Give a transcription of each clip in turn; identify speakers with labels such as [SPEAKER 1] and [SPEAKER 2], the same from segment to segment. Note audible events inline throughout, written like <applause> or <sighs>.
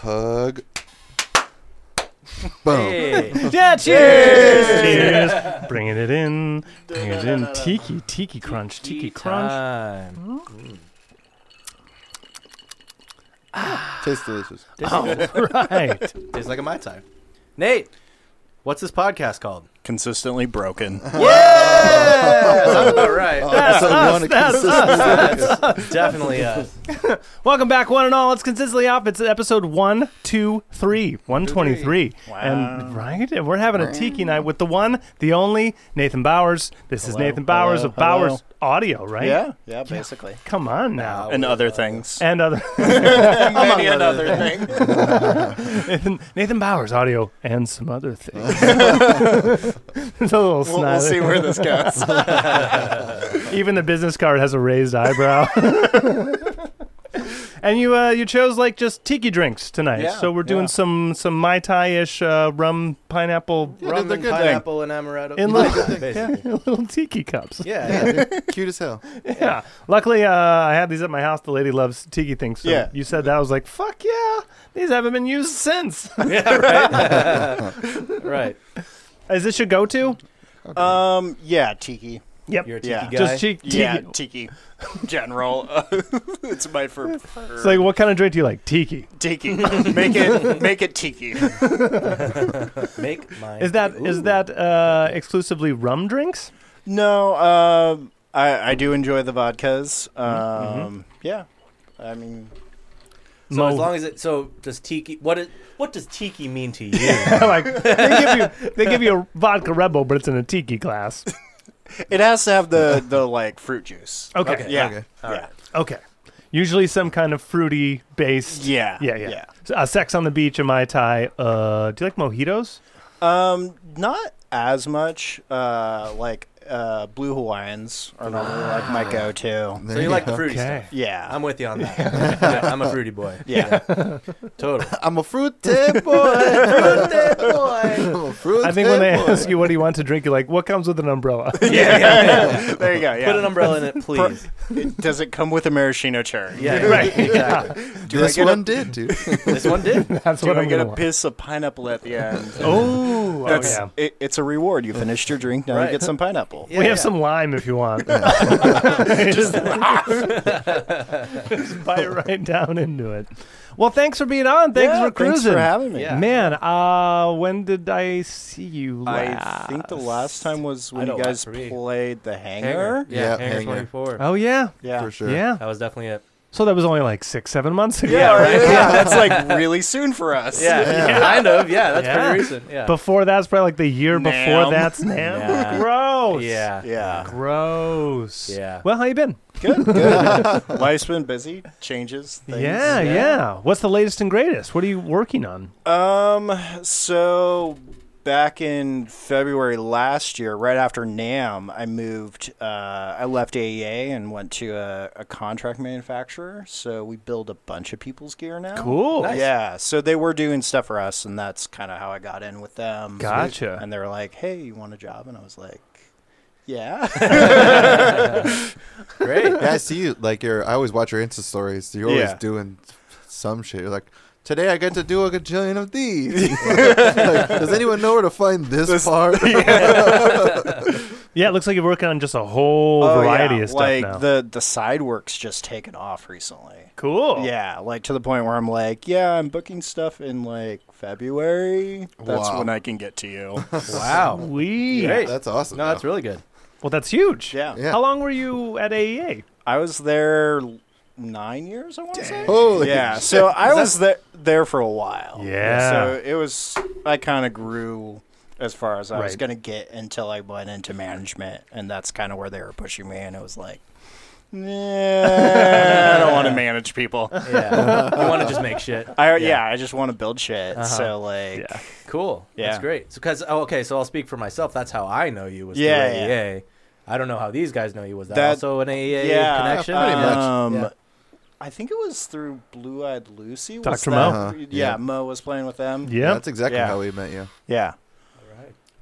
[SPEAKER 1] hug. Boom.
[SPEAKER 2] <laughs>
[SPEAKER 3] Yeah, cheers.
[SPEAKER 4] Cheers. Bringing it in. Bringing it in. Tiki, tiki crunch, tiki crunch.
[SPEAKER 3] Time.
[SPEAKER 1] Tastes delicious.
[SPEAKER 5] <laughs>
[SPEAKER 4] Right.
[SPEAKER 2] Tastes like a Mai Tai.
[SPEAKER 3] Nate.
[SPEAKER 2] What's this podcast <laughs> called?
[SPEAKER 5] Consistently <laughs> broken.
[SPEAKER 2] Yeah, sounds <laughs> about right.
[SPEAKER 1] That's so us,
[SPEAKER 3] that's
[SPEAKER 2] Definitely uh, us.
[SPEAKER 4] Welcome back, one and all. It's consistently off. It's episode one, two, three, 123. And right, we're having a tiki night with the one, the only Nathan Bowers. This is Nathan Bowers
[SPEAKER 5] hello,
[SPEAKER 4] of Bowers
[SPEAKER 5] hello.
[SPEAKER 4] Audio, right?
[SPEAKER 5] Yeah, yeah, basically.
[SPEAKER 4] Come on now.
[SPEAKER 5] And other things.
[SPEAKER 4] And other <laughs>
[SPEAKER 5] Many another thing.
[SPEAKER 4] Nathan, Nathan Bowers audio and some other
[SPEAKER 5] <laughs>
[SPEAKER 4] things. <laughs> There's a little
[SPEAKER 5] We'll, we'll
[SPEAKER 4] snide.
[SPEAKER 5] see where this goes.
[SPEAKER 4] Even the business card has a raised eyebrow. and you uh, you chose like just tiki drinks tonight.
[SPEAKER 5] Yeah,
[SPEAKER 4] so we're doing
[SPEAKER 5] yeah.
[SPEAKER 4] some some mai tai ish uh, rum pineapple
[SPEAKER 2] Rum
[SPEAKER 1] they're good
[SPEAKER 2] and
[SPEAKER 1] thing.
[SPEAKER 2] pineapple and amaretto.
[SPEAKER 4] in like yeah,
[SPEAKER 2] Basically.
[SPEAKER 4] <laughs> little tiki cups. Yeah.
[SPEAKER 2] Yeah. yeah. <laughs>
[SPEAKER 1] Yeah, they're cute as hell.
[SPEAKER 4] <laughs> Luckily, uh, I had these at my house. The lady loves tiki things. So
[SPEAKER 5] Yeah.
[SPEAKER 4] You said that I was like, fuck yeah, these haven't been used since. <laughs>
[SPEAKER 2] Right. <laughs>
[SPEAKER 4] Is this your go to?
[SPEAKER 5] Um, yeah, tiki.
[SPEAKER 4] Yep.
[SPEAKER 2] You're a tiki
[SPEAKER 5] Yeah.
[SPEAKER 2] guy.
[SPEAKER 4] just chi- tiki.
[SPEAKER 5] Yeah, tiki. <laughs> General. <laughs> it's my for
[SPEAKER 4] It's like, what kind of drink do you like? Tiki.
[SPEAKER 5] tiki. Make it, make it tiki.
[SPEAKER 2] Make mine.
[SPEAKER 4] Is that is
[SPEAKER 2] Ooh.
[SPEAKER 4] that uh, exclusively rum drinks?
[SPEAKER 5] <laughs> No, um, I, I do enjoy the vodkas. Um, yeah, I mean,
[SPEAKER 2] So
[SPEAKER 4] Mo-
[SPEAKER 2] as long as it so does tiki what is what does tiki mean to <laughs> you?
[SPEAKER 4] <laughs> like they give you they give <laughs> you a vodka Red Bull, but it's in a tiki glass.
[SPEAKER 5] it has to have the the like fruit juice.
[SPEAKER 4] <laughs> Okay.
[SPEAKER 2] Okay.
[SPEAKER 5] Yeah,
[SPEAKER 1] Okay.
[SPEAKER 5] yeah,
[SPEAKER 4] Okay. Usually some kind of fruity based.
[SPEAKER 5] yeah,
[SPEAKER 4] Yeah, yeah. So, uh, sex on the beach and mai tai. Uh, do you like mojitos?
[SPEAKER 5] Um, not as much. Uh, like uh, blue Hawaiians are normally like my go-to.
[SPEAKER 2] So you like the fruity
[SPEAKER 4] Okay.
[SPEAKER 2] stuff.
[SPEAKER 5] Yeah,
[SPEAKER 2] I'm with you on <laughs> that. Yeah, I'm a fruity boy.
[SPEAKER 5] <laughs> yeah.
[SPEAKER 2] <laughs> Totally.
[SPEAKER 1] I'm a fruity boy. fruity
[SPEAKER 2] <laughs>
[SPEAKER 1] boy. I'm a fruity
[SPEAKER 4] I think when they
[SPEAKER 1] boy.
[SPEAKER 4] ask you what do you want to drink, you're like, what comes with an umbrella? <laughs>
[SPEAKER 5] yeah, yeah. <laughs> There you go. Yeah.
[SPEAKER 2] Put an umbrella in <laughs> it, please.
[SPEAKER 5] Does it come with a maraschino cherry?
[SPEAKER 2] Yeah.
[SPEAKER 4] right. Yeah.
[SPEAKER 1] this
[SPEAKER 5] I get a-
[SPEAKER 1] one did, dude.
[SPEAKER 2] This one did.
[SPEAKER 4] That's
[SPEAKER 5] Do
[SPEAKER 4] what
[SPEAKER 5] I
[SPEAKER 4] I'm
[SPEAKER 5] get
[SPEAKER 4] gonna
[SPEAKER 5] a
[SPEAKER 4] want.
[SPEAKER 5] piece of pineapple at <laughs> the end?
[SPEAKER 4] Oh, oh
[SPEAKER 5] That's,
[SPEAKER 4] yeah.
[SPEAKER 5] it, it's a reward. You finished your drink. Now
[SPEAKER 2] Right.
[SPEAKER 5] you get some
[SPEAKER 2] <laughs>
[SPEAKER 5] pineapple.
[SPEAKER 2] Yeah,
[SPEAKER 4] we have
[SPEAKER 2] yeah.
[SPEAKER 4] some lime if you want. <laughs> just, <laughs> Just bite right down into it. Well, thanks for being on. Thanks
[SPEAKER 5] Yeah,
[SPEAKER 4] for cruising.
[SPEAKER 5] for having me.
[SPEAKER 2] Yeah.
[SPEAKER 4] Man, uh, when did I see you last?
[SPEAKER 5] I think the last time was when you
[SPEAKER 2] don't
[SPEAKER 5] guys
[SPEAKER 2] like for me.
[SPEAKER 5] played the
[SPEAKER 2] Hanger.
[SPEAKER 5] hanger.
[SPEAKER 2] Yeah,
[SPEAKER 1] Yeah,
[SPEAKER 2] hanger,
[SPEAKER 1] hanger.
[SPEAKER 2] 24.
[SPEAKER 4] Oh yeah,
[SPEAKER 5] Yeah.
[SPEAKER 1] For sure. <laughs>
[SPEAKER 4] yeah.
[SPEAKER 2] That was definitely it.
[SPEAKER 4] So that was only like six, seven months ago.
[SPEAKER 5] Yeah, right? Yeah, <laughs> that's like really soon for us.
[SPEAKER 2] <laughs> Yeah,
[SPEAKER 1] Yeah.
[SPEAKER 2] kind of. Yeah, that's
[SPEAKER 4] Yeah.
[SPEAKER 2] pretty recent. Yeah.
[SPEAKER 4] <laughs> Before that's probably like the year
[SPEAKER 5] Nam.
[SPEAKER 4] before
[SPEAKER 5] <laughs>
[SPEAKER 4] that's now.
[SPEAKER 2] Nah.
[SPEAKER 4] <laughs> Gross.
[SPEAKER 2] yeah.
[SPEAKER 5] Yeah.
[SPEAKER 4] Gross.
[SPEAKER 2] Yeah.
[SPEAKER 4] Well, how you been?
[SPEAKER 5] Good.
[SPEAKER 4] <laughs>
[SPEAKER 5] Good. Life's been busy. Changes. Things.
[SPEAKER 4] Yeah, yeah, What's the latest and greatest? What are you working on?
[SPEAKER 5] Um. So back in February last year, right after Nam, I moved. Uh, I left AEA and went to a, a contract manufacturer. So we build a bunch of people's gear now.
[SPEAKER 4] Cool.
[SPEAKER 5] Yeah. So they were doing stuff for us, and that's kind of how I got in with them.
[SPEAKER 4] Gotcha.
[SPEAKER 5] And they were like, "Hey, you want a job?" And I was like,
[SPEAKER 4] <laughs>
[SPEAKER 5] "Yeah."
[SPEAKER 2] Great.
[SPEAKER 1] Yeah, I see you. Like you're. I always watch your Insta stories. You're always
[SPEAKER 5] Yeah.
[SPEAKER 1] doing some shit. You're like, today I get to do a gajillion of these. <laughs> Like, does anyone know where to find this, part?
[SPEAKER 4] Yeah, it looks like you're working on just a whole variety
[SPEAKER 5] Oh, yeah.
[SPEAKER 4] of stuff
[SPEAKER 5] like
[SPEAKER 4] now.
[SPEAKER 5] the the side work's just taken off recently.
[SPEAKER 4] cool.
[SPEAKER 5] Yeah, like to the point where I'm like, yeah, I'm booking stuff in like February. That's
[SPEAKER 1] Wow.
[SPEAKER 5] when I can get to you.
[SPEAKER 2] Wow.
[SPEAKER 4] Sweet.
[SPEAKER 1] <laughs>
[SPEAKER 2] Great.
[SPEAKER 1] That's awesome.
[SPEAKER 2] No, that's really good.
[SPEAKER 4] Well, that's huge.
[SPEAKER 5] yeah.
[SPEAKER 1] Yeah.
[SPEAKER 4] How long were you at E AEA?
[SPEAKER 5] I was there l- nine years, I want to say.
[SPEAKER 1] Holy
[SPEAKER 5] Yeah, so I was there there for a while.
[SPEAKER 4] Yeah.
[SPEAKER 5] So it was, I kind of grew as far as I was
[SPEAKER 4] Right.
[SPEAKER 5] going to get until I went into management, and that's kind of where they were pushing me, and it was like, nah, I don't want to manage people.
[SPEAKER 2] <laughs> Yeah. you want to just make shit.
[SPEAKER 5] I, yeah. I just want to build shit. So like,
[SPEAKER 4] Yeah.
[SPEAKER 2] Cool. That's
[SPEAKER 5] Yeah.
[SPEAKER 2] great. Because oh, okay, so I'll speak for myself. That's how I know you was
[SPEAKER 5] Yeah,
[SPEAKER 2] through
[SPEAKER 5] yeah.
[SPEAKER 2] AEA. I don't know how these guys know you. Was that,
[SPEAKER 5] That-
[SPEAKER 2] also an AEA
[SPEAKER 5] yeah,
[SPEAKER 2] connection?
[SPEAKER 1] pretty much.
[SPEAKER 5] Um,
[SPEAKER 2] Yeah.
[SPEAKER 5] I think it was through Blue Eyed Lucy. was
[SPEAKER 4] Dr.
[SPEAKER 5] that-
[SPEAKER 4] Mo.
[SPEAKER 1] Uh-huh.
[SPEAKER 5] Yeah,
[SPEAKER 1] Yeah.
[SPEAKER 5] Mo was playing with them.
[SPEAKER 4] <laughs> Yeah.
[SPEAKER 1] That's exactly
[SPEAKER 5] Yeah.
[SPEAKER 1] how we met you.
[SPEAKER 5] Yeah.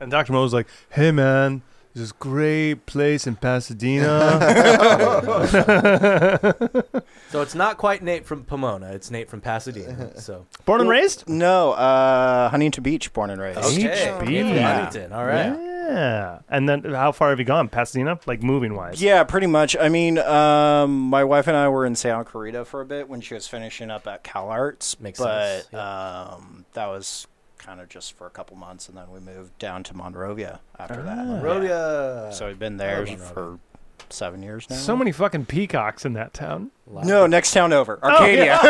[SPEAKER 4] and Dr. Mo was like, hey, man, this great place in Pasadena.
[SPEAKER 2] So it's not quite Nate from Pomona. It's Nate from Pasadena. <laughs> So
[SPEAKER 4] <laughs> Born and raised?
[SPEAKER 5] No, uh, Huntington Beach, born and raised.
[SPEAKER 4] Okay.
[SPEAKER 2] Nate from
[SPEAKER 4] Yeah.
[SPEAKER 2] Huntington. All right.
[SPEAKER 4] Yeah. And then how far have you gone? Pasadena? Like moving wise?
[SPEAKER 5] Yeah, pretty much. I mean, um, my wife and I were in Santa Clarita for a bit when she was finishing up at CalArts.
[SPEAKER 2] Makes
[SPEAKER 5] but,
[SPEAKER 2] sense, yeah.
[SPEAKER 5] um, that was kind of just for a couple months, and then we moved down to Monrovia after that.
[SPEAKER 4] Ah.
[SPEAKER 2] Rodeo.
[SPEAKER 5] So we've been
[SPEAKER 2] I
[SPEAKER 5] there
[SPEAKER 2] love Monrovia.
[SPEAKER 5] for seven years now.
[SPEAKER 4] So many fucking peacocks in that town.
[SPEAKER 5] No, next town over, Arcadia.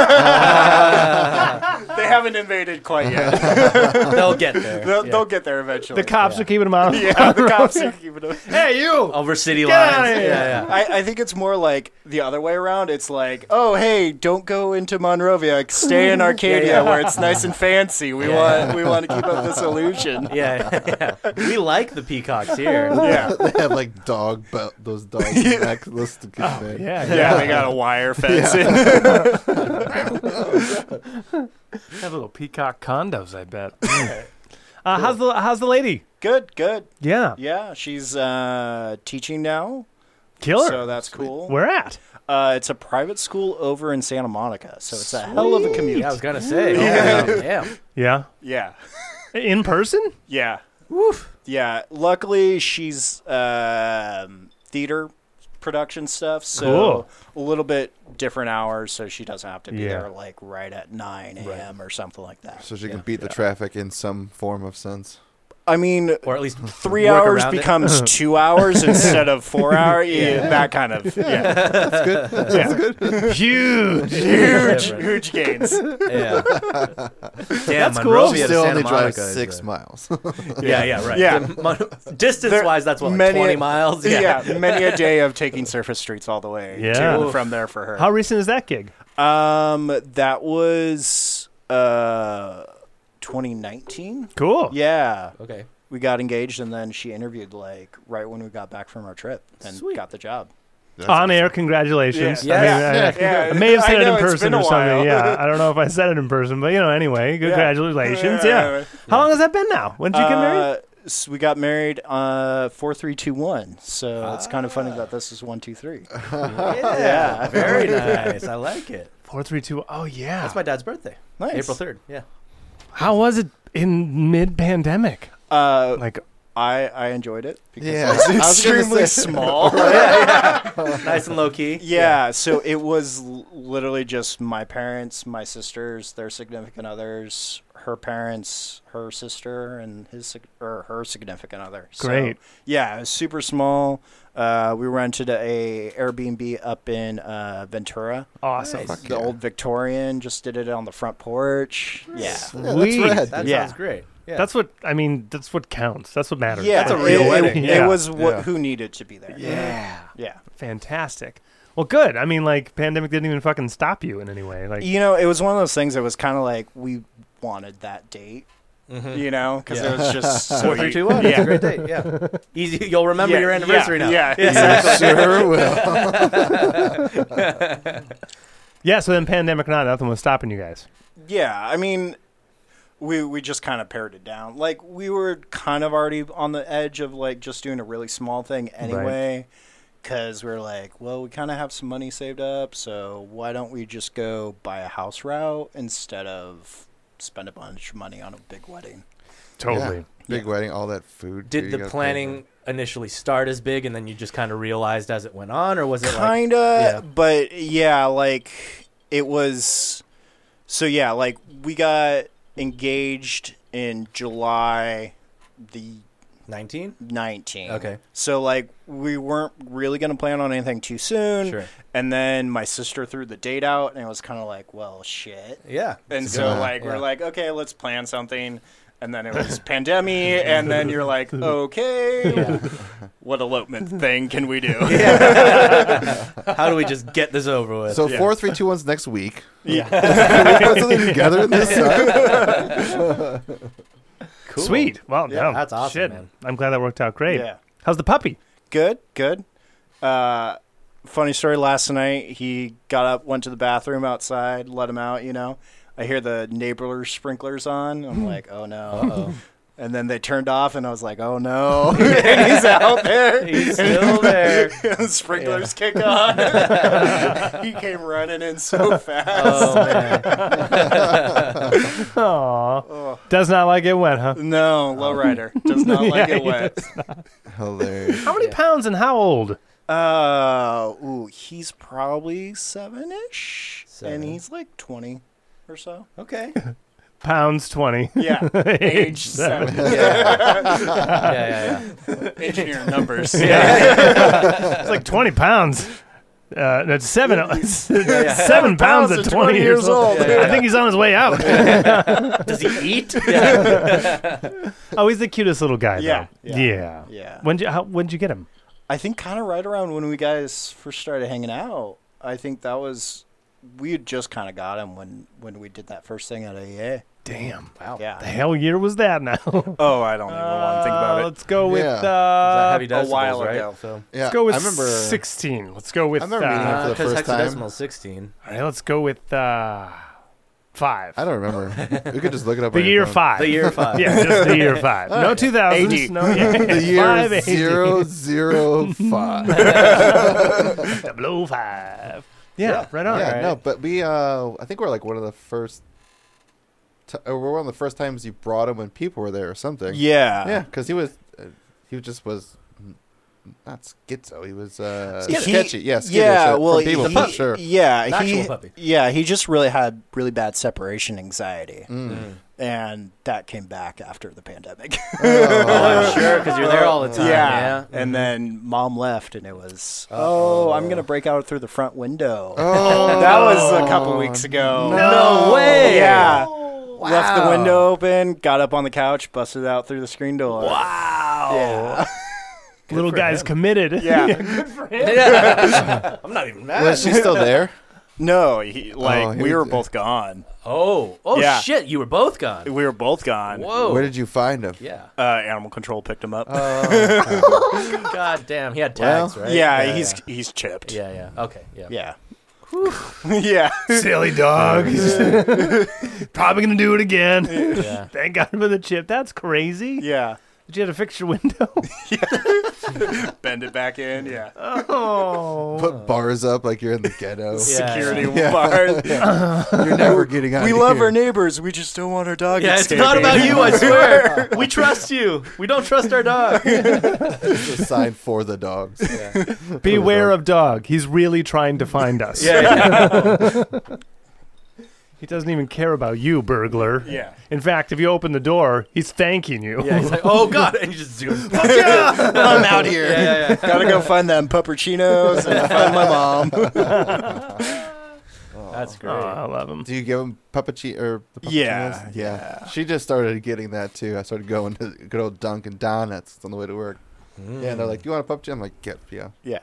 [SPEAKER 5] <laughs> they haven't invaded quite yet.
[SPEAKER 2] they'll get there.
[SPEAKER 5] They'll,
[SPEAKER 2] Yeah.
[SPEAKER 5] they'll get there eventually.
[SPEAKER 4] The cops
[SPEAKER 2] yeah.
[SPEAKER 4] are keeping them out.
[SPEAKER 5] yeah, the cops are keeping them.
[SPEAKER 4] <laughs> hey, you!
[SPEAKER 2] over city
[SPEAKER 4] Get outta
[SPEAKER 2] lines. Yeah,
[SPEAKER 4] here.
[SPEAKER 2] yeah.
[SPEAKER 5] I, I think it's more like the other way around. It's like, oh hey, don't go into Monrovia. Like, Stay <laughs> in Arcadia
[SPEAKER 2] Yeah, yeah.
[SPEAKER 5] where it's nice and fancy. We
[SPEAKER 2] Yeah.
[SPEAKER 5] want we want to keep up this illusion.
[SPEAKER 2] Yeah, yeah. We like the peacocks here.
[SPEAKER 5] Yeah.
[SPEAKER 1] <laughs> they have like dog belt those dogs back those to kick back.
[SPEAKER 4] Yeah, yeah.
[SPEAKER 5] Yeah, they got a wire fence
[SPEAKER 4] Have little peacock condos, I <laughs> bet. uh, how's the How's the lady?
[SPEAKER 5] <laughs> Good, good.
[SPEAKER 4] Yeah,
[SPEAKER 5] Yeah, she's uh, teaching now,
[SPEAKER 4] killer.
[SPEAKER 5] so that's cool.
[SPEAKER 4] Where at?
[SPEAKER 5] Uh, it's a private school over in Santa Monica, so it's a hell of a commute.
[SPEAKER 2] Yeah, I was gonna say. oh, Yeah. Damn.
[SPEAKER 4] Yeah,
[SPEAKER 5] Yeah,
[SPEAKER 4] in person.
[SPEAKER 5] yeah. Yeah, luckily she's um, theater production stuff, so a little bit different hours, so she doesn't have to be
[SPEAKER 4] Yeah.
[SPEAKER 5] there like right at nine a.m. or something like that.
[SPEAKER 1] So she can beat the traffic in some form of sense.
[SPEAKER 5] I mean,
[SPEAKER 2] Or at least
[SPEAKER 5] three
[SPEAKER 2] work
[SPEAKER 5] hours
[SPEAKER 2] around it.
[SPEAKER 5] becomes two hours instead of four hour. Yeah, that kind of
[SPEAKER 4] <laughs>
[SPEAKER 5] yeah,
[SPEAKER 4] Huge.
[SPEAKER 5] huge,
[SPEAKER 2] Yeah, right.
[SPEAKER 5] huge gains.
[SPEAKER 2] Yeah. Damn,
[SPEAKER 4] That's cool.
[SPEAKER 2] Monrovia to
[SPEAKER 1] Still
[SPEAKER 2] Santa
[SPEAKER 1] only drive
[SPEAKER 2] Monica is
[SPEAKER 1] six
[SPEAKER 2] a-
[SPEAKER 1] miles. <laughs>
[SPEAKER 2] Yeah, yeah, right.
[SPEAKER 5] Yeah.
[SPEAKER 2] Distance wise, that's what like
[SPEAKER 5] Many-
[SPEAKER 2] twenty miles.
[SPEAKER 5] Yeah. <laughs> many a day of taking surface streets all the way
[SPEAKER 4] Yeah.
[SPEAKER 5] to and from there for her.
[SPEAKER 4] How recent is that gig?
[SPEAKER 5] Um, that was uh, 2019.
[SPEAKER 4] Cool.
[SPEAKER 5] Yeah,
[SPEAKER 2] Okay.
[SPEAKER 5] we got engaged, and then she interviewed like right when we got back from our trip and
[SPEAKER 2] Sweet.
[SPEAKER 5] got the job.
[SPEAKER 4] On air, congratulations.
[SPEAKER 2] Yeah.
[SPEAKER 4] I mean,
[SPEAKER 2] Yeah.
[SPEAKER 4] I-
[SPEAKER 5] Yeah.
[SPEAKER 4] I may have said
[SPEAKER 5] I know,
[SPEAKER 4] it in
[SPEAKER 5] it's
[SPEAKER 4] person
[SPEAKER 5] been a
[SPEAKER 4] or something.
[SPEAKER 5] while. <laughs>
[SPEAKER 4] Yeah, I don't know if I said it in person, but you know, anyway, congratulations. Yeah. How long has that been now? When did you get married?
[SPEAKER 5] Uh, so we got married uh four three two one. So it's kind of funny
[SPEAKER 4] Ah.
[SPEAKER 5] that this is one two three.
[SPEAKER 2] Yeah.
[SPEAKER 5] Yeah.
[SPEAKER 2] Very nice. I like it.
[SPEAKER 4] Four, three, two. Oh yeah.
[SPEAKER 2] That's my dad's birthday.
[SPEAKER 5] Nice.
[SPEAKER 2] April third. Yeah.
[SPEAKER 4] How was it in mid-pandemic?
[SPEAKER 5] Uh,
[SPEAKER 4] Like,
[SPEAKER 5] I I enjoyed it because
[SPEAKER 1] Yeah.
[SPEAKER 5] it's
[SPEAKER 1] I was gonna
[SPEAKER 5] <laughs> extremely
[SPEAKER 1] say-
[SPEAKER 5] small.
[SPEAKER 2] Nice and low key.
[SPEAKER 5] Yeah, so it was l- literally just my parents, my sisters, their significant others, her parents, her sister, and his sig- or her significant other. So,
[SPEAKER 4] Great.
[SPEAKER 5] yeah, it was super small. Uh, we rented a Airbnb up in uh, Ventura,
[SPEAKER 4] awesome.
[SPEAKER 1] Fuck
[SPEAKER 5] the
[SPEAKER 1] yeah.
[SPEAKER 5] old Victorian. Just did it on the front porch. Yeah.
[SPEAKER 4] Sweet.
[SPEAKER 1] Yeah, that's rad.
[SPEAKER 2] That
[SPEAKER 5] Yeah.
[SPEAKER 2] sounds great. Yeah.
[SPEAKER 4] That's what I mean. That's what counts. That's what matters.
[SPEAKER 5] Yeah,
[SPEAKER 2] That's a real
[SPEAKER 5] it, it-
[SPEAKER 2] wedding.
[SPEAKER 5] It,
[SPEAKER 4] <laughs> Yeah.
[SPEAKER 5] was what
[SPEAKER 1] Yeah.
[SPEAKER 5] who needed to be there.
[SPEAKER 2] yeah.
[SPEAKER 5] yeah.
[SPEAKER 4] fantastic. Well, good. I mean, like, pandemic didn't even fucking stop you in any way. Like,
[SPEAKER 5] you know, it was one of those things that was kind of like we wanted that date. You know, because
[SPEAKER 2] Yeah.
[SPEAKER 5] it
[SPEAKER 2] <laughs>
[SPEAKER 5] was just so
[SPEAKER 2] Four, three, two, one. It's a great date. Yeah. <laughs> Easy. You'll remember
[SPEAKER 5] Yeah,
[SPEAKER 2] your anniversary
[SPEAKER 5] yeah,
[SPEAKER 2] now.
[SPEAKER 1] <laughs>
[SPEAKER 5] Yeah,
[SPEAKER 1] sure will.
[SPEAKER 4] yeah. So then, pandemic or not, nothing was stopping you guys.
[SPEAKER 5] yeah. I mean, we we just kind of pared it down. Like we were kind of already on the edge of like just doing a really small thing anyway. Because we we're like, well, we kind of have some money saved up, so why don't we just go buy a house route instead of spend a bunch of money on a big wedding?
[SPEAKER 4] Totally.
[SPEAKER 1] Yeah. Big wedding, all that food. too,
[SPEAKER 2] Did
[SPEAKER 1] you
[SPEAKER 2] the
[SPEAKER 1] gotta pay
[SPEAKER 2] planning initially start as big, and then you just kind of realized as it went on, or was it like
[SPEAKER 5] kind of
[SPEAKER 2] yeah.
[SPEAKER 5] but yeah like it was so yeah like we got engaged in july the
[SPEAKER 2] 19?
[SPEAKER 5] 19th
[SPEAKER 2] Okay.
[SPEAKER 5] so like we weren't really going to plan on anything too soon
[SPEAKER 2] Sure.
[SPEAKER 5] and then my sister threw the date out and it was kind of like well shit
[SPEAKER 2] Yeah. <laughs>
[SPEAKER 5] and so
[SPEAKER 1] Yeah.
[SPEAKER 5] like
[SPEAKER 2] Yeah.
[SPEAKER 5] we're like okay let's plan something and then it was pandemic and then you're like
[SPEAKER 2] <laughs>
[SPEAKER 5] okay what elopement thing can
[SPEAKER 2] <laughs>
[SPEAKER 5] we do
[SPEAKER 2] How do we just get this over
[SPEAKER 1] <laughs>
[SPEAKER 2] with?
[SPEAKER 1] So
[SPEAKER 5] Yeah.
[SPEAKER 1] four, three, two, one's next week. <laughs>
[SPEAKER 5] yeah
[SPEAKER 1] Can we put something together in this <laughs> time?
[SPEAKER 2] cool.
[SPEAKER 4] Sweet. Well,
[SPEAKER 2] Yeah,
[SPEAKER 4] no,
[SPEAKER 2] that's awesome,
[SPEAKER 4] Shit.
[SPEAKER 2] man.
[SPEAKER 4] I'm glad that worked out great.
[SPEAKER 5] Yeah.
[SPEAKER 4] How's the puppy?
[SPEAKER 5] Good, good. Uh, funny story. Last night, he got up, went to the bathroom
[SPEAKER 2] Hmm.
[SPEAKER 5] outside, let him out. You know, I hear the neighbor sprinklers on. I'm like, oh no. And then they turned off, and I was like,
[SPEAKER 2] <laughs>
[SPEAKER 5] "Oh no!" <laughs> and he's out there.
[SPEAKER 2] He's still there.
[SPEAKER 5] <laughs> And the sprinklers
[SPEAKER 2] <laughs>
[SPEAKER 5] kick on. <laughs> he came running in so fast.
[SPEAKER 2] Oh man.
[SPEAKER 4] Aw. Does not like it wet, huh?
[SPEAKER 5] No, lowrider does not like it wet.
[SPEAKER 1] Hilarious.
[SPEAKER 4] How many pounds and how old?
[SPEAKER 5] Uh, ooh, he's probably seven-ish,
[SPEAKER 2] Seven.
[SPEAKER 5] and he's like twenty or so.
[SPEAKER 2] Okay.
[SPEAKER 4] Pounds 20.
[SPEAKER 5] <laughs>
[SPEAKER 1] <laughs>
[SPEAKER 5] Yeah, age seven. <laughs>
[SPEAKER 2] Yeah, yeah, yeah.
[SPEAKER 5] Engineer numbers.
[SPEAKER 4] <laughs> It's like 20 pounds. Uh, that's seven, <laughs> seven
[SPEAKER 5] Seven
[SPEAKER 4] pounds
[SPEAKER 5] pounds
[SPEAKER 4] at
[SPEAKER 5] at
[SPEAKER 4] 20 years old.
[SPEAKER 2] Yeah, yeah.
[SPEAKER 4] I think he's on his way <laughs> out.
[SPEAKER 2] Does he eat? Yeah.
[SPEAKER 4] Oh, he's the cutest little guy,
[SPEAKER 5] Yeah,
[SPEAKER 4] though.
[SPEAKER 5] yeah,
[SPEAKER 4] Yeah.
[SPEAKER 5] yeah.
[SPEAKER 4] When'd you, how, when'd you get him?
[SPEAKER 5] I think kind of right around when we guys first started hanging out. I think that was we had just kind of got him when when we did that first thing at AEA.
[SPEAKER 4] Damn.
[SPEAKER 1] Oh,
[SPEAKER 2] Wow.
[SPEAKER 5] Yeah.
[SPEAKER 4] The hell year was that now?
[SPEAKER 5] Oh, I don't even want to
[SPEAKER 4] <laughs>
[SPEAKER 5] think
[SPEAKER 4] Uh,
[SPEAKER 5] about it.
[SPEAKER 4] Let's go with,
[SPEAKER 1] Yeah.
[SPEAKER 4] uh,
[SPEAKER 1] Is that
[SPEAKER 2] Heavy
[SPEAKER 5] a
[SPEAKER 2] decibels,
[SPEAKER 5] while
[SPEAKER 2] right?
[SPEAKER 5] ago.
[SPEAKER 2] So,
[SPEAKER 1] Yeah,
[SPEAKER 4] let's go with
[SPEAKER 1] I remember
[SPEAKER 4] 16. Let's go with,
[SPEAKER 1] I remember meeting him.
[SPEAKER 4] uh,
[SPEAKER 1] for the
[SPEAKER 2] because
[SPEAKER 1] first time.
[SPEAKER 2] hexadecimal is sixteen.
[SPEAKER 4] all right, let's go with, uh, five.
[SPEAKER 1] I don't remember. we could just look it up.
[SPEAKER 4] The
[SPEAKER 1] on your
[SPEAKER 4] year
[SPEAKER 1] phone.
[SPEAKER 4] five.
[SPEAKER 2] The year five.
[SPEAKER 4] <laughs> Yeah, just the year five. No 2000s.
[SPEAKER 5] AD.
[SPEAKER 4] No,
[SPEAKER 1] <laughs>
[SPEAKER 4] yeah.
[SPEAKER 1] The year
[SPEAKER 4] Five AD.
[SPEAKER 1] zero zero
[SPEAKER 4] <laughs>
[SPEAKER 1] five.
[SPEAKER 4] Double O five. Yeah, right on.
[SPEAKER 1] yeah, no, but we uh, I think we're like one of the first. T- or we're one of the first times you brought him when people were there or something.
[SPEAKER 5] Yeah,
[SPEAKER 1] yeah, because he was, uh, he just was. mm, Not schizo. He was uh,
[SPEAKER 5] He-
[SPEAKER 1] sketchy. Yeah, skittish,
[SPEAKER 5] yeah.
[SPEAKER 1] uh,
[SPEAKER 5] Well,
[SPEAKER 1] from people,
[SPEAKER 5] he-
[SPEAKER 1] for sure.
[SPEAKER 5] <laughs> Yeah,
[SPEAKER 2] Actual
[SPEAKER 5] he,
[SPEAKER 2] puppy.
[SPEAKER 5] yeah, he just really had really bad separation anxiety,
[SPEAKER 1] Mm.
[SPEAKER 5] and that came back after the pandemic. <laughs>
[SPEAKER 2] Oh, I'm
[SPEAKER 1] Oh,
[SPEAKER 2] sure because you're there all the time. Yeah. Mm-hmm.
[SPEAKER 5] and then mom left, and it was oh, I'm gonna break out through the front window.
[SPEAKER 1] Oh,
[SPEAKER 5] That was a couple weeks ago.
[SPEAKER 2] No way.
[SPEAKER 5] Yeah. Left the window open, got up on the couch, busted out through the screen door.
[SPEAKER 4] Wow. Little
[SPEAKER 2] for
[SPEAKER 4] guy's
[SPEAKER 2] him.
[SPEAKER 4] committed.
[SPEAKER 5] Yeah.
[SPEAKER 2] Yeah. <laughs> I'm not even mad.
[SPEAKER 1] Was she still
[SPEAKER 5] <laughs>
[SPEAKER 1] there?
[SPEAKER 5] <laughs> no, he, like
[SPEAKER 1] Oh, he
[SPEAKER 5] we were
[SPEAKER 1] was-
[SPEAKER 5] both gone.
[SPEAKER 2] Oh, oh
[SPEAKER 5] Yeah.
[SPEAKER 2] shit! You were both gone.
[SPEAKER 5] We were both gone.
[SPEAKER 2] Whoa.
[SPEAKER 1] Where did you find him?
[SPEAKER 2] yeah.
[SPEAKER 5] Uh, animal control picked him up.
[SPEAKER 2] <laughs> God damn. He had
[SPEAKER 1] Well,
[SPEAKER 2] tags, Oh, right?
[SPEAKER 5] yeah, he's he's chipped.
[SPEAKER 2] Yeah. Yeah. yeah. Okay. Yeah.
[SPEAKER 5] Yeah. <laughs> yeah.
[SPEAKER 4] <laughs> Silly dog. He's <laughs> Probably gonna do it again. <laughs>
[SPEAKER 2] Yeah.
[SPEAKER 4] Thank God for the chip. That's crazy.
[SPEAKER 5] Yeah.
[SPEAKER 4] Did you have to fix your window?
[SPEAKER 5] Bend it back in. <laughs> Yeah.
[SPEAKER 4] oh.
[SPEAKER 1] Put bars up like you're in the
[SPEAKER 5] <laughs>
[SPEAKER 1] ghetto.
[SPEAKER 2] Yeah.
[SPEAKER 5] Security
[SPEAKER 1] Yeah.
[SPEAKER 5] <laughs> bars.
[SPEAKER 1] You're never getting out.
[SPEAKER 5] We
[SPEAKER 1] of
[SPEAKER 5] love
[SPEAKER 1] here.
[SPEAKER 5] our neighbors. We just don't want our dog.
[SPEAKER 2] Yeah, it's not
[SPEAKER 5] escaping.
[SPEAKER 2] about you,
[SPEAKER 5] <laughs>
[SPEAKER 2] I swear. we trust you. We don't trust our dog.
[SPEAKER 1] It's a sign for the dogs.
[SPEAKER 4] Beware of dog. He's really trying to find us. He doesn't even care about you, burglar.
[SPEAKER 5] Yeah.
[SPEAKER 4] In fact, if you open the door, he's thanking you. <laughs>
[SPEAKER 2] Yeah, he's like, oh god, and you just zoom. Fuck <laughs>
[SPEAKER 5] <laughs> I'm out here.
[SPEAKER 2] Yeah, yeah, yeah.
[SPEAKER 5] Gotta go find them puppuccinos and <laughs> find my mom.
[SPEAKER 2] <laughs> That's great.
[SPEAKER 4] Oh, I love him.
[SPEAKER 1] Do you give him puppuccino or the puppuccinos?
[SPEAKER 5] Yeah,
[SPEAKER 1] yeah. She just started getting that too. I started going to good old Dunkin' Donuts on the way to work.
[SPEAKER 5] Mm.
[SPEAKER 1] Yeah, and they're like, "You want a puppuccino?" I'm like, "Yep, yeah."
[SPEAKER 5] Yeah.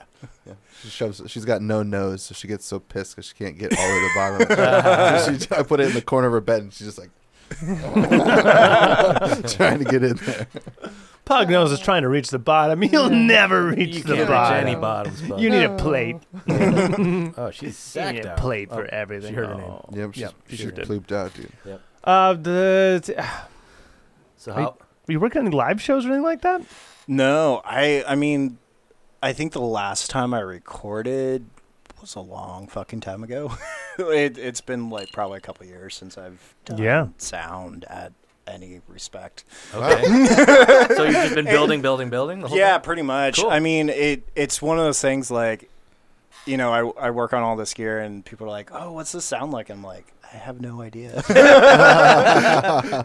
[SPEAKER 1] She shoves. She's got no nose, so she gets so pissed because she can't get all the way to the bottom. <laughs> Of it. So she, I put it in the corner of her bed, and she's just like <laughs> trying to get in there.
[SPEAKER 4] Pugnose is trying to reach the bottom. <laughs> He'll never <laughs> reach
[SPEAKER 2] You
[SPEAKER 4] the
[SPEAKER 2] can't reach
[SPEAKER 4] bottom.
[SPEAKER 2] any bottoms, but
[SPEAKER 4] you need a plate.
[SPEAKER 2] oh, she's
[SPEAKER 4] You need
[SPEAKER 2] sacked
[SPEAKER 4] a
[SPEAKER 2] out.
[SPEAKER 4] plate
[SPEAKER 2] Oh,
[SPEAKER 4] for everything.
[SPEAKER 2] she heard her name.
[SPEAKER 4] Oh.
[SPEAKER 1] Yep, she's,
[SPEAKER 4] Yep,
[SPEAKER 1] she's
[SPEAKER 4] sure did.
[SPEAKER 1] pooped out, <laughs> dude.
[SPEAKER 4] Uh, the, t- <sighs> were
[SPEAKER 2] So how?
[SPEAKER 4] you working on live shows or anything
[SPEAKER 2] <laughs>
[SPEAKER 4] like that?
[SPEAKER 5] No, I I mean, I think the last time I recorded was a long fucking time ago. <laughs> it, it's been like probably a couple years since I've done
[SPEAKER 4] Yeah.
[SPEAKER 5] sound at any respect.
[SPEAKER 2] Okay. so you've just been building, building, building the whole
[SPEAKER 5] Yeah,
[SPEAKER 2] time?
[SPEAKER 5] pretty much.
[SPEAKER 2] Cool.
[SPEAKER 5] I mean, it it's one of those things like, you know, I I work on all this gear and people are like, oh, what's this sound like? I'm like, I have no
[SPEAKER 2] <laughs>
[SPEAKER 5] idea.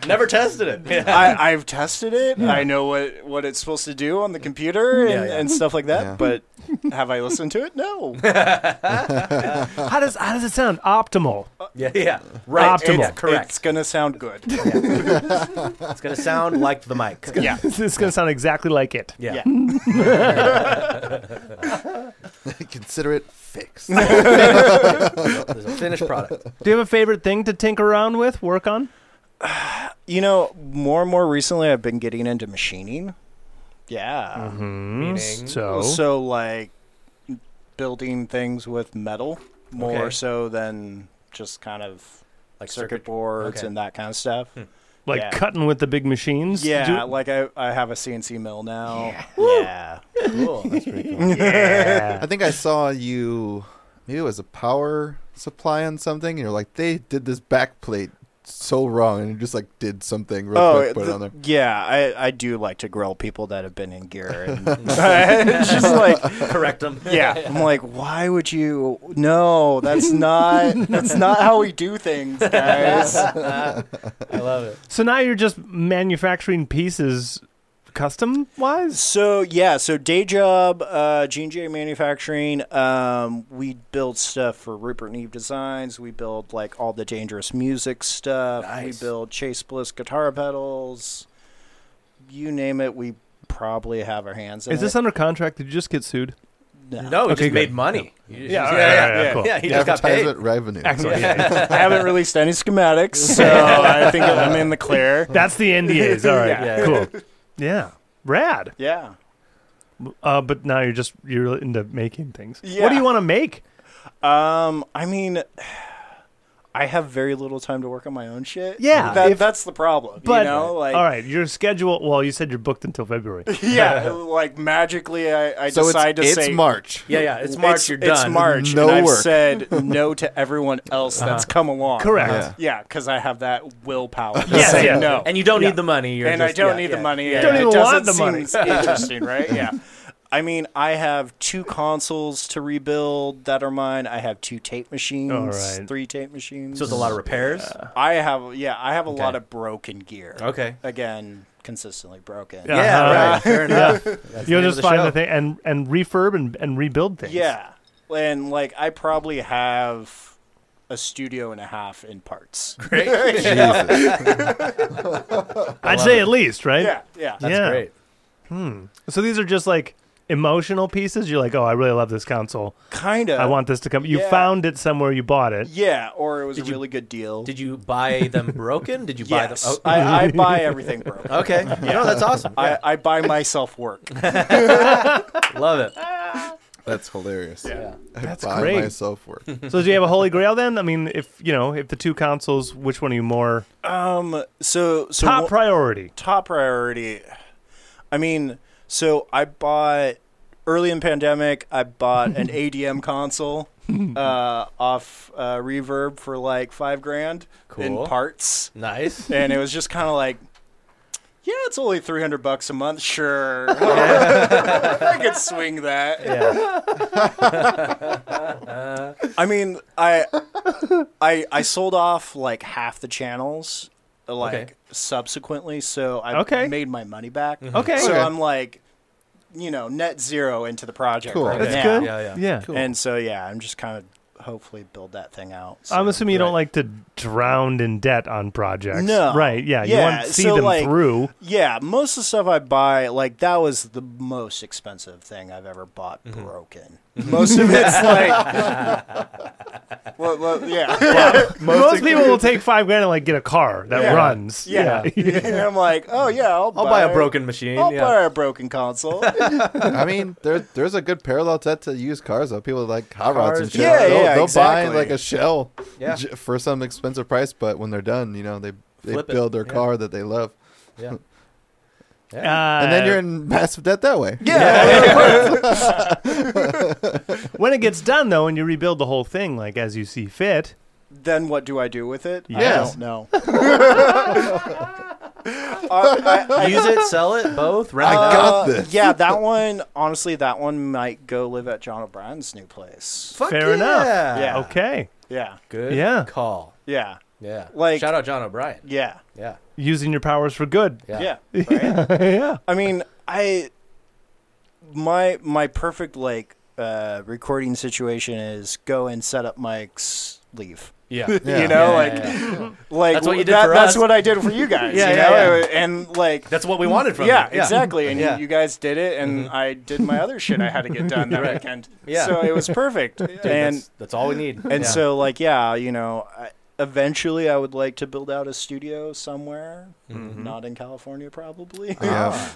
[SPEAKER 2] Never tested it. Yeah.
[SPEAKER 5] I, I've tested it. I know what, what it's supposed to do on the computer and,
[SPEAKER 2] Yeah, yeah.
[SPEAKER 5] and stuff like that.
[SPEAKER 1] Yeah.
[SPEAKER 5] But have I listened to it? No.
[SPEAKER 4] How does how does it sound? Optimal.
[SPEAKER 2] <laughs> Yeah, yeah. Right.
[SPEAKER 4] Optimal.
[SPEAKER 2] It's <laughs> correct.
[SPEAKER 5] It's gonna
[SPEAKER 2] <laughs>
[SPEAKER 5] sound good.
[SPEAKER 2] It's gonna sound like the mic.
[SPEAKER 4] <laughs>
[SPEAKER 5] yeah.
[SPEAKER 4] this is gonna sound exactly like it.
[SPEAKER 2] Yeah.
[SPEAKER 1] Consider it fixed.
[SPEAKER 2] There's a finished product.
[SPEAKER 4] Do you have a favorite thing to tinker around with? Work on?
[SPEAKER 5] You know, more and more recently, I've been getting into machining.
[SPEAKER 2] Mm-hmm.
[SPEAKER 5] Yeah.
[SPEAKER 4] Mm,
[SPEAKER 2] Meaning-
[SPEAKER 4] so
[SPEAKER 5] So like building things with metal more
[SPEAKER 2] Okay.
[SPEAKER 5] so than just kind of
[SPEAKER 2] Like
[SPEAKER 5] circuit
[SPEAKER 2] circuit.
[SPEAKER 5] boards
[SPEAKER 2] okay. Hmm.
[SPEAKER 5] and that kind of stuff.
[SPEAKER 4] like
[SPEAKER 5] Yeah.
[SPEAKER 4] cutting with the big machines. <laughs>
[SPEAKER 5] Yeah,
[SPEAKER 4] Do-
[SPEAKER 5] like I, I have a CNC mill now.
[SPEAKER 2] Yeah. Cool.
[SPEAKER 1] I think I saw you. Maybe it was a power supply on something. And you're like, they did this backplate so wrong, and you just like did something real
[SPEAKER 5] Oh,
[SPEAKER 1] quick, put
[SPEAKER 5] the-
[SPEAKER 1] it on there.
[SPEAKER 5] yeah, I, I do like to grill people that have been in gear.
[SPEAKER 2] <laughs>
[SPEAKER 5] And <laughs> it's just like,
[SPEAKER 2] Correct them.
[SPEAKER 5] yeah, I'm like, why would you? No, that's not that's not how we do things,
[SPEAKER 2] <laughs>
[SPEAKER 5] guys.
[SPEAKER 2] I love it.
[SPEAKER 4] So now you're just manufacturing pieces custom wise?
[SPEAKER 5] So yeah, so day job, uh, Gene J Manufacturing. Um, we build stuff for Rupert Neve Designs. We build like all the dangerous music stuff.
[SPEAKER 2] Nice.
[SPEAKER 5] We build Chase Bliss guitar pedals. You name it, we probably have our hands in
[SPEAKER 4] Is this
[SPEAKER 5] it.
[SPEAKER 4] under contract? Did you just get sued?
[SPEAKER 5] No.
[SPEAKER 2] No, he
[SPEAKER 4] Okay,
[SPEAKER 2] just made
[SPEAKER 4] good.
[SPEAKER 2] money. Yeah, yeah,
[SPEAKER 4] all right, all right,
[SPEAKER 2] yeah.
[SPEAKER 4] cool.
[SPEAKER 2] Yeah, he just got paid.
[SPEAKER 1] Advertisement revenue. <laughs>
[SPEAKER 4] Excellent.
[SPEAKER 5] <laughs> I
[SPEAKER 4] <laughs>
[SPEAKER 5] haven't released any schematics, so I think I'm in
[SPEAKER 4] <laughs>
[SPEAKER 5] the clear.
[SPEAKER 4] That's the NDAs. All right.
[SPEAKER 2] Yeah.
[SPEAKER 4] Cool. Yeah. Rad.
[SPEAKER 5] Yeah.
[SPEAKER 4] Uh, but now you're just you're into making things. What
[SPEAKER 5] Yeah.
[SPEAKER 4] do you want to make?
[SPEAKER 5] Um, I mean, I have very little time to work on my own shit.
[SPEAKER 4] Yeah,
[SPEAKER 5] that,
[SPEAKER 4] if-
[SPEAKER 5] that's the problem.
[SPEAKER 4] But
[SPEAKER 5] you know, like
[SPEAKER 4] all right, your schedule. Well, you said you're booked until February.
[SPEAKER 5] yeah, <laughs> like magically, I, I
[SPEAKER 1] So it's,
[SPEAKER 5] decide to
[SPEAKER 1] it's
[SPEAKER 5] say
[SPEAKER 1] March.
[SPEAKER 2] Yeah, yeah. It's March. you're done.
[SPEAKER 5] It's March.
[SPEAKER 1] No
[SPEAKER 5] and I've
[SPEAKER 1] work.
[SPEAKER 5] said
[SPEAKER 1] <laughs>
[SPEAKER 5] no to everyone else that's come along.
[SPEAKER 4] Correct.
[SPEAKER 1] Yeah.
[SPEAKER 5] Yeah, because I have that willpower to
[SPEAKER 4] Yes,
[SPEAKER 5] say
[SPEAKER 4] yeah.
[SPEAKER 5] no,
[SPEAKER 2] And you don't
[SPEAKER 4] Yeah.
[SPEAKER 2] need the money. You're
[SPEAKER 5] And I
[SPEAKER 2] just-
[SPEAKER 5] don't
[SPEAKER 2] yeah,
[SPEAKER 5] need
[SPEAKER 2] yeah.
[SPEAKER 5] the money.
[SPEAKER 2] Yeah,
[SPEAKER 5] and
[SPEAKER 4] Don't
[SPEAKER 5] it
[SPEAKER 4] even
[SPEAKER 5] doesn't
[SPEAKER 4] want the money.
[SPEAKER 5] seem Interesting, right? Yeah. I mean, I have two consoles to rebuild that are mine. I have two tape machines,
[SPEAKER 4] All right.
[SPEAKER 5] three tape machines.
[SPEAKER 2] So it's a lot of repairs.
[SPEAKER 5] I have yeah, I have a
[SPEAKER 2] Okay.
[SPEAKER 5] lot of broken gear.
[SPEAKER 2] okay.
[SPEAKER 5] Again, consistently broken.
[SPEAKER 4] Yeah.
[SPEAKER 2] Yeah,
[SPEAKER 4] Uh-huh.
[SPEAKER 2] right. Fair enough. That's
[SPEAKER 4] You'll
[SPEAKER 2] name of
[SPEAKER 4] just find
[SPEAKER 2] show.
[SPEAKER 4] the thing and and refurb and, and rebuild things.
[SPEAKER 5] Yeah. And like I probably have a studio and a half in parts.
[SPEAKER 2] <laughs> Great.
[SPEAKER 1] Jesus.
[SPEAKER 4] I'd say at least right.
[SPEAKER 5] Yeah, yeah.
[SPEAKER 4] Yeah.
[SPEAKER 2] That's great.
[SPEAKER 4] So these are just like emotional pieces. You're like, oh, I really love this console.
[SPEAKER 5] Kind of.
[SPEAKER 4] I want this to come. You
[SPEAKER 5] Uh, yeah.
[SPEAKER 4] found it somewhere. You bought it.
[SPEAKER 5] Yeah, or it was
[SPEAKER 2] Did
[SPEAKER 5] a
[SPEAKER 2] you-
[SPEAKER 5] really good deal.
[SPEAKER 2] Did you buy them broken? Did you buy Oh, them?
[SPEAKER 5] yes.
[SPEAKER 2] Oh,
[SPEAKER 5] I,
[SPEAKER 2] <laughs>
[SPEAKER 5] I buy everything broken.
[SPEAKER 2] okay. No, that's awesome.
[SPEAKER 5] I, I buy
[SPEAKER 2] <laughs>
[SPEAKER 5] myself work.
[SPEAKER 2] I love it.
[SPEAKER 1] That's hilarious. Yeah. I
[SPEAKER 4] That's
[SPEAKER 1] buy
[SPEAKER 4] great.
[SPEAKER 1] myself work.
[SPEAKER 4] So do you have a holy grail then? I mean, if you know, if the two consoles, which one are you more
[SPEAKER 5] Um so so
[SPEAKER 4] top
[SPEAKER 5] one-
[SPEAKER 4] priority?
[SPEAKER 5] top priority. I mean, so I bought early in pandemic. I
[SPEAKER 2] <laughs>
[SPEAKER 5] bought an ADM console uh, off uh, Reverb for like five grand in
[SPEAKER 2] Cool.
[SPEAKER 5] parts,
[SPEAKER 2] Nice.
[SPEAKER 5] and it was just kind of like, yeah, it's only three hundred bucks a month. Sure, <laughs> I could swing that.
[SPEAKER 2] Yeah.
[SPEAKER 5] I mean, I, I, I sold off like half the channels, like
[SPEAKER 2] Okay.
[SPEAKER 5] subsequently, so I
[SPEAKER 4] Okay.
[SPEAKER 5] made my money back.
[SPEAKER 4] Okay.
[SPEAKER 5] so
[SPEAKER 1] Okay.
[SPEAKER 5] I'm like, you know, net zero into the project.
[SPEAKER 1] Cool.
[SPEAKER 5] right
[SPEAKER 1] That's
[SPEAKER 5] now.
[SPEAKER 4] good.
[SPEAKER 2] Yeah, yeah.
[SPEAKER 4] Yeah.
[SPEAKER 1] Cool.
[SPEAKER 5] And so yeah, I'm just kind of hopefully build that thing out. so-
[SPEAKER 4] I'm assuming you don't
[SPEAKER 2] right.
[SPEAKER 4] like to drown in debt on projects.
[SPEAKER 5] No.
[SPEAKER 4] Right. Yeah. You
[SPEAKER 5] Yeah,
[SPEAKER 4] want to see
[SPEAKER 5] so,
[SPEAKER 4] them
[SPEAKER 5] like-
[SPEAKER 4] through.
[SPEAKER 5] yeah, most of the stuff I buy, like that was the most expensive thing I've ever bought
[SPEAKER 2] Mm-hmm.
[SPEAKER 5] broken. Most of <laughs> it's like, well, well, yeah,
[SPEAKER 4] Most, people will take five grand and like get a car that
[SPEAKER 5] Yeah.
[SPEAKER 4] runs.
[SPEAKER 5] yeah. <laughs> And I'm like, oh yeah, I'll,
[SPEAKER 2] I'll buy a broken machine.
[SPEAKER 5] I'll
[SPEAKER 2] yeah.
[SPEAKER 5] buy a
[SPEAKER 2] <laughs>
[SPEAKER 5] broken console.
[SPEAKER 1] I mean, there, there's a good parallel to that to used cars though. People like hot rods and
[SPEAKER 2] Cars,
[SPEAKER 1] shit.
[SPEAKER 5] yeah,
[SPEAKER 1] they'll
[SPEAKER 5] yeah,
[SPEAKER 1] they'll buy
[SPEAKER 5] exactly.
[SPEAKER 1] like a shell
[SPEAKER 2] Yeah.
[SPEAKER 1] j- for some expensive price, but when they're done, you know, they they
[SPEAKER 2] Flip it.
[SPEAKER 1] build their
[SPEAKER 2] Yeah.
[SPEAKER 1] car that they love,
[SPEAKER 2] Yeah. Yeah.
[SPEAKER 4] Uh,
[SPEAKER 1] and then you're in massive debt that way.
[SPEAKER 4] Uh, when it gets done though, and you rebuild the whole thing like as you see fit.
[SPEAKER 5] then what do I do with it?
[SPEAKER 1] Yes.
[SPEAKER 5] I don't
[SPEAKER 2] <laughs>
[SPEAKER 5] know. Uh, I- I-
[SPEAKER 2] Use it, sell it, both. Rent it
[SPEAKER 1] I
[SPEAKER 2] out.
[SPEAKER 1] got
[SPEAKER 5] uh,
[SPEAKER 1] this.
[SPEAKER 5] Yeah, that one. Honestly, that one might go live at John O'Brien's new place.
[SPEAKER 2] Fuck
[SPEAKER 4] Fair enough.
[SPEAKER 2] yeah.
[SPEAKER 5] Yeah.
[SPEAKER 4] Okay.
[SPEAKER 5] Yeah,
[SPEAKER 2] Good.
[SPEAKER 4] Yeah.
[SPEAKER 2] Call.
[SPEAKER 5] yeah,
[SPEAKER 2] Yeah.
[SPEAKER 5] Like-
[SPEAKER 2] shout out John O'Brien.
[SPEAKER 5] yeah,
[SPEAKER 2] Yeah.
[SPEAKER 4] Using your powers for good.
[SPEAKER 2] Yeah.
[SPEAKER 5] yeah.
[SPEAKER 4] <laughs>
[SPEAKER 5] right?
[SPEAKER 4] yeah.
[SPEAKER 5] I mean, I my my perfect like uh, recording situation is go and set up mics, leave.
[SPEAKER 2] Yeah.
[SPEAKER 1] Yeah.
[SPEAKER 5] <laughs> You know,
[SPEAKER 2] Yeah,
[SPEAKER 5] like
[SPEAKER 2] yeah, yeah.
[SPEAKER 5] like
[SPEAKER 2] That's what you did
[SPEAKER 5] that-
[SPEAKER 2] for
[SPEAKER 5] that's
[SPEAKER 2] us.
[SPEAKER 5] what I did for
[SPEAKER 2] <laughs>
[SPEAKER 5] you guys.
[SPEAKER 2] Yeah,
[SPEAKER 5] you
[SPEAKER 2] yeah,
[SPEAKER 5] know?
[SPEAKER 2] yeah.
[SPEAKER 5] and like
[SPEAKER 2] that's what we wanted from
[SPEAKER 5] yeah,
[SPEAKER 2] you.
[SPEAKER 5] exactly. And
[SPEAKER 2] Yeah. Mm-hmm.
[SPEAKER 5] you guys did it, and I did my other shit I had to get
[SPEAKER 2] <laughs>
[SPEAKER 5] done that
[SPEAKER 2] Right.
[SPEAKER 5] weekend.
[SPEAKER 2] Yeah.
[SPEAKER 5] So it was
[SPEAKER 2] <laughs>
[SPEAKER 5] perfect.
[SPEAKER 2] Dude,
[SPEAKER 5] and
[SPEAKER 2] that's, that's all we need.
[SPEAKER 5] and
[SPEAKER 2] Yeah.
[SPEAKER 5] so like yeah, you know, I, eventually I would like to build out a studio somewhere,
[SPEAKER 2] Mm-hmm.
[SPEAKER 5] not in California probably.
[SPEAKER 2] Uh-huh.
[SPEAKER 5] <laughs>
[SPEAKER 1] Yeah.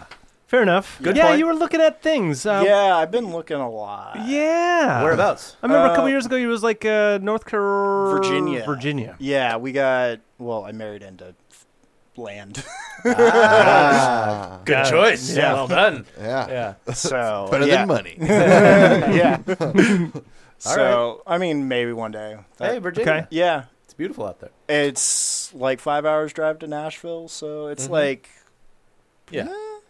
[SPEAKER 4] Fair enough.
[SPEAKER 2] Good
[SPEAKER 4] yeah.
[SPEAKER 2] point.
[SPEAKER 4] You were looking at things. Um,
[SPEAKER 5] yeah, I've been looking a lot.
[SPEAKER 2] Ah.
[SPEAKER 4] Yeah.
[SPEAKER 2] whereabouts?
[SPEAKER 4] I remember a couple
[SPEAKER 5] Uh,
[SPEAKER 4] years ago you was like uh, North Carolina,
[SPEAKER 5] Virginia.
[SPEAKER 4] Virginia.
[SPEAKER 5] Yeah, we got well, I married into land.
[SPEAKER 1] Ah,
[SPEAKER 2] Good
[SPEAKER 4] Got it.
[SPEAKER 2] choice.
[SPEAKER 4] Yeah.
[SPEAKER 2] Yeah. Well done.
[SPEAKER 1] yeah.
[SPEAKER 2] <laughs> Yeah.
[SPEAKER 5] <laughs> So
[SPEAKER 1] Better
[SPEAKER 5] yeah.
[SPEAKER 1] than money. <laughs>
[SPEAKER 5] <laughs> yeah. so I mean, maybe one day. That-
[SPEAKER 2] Hey, Virginia.
[SPEAKER 4] Okay.
[SPEAKER 5] yeah,
[SPEAKER 2] It's beautiful out there.
[SPEAKER 5] it's like five hours drive to Nashville, so it's
[SPEAKER 1] Mm-hmm.
[SPEAKER 2] Mhm.
[SPEAKER 5] like
[SPEAKER 2] Yeah.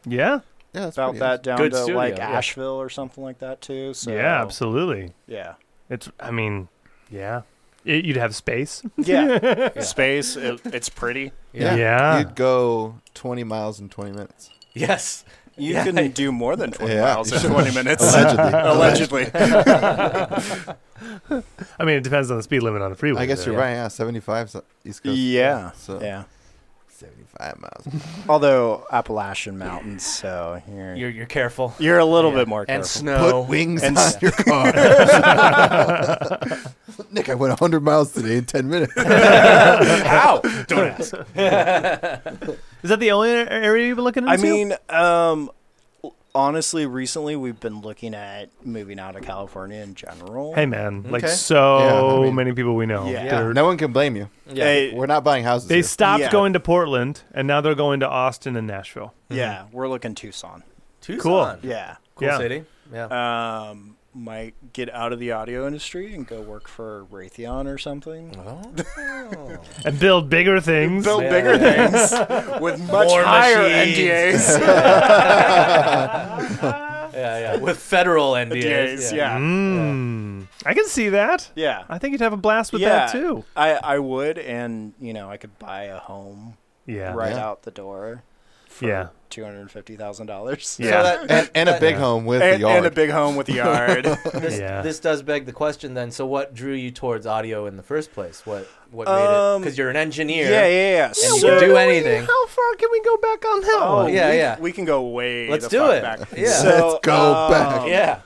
[SPEAKER 4] Yeah.
[SPEAKER 1] Yeah, that's
[SPEAKER 5] about
[SPEAKER 1] pretty
[SPEAKER 5] that down
[SPEAKER 2] Good
[SPEAKER 5] to
[SPEAKER 2] studio,
[SPEAKER 5] like
[SPEAKER 2] yeah.
[SPEAKER 5] Asheville or something like that too. So
[SPEAKER 4] Yeah, absolutely.
[SPEAKER 5] Yeah,
[SPEAKER 4] It's, I mean, yeah. It, you'd have space.
[SPEAKER 1] <laughs>
[SPEAKER 5] yeah. Space. It, it's pretty.
[SPEAKER 1] Yeah.
[SPEAKER 4] Yeah.
[SPEAKER 1] You'd go 20 miles in 20 minutes.
[SPEAKER 2] Yes.
[SPEAKER 5] You
[SPEAKER 2] Yeah.
[SPEAKER 5] can do more than twenty
[SPEAKER 1] Yeah.
[SPEAKER 5] miles in twenty
[SPEAKER 1] <laughs>
[SPEAKER 5] minutes.
[SPEAKER 1] Allegedly.
[SPEAKER 5] <laughs>
[SPEAKER 1] <laughs>
[SPEAKER 5] Allegedly.
[SPEAKER 4] I mean, it depends on the speed limit on the freeway.
[SPEAKER 1] I guess
[SPEAKER 4] though.
[SPEAKER 1] you're right. Yeah, 75 's East Coast.
[SPEAKER 5] yeah.
[SPEAKER 1] So
[SPEAKER 5] Yeah.
[SPEAKER 1] 75 miles.
[SPEAKER 5] Although Appalachian Mountains, so you're you're,
[SPEAKER 2] You're you're careful.
[SPEAKER 5] a little
[SPEAKER 2] Yeah.
[SPEAKER 5] bit more
[SPEAKER 2] And
[SPEAKER 5] careful.
[SPEAKER 2] snow.
[SPEAKER 1] Put
[SPEAKER 2] <laughs>
[SPEAKER 1] wings
[SPEAKER 5] And
[SPEAKER 1] on
[SPEAKER 5] s-
[SPEAKER 1] your car. <laughs> Nick, I went 100 miles today in 10 minutes.
[SPEAKER 2] How? Don't ask.
[SPEAKER 4] Is that the only a- area you've been looking into?
[SPEAKER 5] I mean, um, honestly, recently we've been looking at moving out of California in general.
[SPEAKER 4] hey, man, like
[SPEAKER 1] Okay.
[SPEAKER 4] so
[SPEAKER 1] Yeah, I mean-
[SPEAKER 4] many people we know.
[SPEAKER 5] Yeah.
[SPEAKER 4] they're-
[SPEAKER 1] no one can blame you.
[SPEAKER 2] Yeah.
[SPEAKER 5] Hey,
[SPEAKER 1] We're not buying houses.
[SPEAKER 4] They
[SPEAKER 1] here.
[SPEAKER 4] stopped
[SPEAKER 5] Yeah.
[SPEAKER 4] going to Portland, and now they're going to Austin and Nashville.
[SPEAKER 5] yeah, we're looking Tucson.
[SPEAKER 2] Tucson.
[SPEAKER 5] Yeah.
[SPEAKER 2] Cool
[SPEAKER 4] Yeah.
[SPEAKER 2] city. Yeah.
[SPEAKER 5] Um, might get out of the audio industry and go work for Raytheon or something.
[SPEAKER 2] oh.
[SPEAKER 4] And build bigger things.
[SPEAKER 5] Build
[SPEAKER 2] Yeah.
[SPEAKER 5] bigger things with much
[SPEAKER 2] More
[SPEAKER 5] higher
[SPEAKER 2] machines.
[SPEAKER 5] NDAs.
[SPEAKER 2] <laughs> yeah, yeah. <laughs> With federal NDAs.
[SPEAKER 5] NDAs, yeah.
[SPEAKER 4] Mm. I can see that.
[SPEAKER 5] Yeah.
[SPEAKER 4] I think you'd have a blast with that
[SPEAKER 5] Yeah.
[SPEAKER 4] too.
[SPEAKER 5] I, I would, and you know, I could buy a home
[SPEAKER 4] Yeah.
[SPEAKER 5] right
[SPEAKER 1] Yeah.
[SPEAKER 5] out the door for
[SPEAKER 4] Yeah.
[SPEAKER 5] two hundred fifty thousand dollars.
[SPEAKER 4] Yeah.
[SPEAKER 2] So that,
[SPEAKER 1] and, and a big home with
[SPEAKER 5] and,
[SPEAKER 1] a yard.
[SPEAKER 5] and a big home with a yard.
[SPEAKER 2] this,
[SPEAKER 4] Yeah.
[SPEAKER 2] this does beg the question then. So what drew you towards audio in the first place? What what
[SPEAKER 5] Um,
[SPEAKER 2] made it? Because you're an engineer.
[SPEAKER 5] yeah, yeah, yeah.
[SPEAKER 2] And you can do anything.
[SPEAKER 4] How far can we go back on that
[SPEAKER 5] Oh,
[SPEAKER 4] one?
[SPEAKER 2] Yeah,
[SPEAKER 5] we,
[SPEAKER 2] yeah.
[SPEAKER 5] We can go way.
[SPEAKER 2] Let's
[SPEAKER 5] the
[SPEAKER 2] do
[SPEAKER 5] fuck
[SPEAKER 2] it.
[SPEAKER 5] Back.
[SPEAKER 2] Yeah.
[SPEAKER 5] So, um,
[SPEAKER 1] Let's go back.
[SPEAKER 2] Yeah.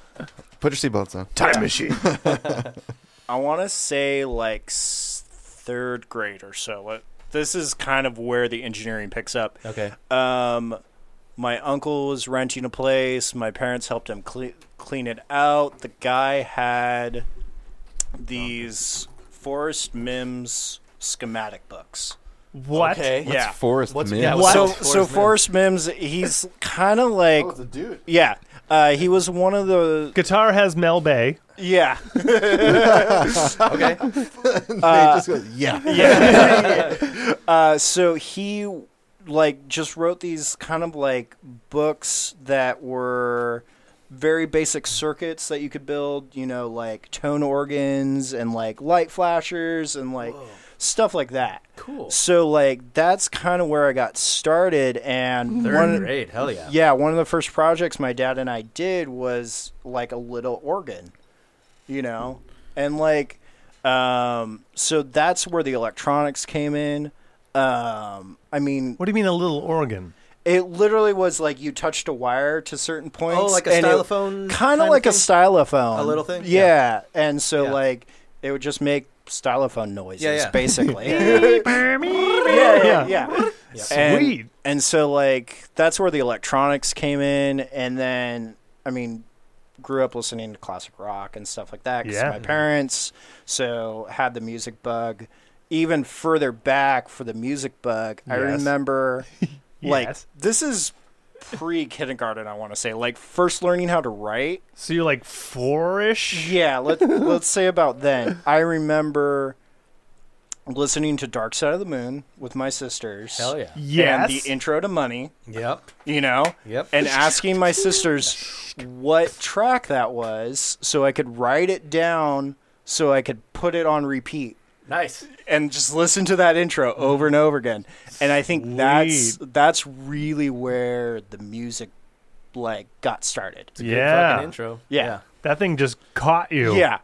[SPEAKER 1] Put your seatbelts on. <laughs>
[SPEAKER 4] Time machine.
[SPEAKER 5] I want to say like s- third grade or so. What- This is kind of where the engineering picks up.
[SPEAKER 2] Okay.
[SPEAKER 5] Um, my uncle was renting a place. My parents helped him cle- clean it out. The guy had these Forest Mims schematic books.
[SPEAKER 4] what?
[SPEAKER 2] Okay.
[SPEAKER 1] What's
[SPEAKER 5] Yeah.
[SPEAKER 1] Forrest
[SPEAKER 2] What's-
[SPEAKER 1] Mims?
[SPEAKER 2] yeah,
[SPEAKER 1] what?
[SPEAKER 2] what's-
[SPEAKER 1] <laughs>
[SPEAKER 5] So,
[SPEAKER 2] Forrest
[SPEAKER 5] so
[SPEAKER 2] Mims? Oh,
[SPEAKER 5] Forrest Mims, he's kind of like,
[SPEAKER 1] a dude.
[SPEAKER 5] yeah, uh, he was one of the,
[SPEAKER 4] Guitar has Mel Bay.
[SPEAKER 5] yeah,
[SPEAKER 2] <laughs> Okay.
[SPEAKER 1] just
[SPEAKER 5] Uh,
[SPEAKER 1] go, yeah.
[SPEAKER 5] yeah. <laughs> uh, so he like just wrote these kind of like books that were very basic circuits that you could build, you know, like tone organs and like light flashers and like stuff like that.
[SPEAKER 2] Cool.
[SPEAKER 5] So like that's kind of where I got started and
[SPEAKER 2] Third
[SPEAKER 5] one
[SPEAKER 2] grade. Hell yeah.
[SPEAKER 5] yeah, one of the first projects my dad and I did was like a little organ, you know, and like, um, so that's where the electronics came in. Um, I mean,
[SPEAKER 4] What do you mean a little organ?
[SPEAKER 5] it literally was like you touched a wire to certain points.
[SPEAKER 2] Oh, like a
[SPEAKER 5] and it-
[SPEAKER 2] stylophone.
[SPEAKER 5] kind of like a
[SPEAKER 2] thing?
[SPEAKER 5] stylophone,
[SPEAKER 2] A little thing? Yeah.
[SPEAKER 5] Yeah, and so
[SPEAKER 2] Yeah.
[SPEAKER 5] like it would just make stylophone noises,
[SPEAKER 2] Yeah, <laughs> yeah.
[SPEAKER 5] <laughs> basically.
[SPEAKER 4] yeah,
[SPEAKER 5] yeah, yeah.
[SPEAKER 2] Yeah.
[SPEAKER 5] And-
[SPEAKER 4] Sweet.
[SPEAKER 5] and so like that's where the electronics came in and then i mean grew up listening to classic rock and stuff like that 'cause
[SPEAKER 4] Yeah.
[SPEAKER 5] my parents so had the music bug even further back for the music bug i
[SPEAKER 4] Yes.
[SPEAKER 5] remember like
[SPEAKER 4] Yes.
[SPEAKER 5] this is pre-kindergarten i want to say like first learning how to write
[SPEAKER 4] So you're like four-ish.
[SPEAKER 5] yeah, let let's say about then. I remember listening to Dark Side of the Moon with my sisters.
[SPEAKER 2] Hell yeah.
[SPEAKER 4] Yes.
[SPEAKER 5] And the intro to Money,
[SPEAKER 2] Yep.
[SPEAKER 5] you know,
[SPEAKER 2] Yep.
[SPEAKER 5] and asking my sisters what track that was so I could write it down so I could put it on repeat
[SPEAKER 2] nice.
[SPEAKER 5] and just listen to that intro over and over again. And I think that's that's really where the music like got started.
[SPEAKER 2] It's a good
[SPEAKER 4] Yeah.
[SPEAKER 2] fucking intro.
[SPEAKER 5] Yeah.
[SPEAKER 4] that thing just caught you.
[SPEAKER 5] Yeah.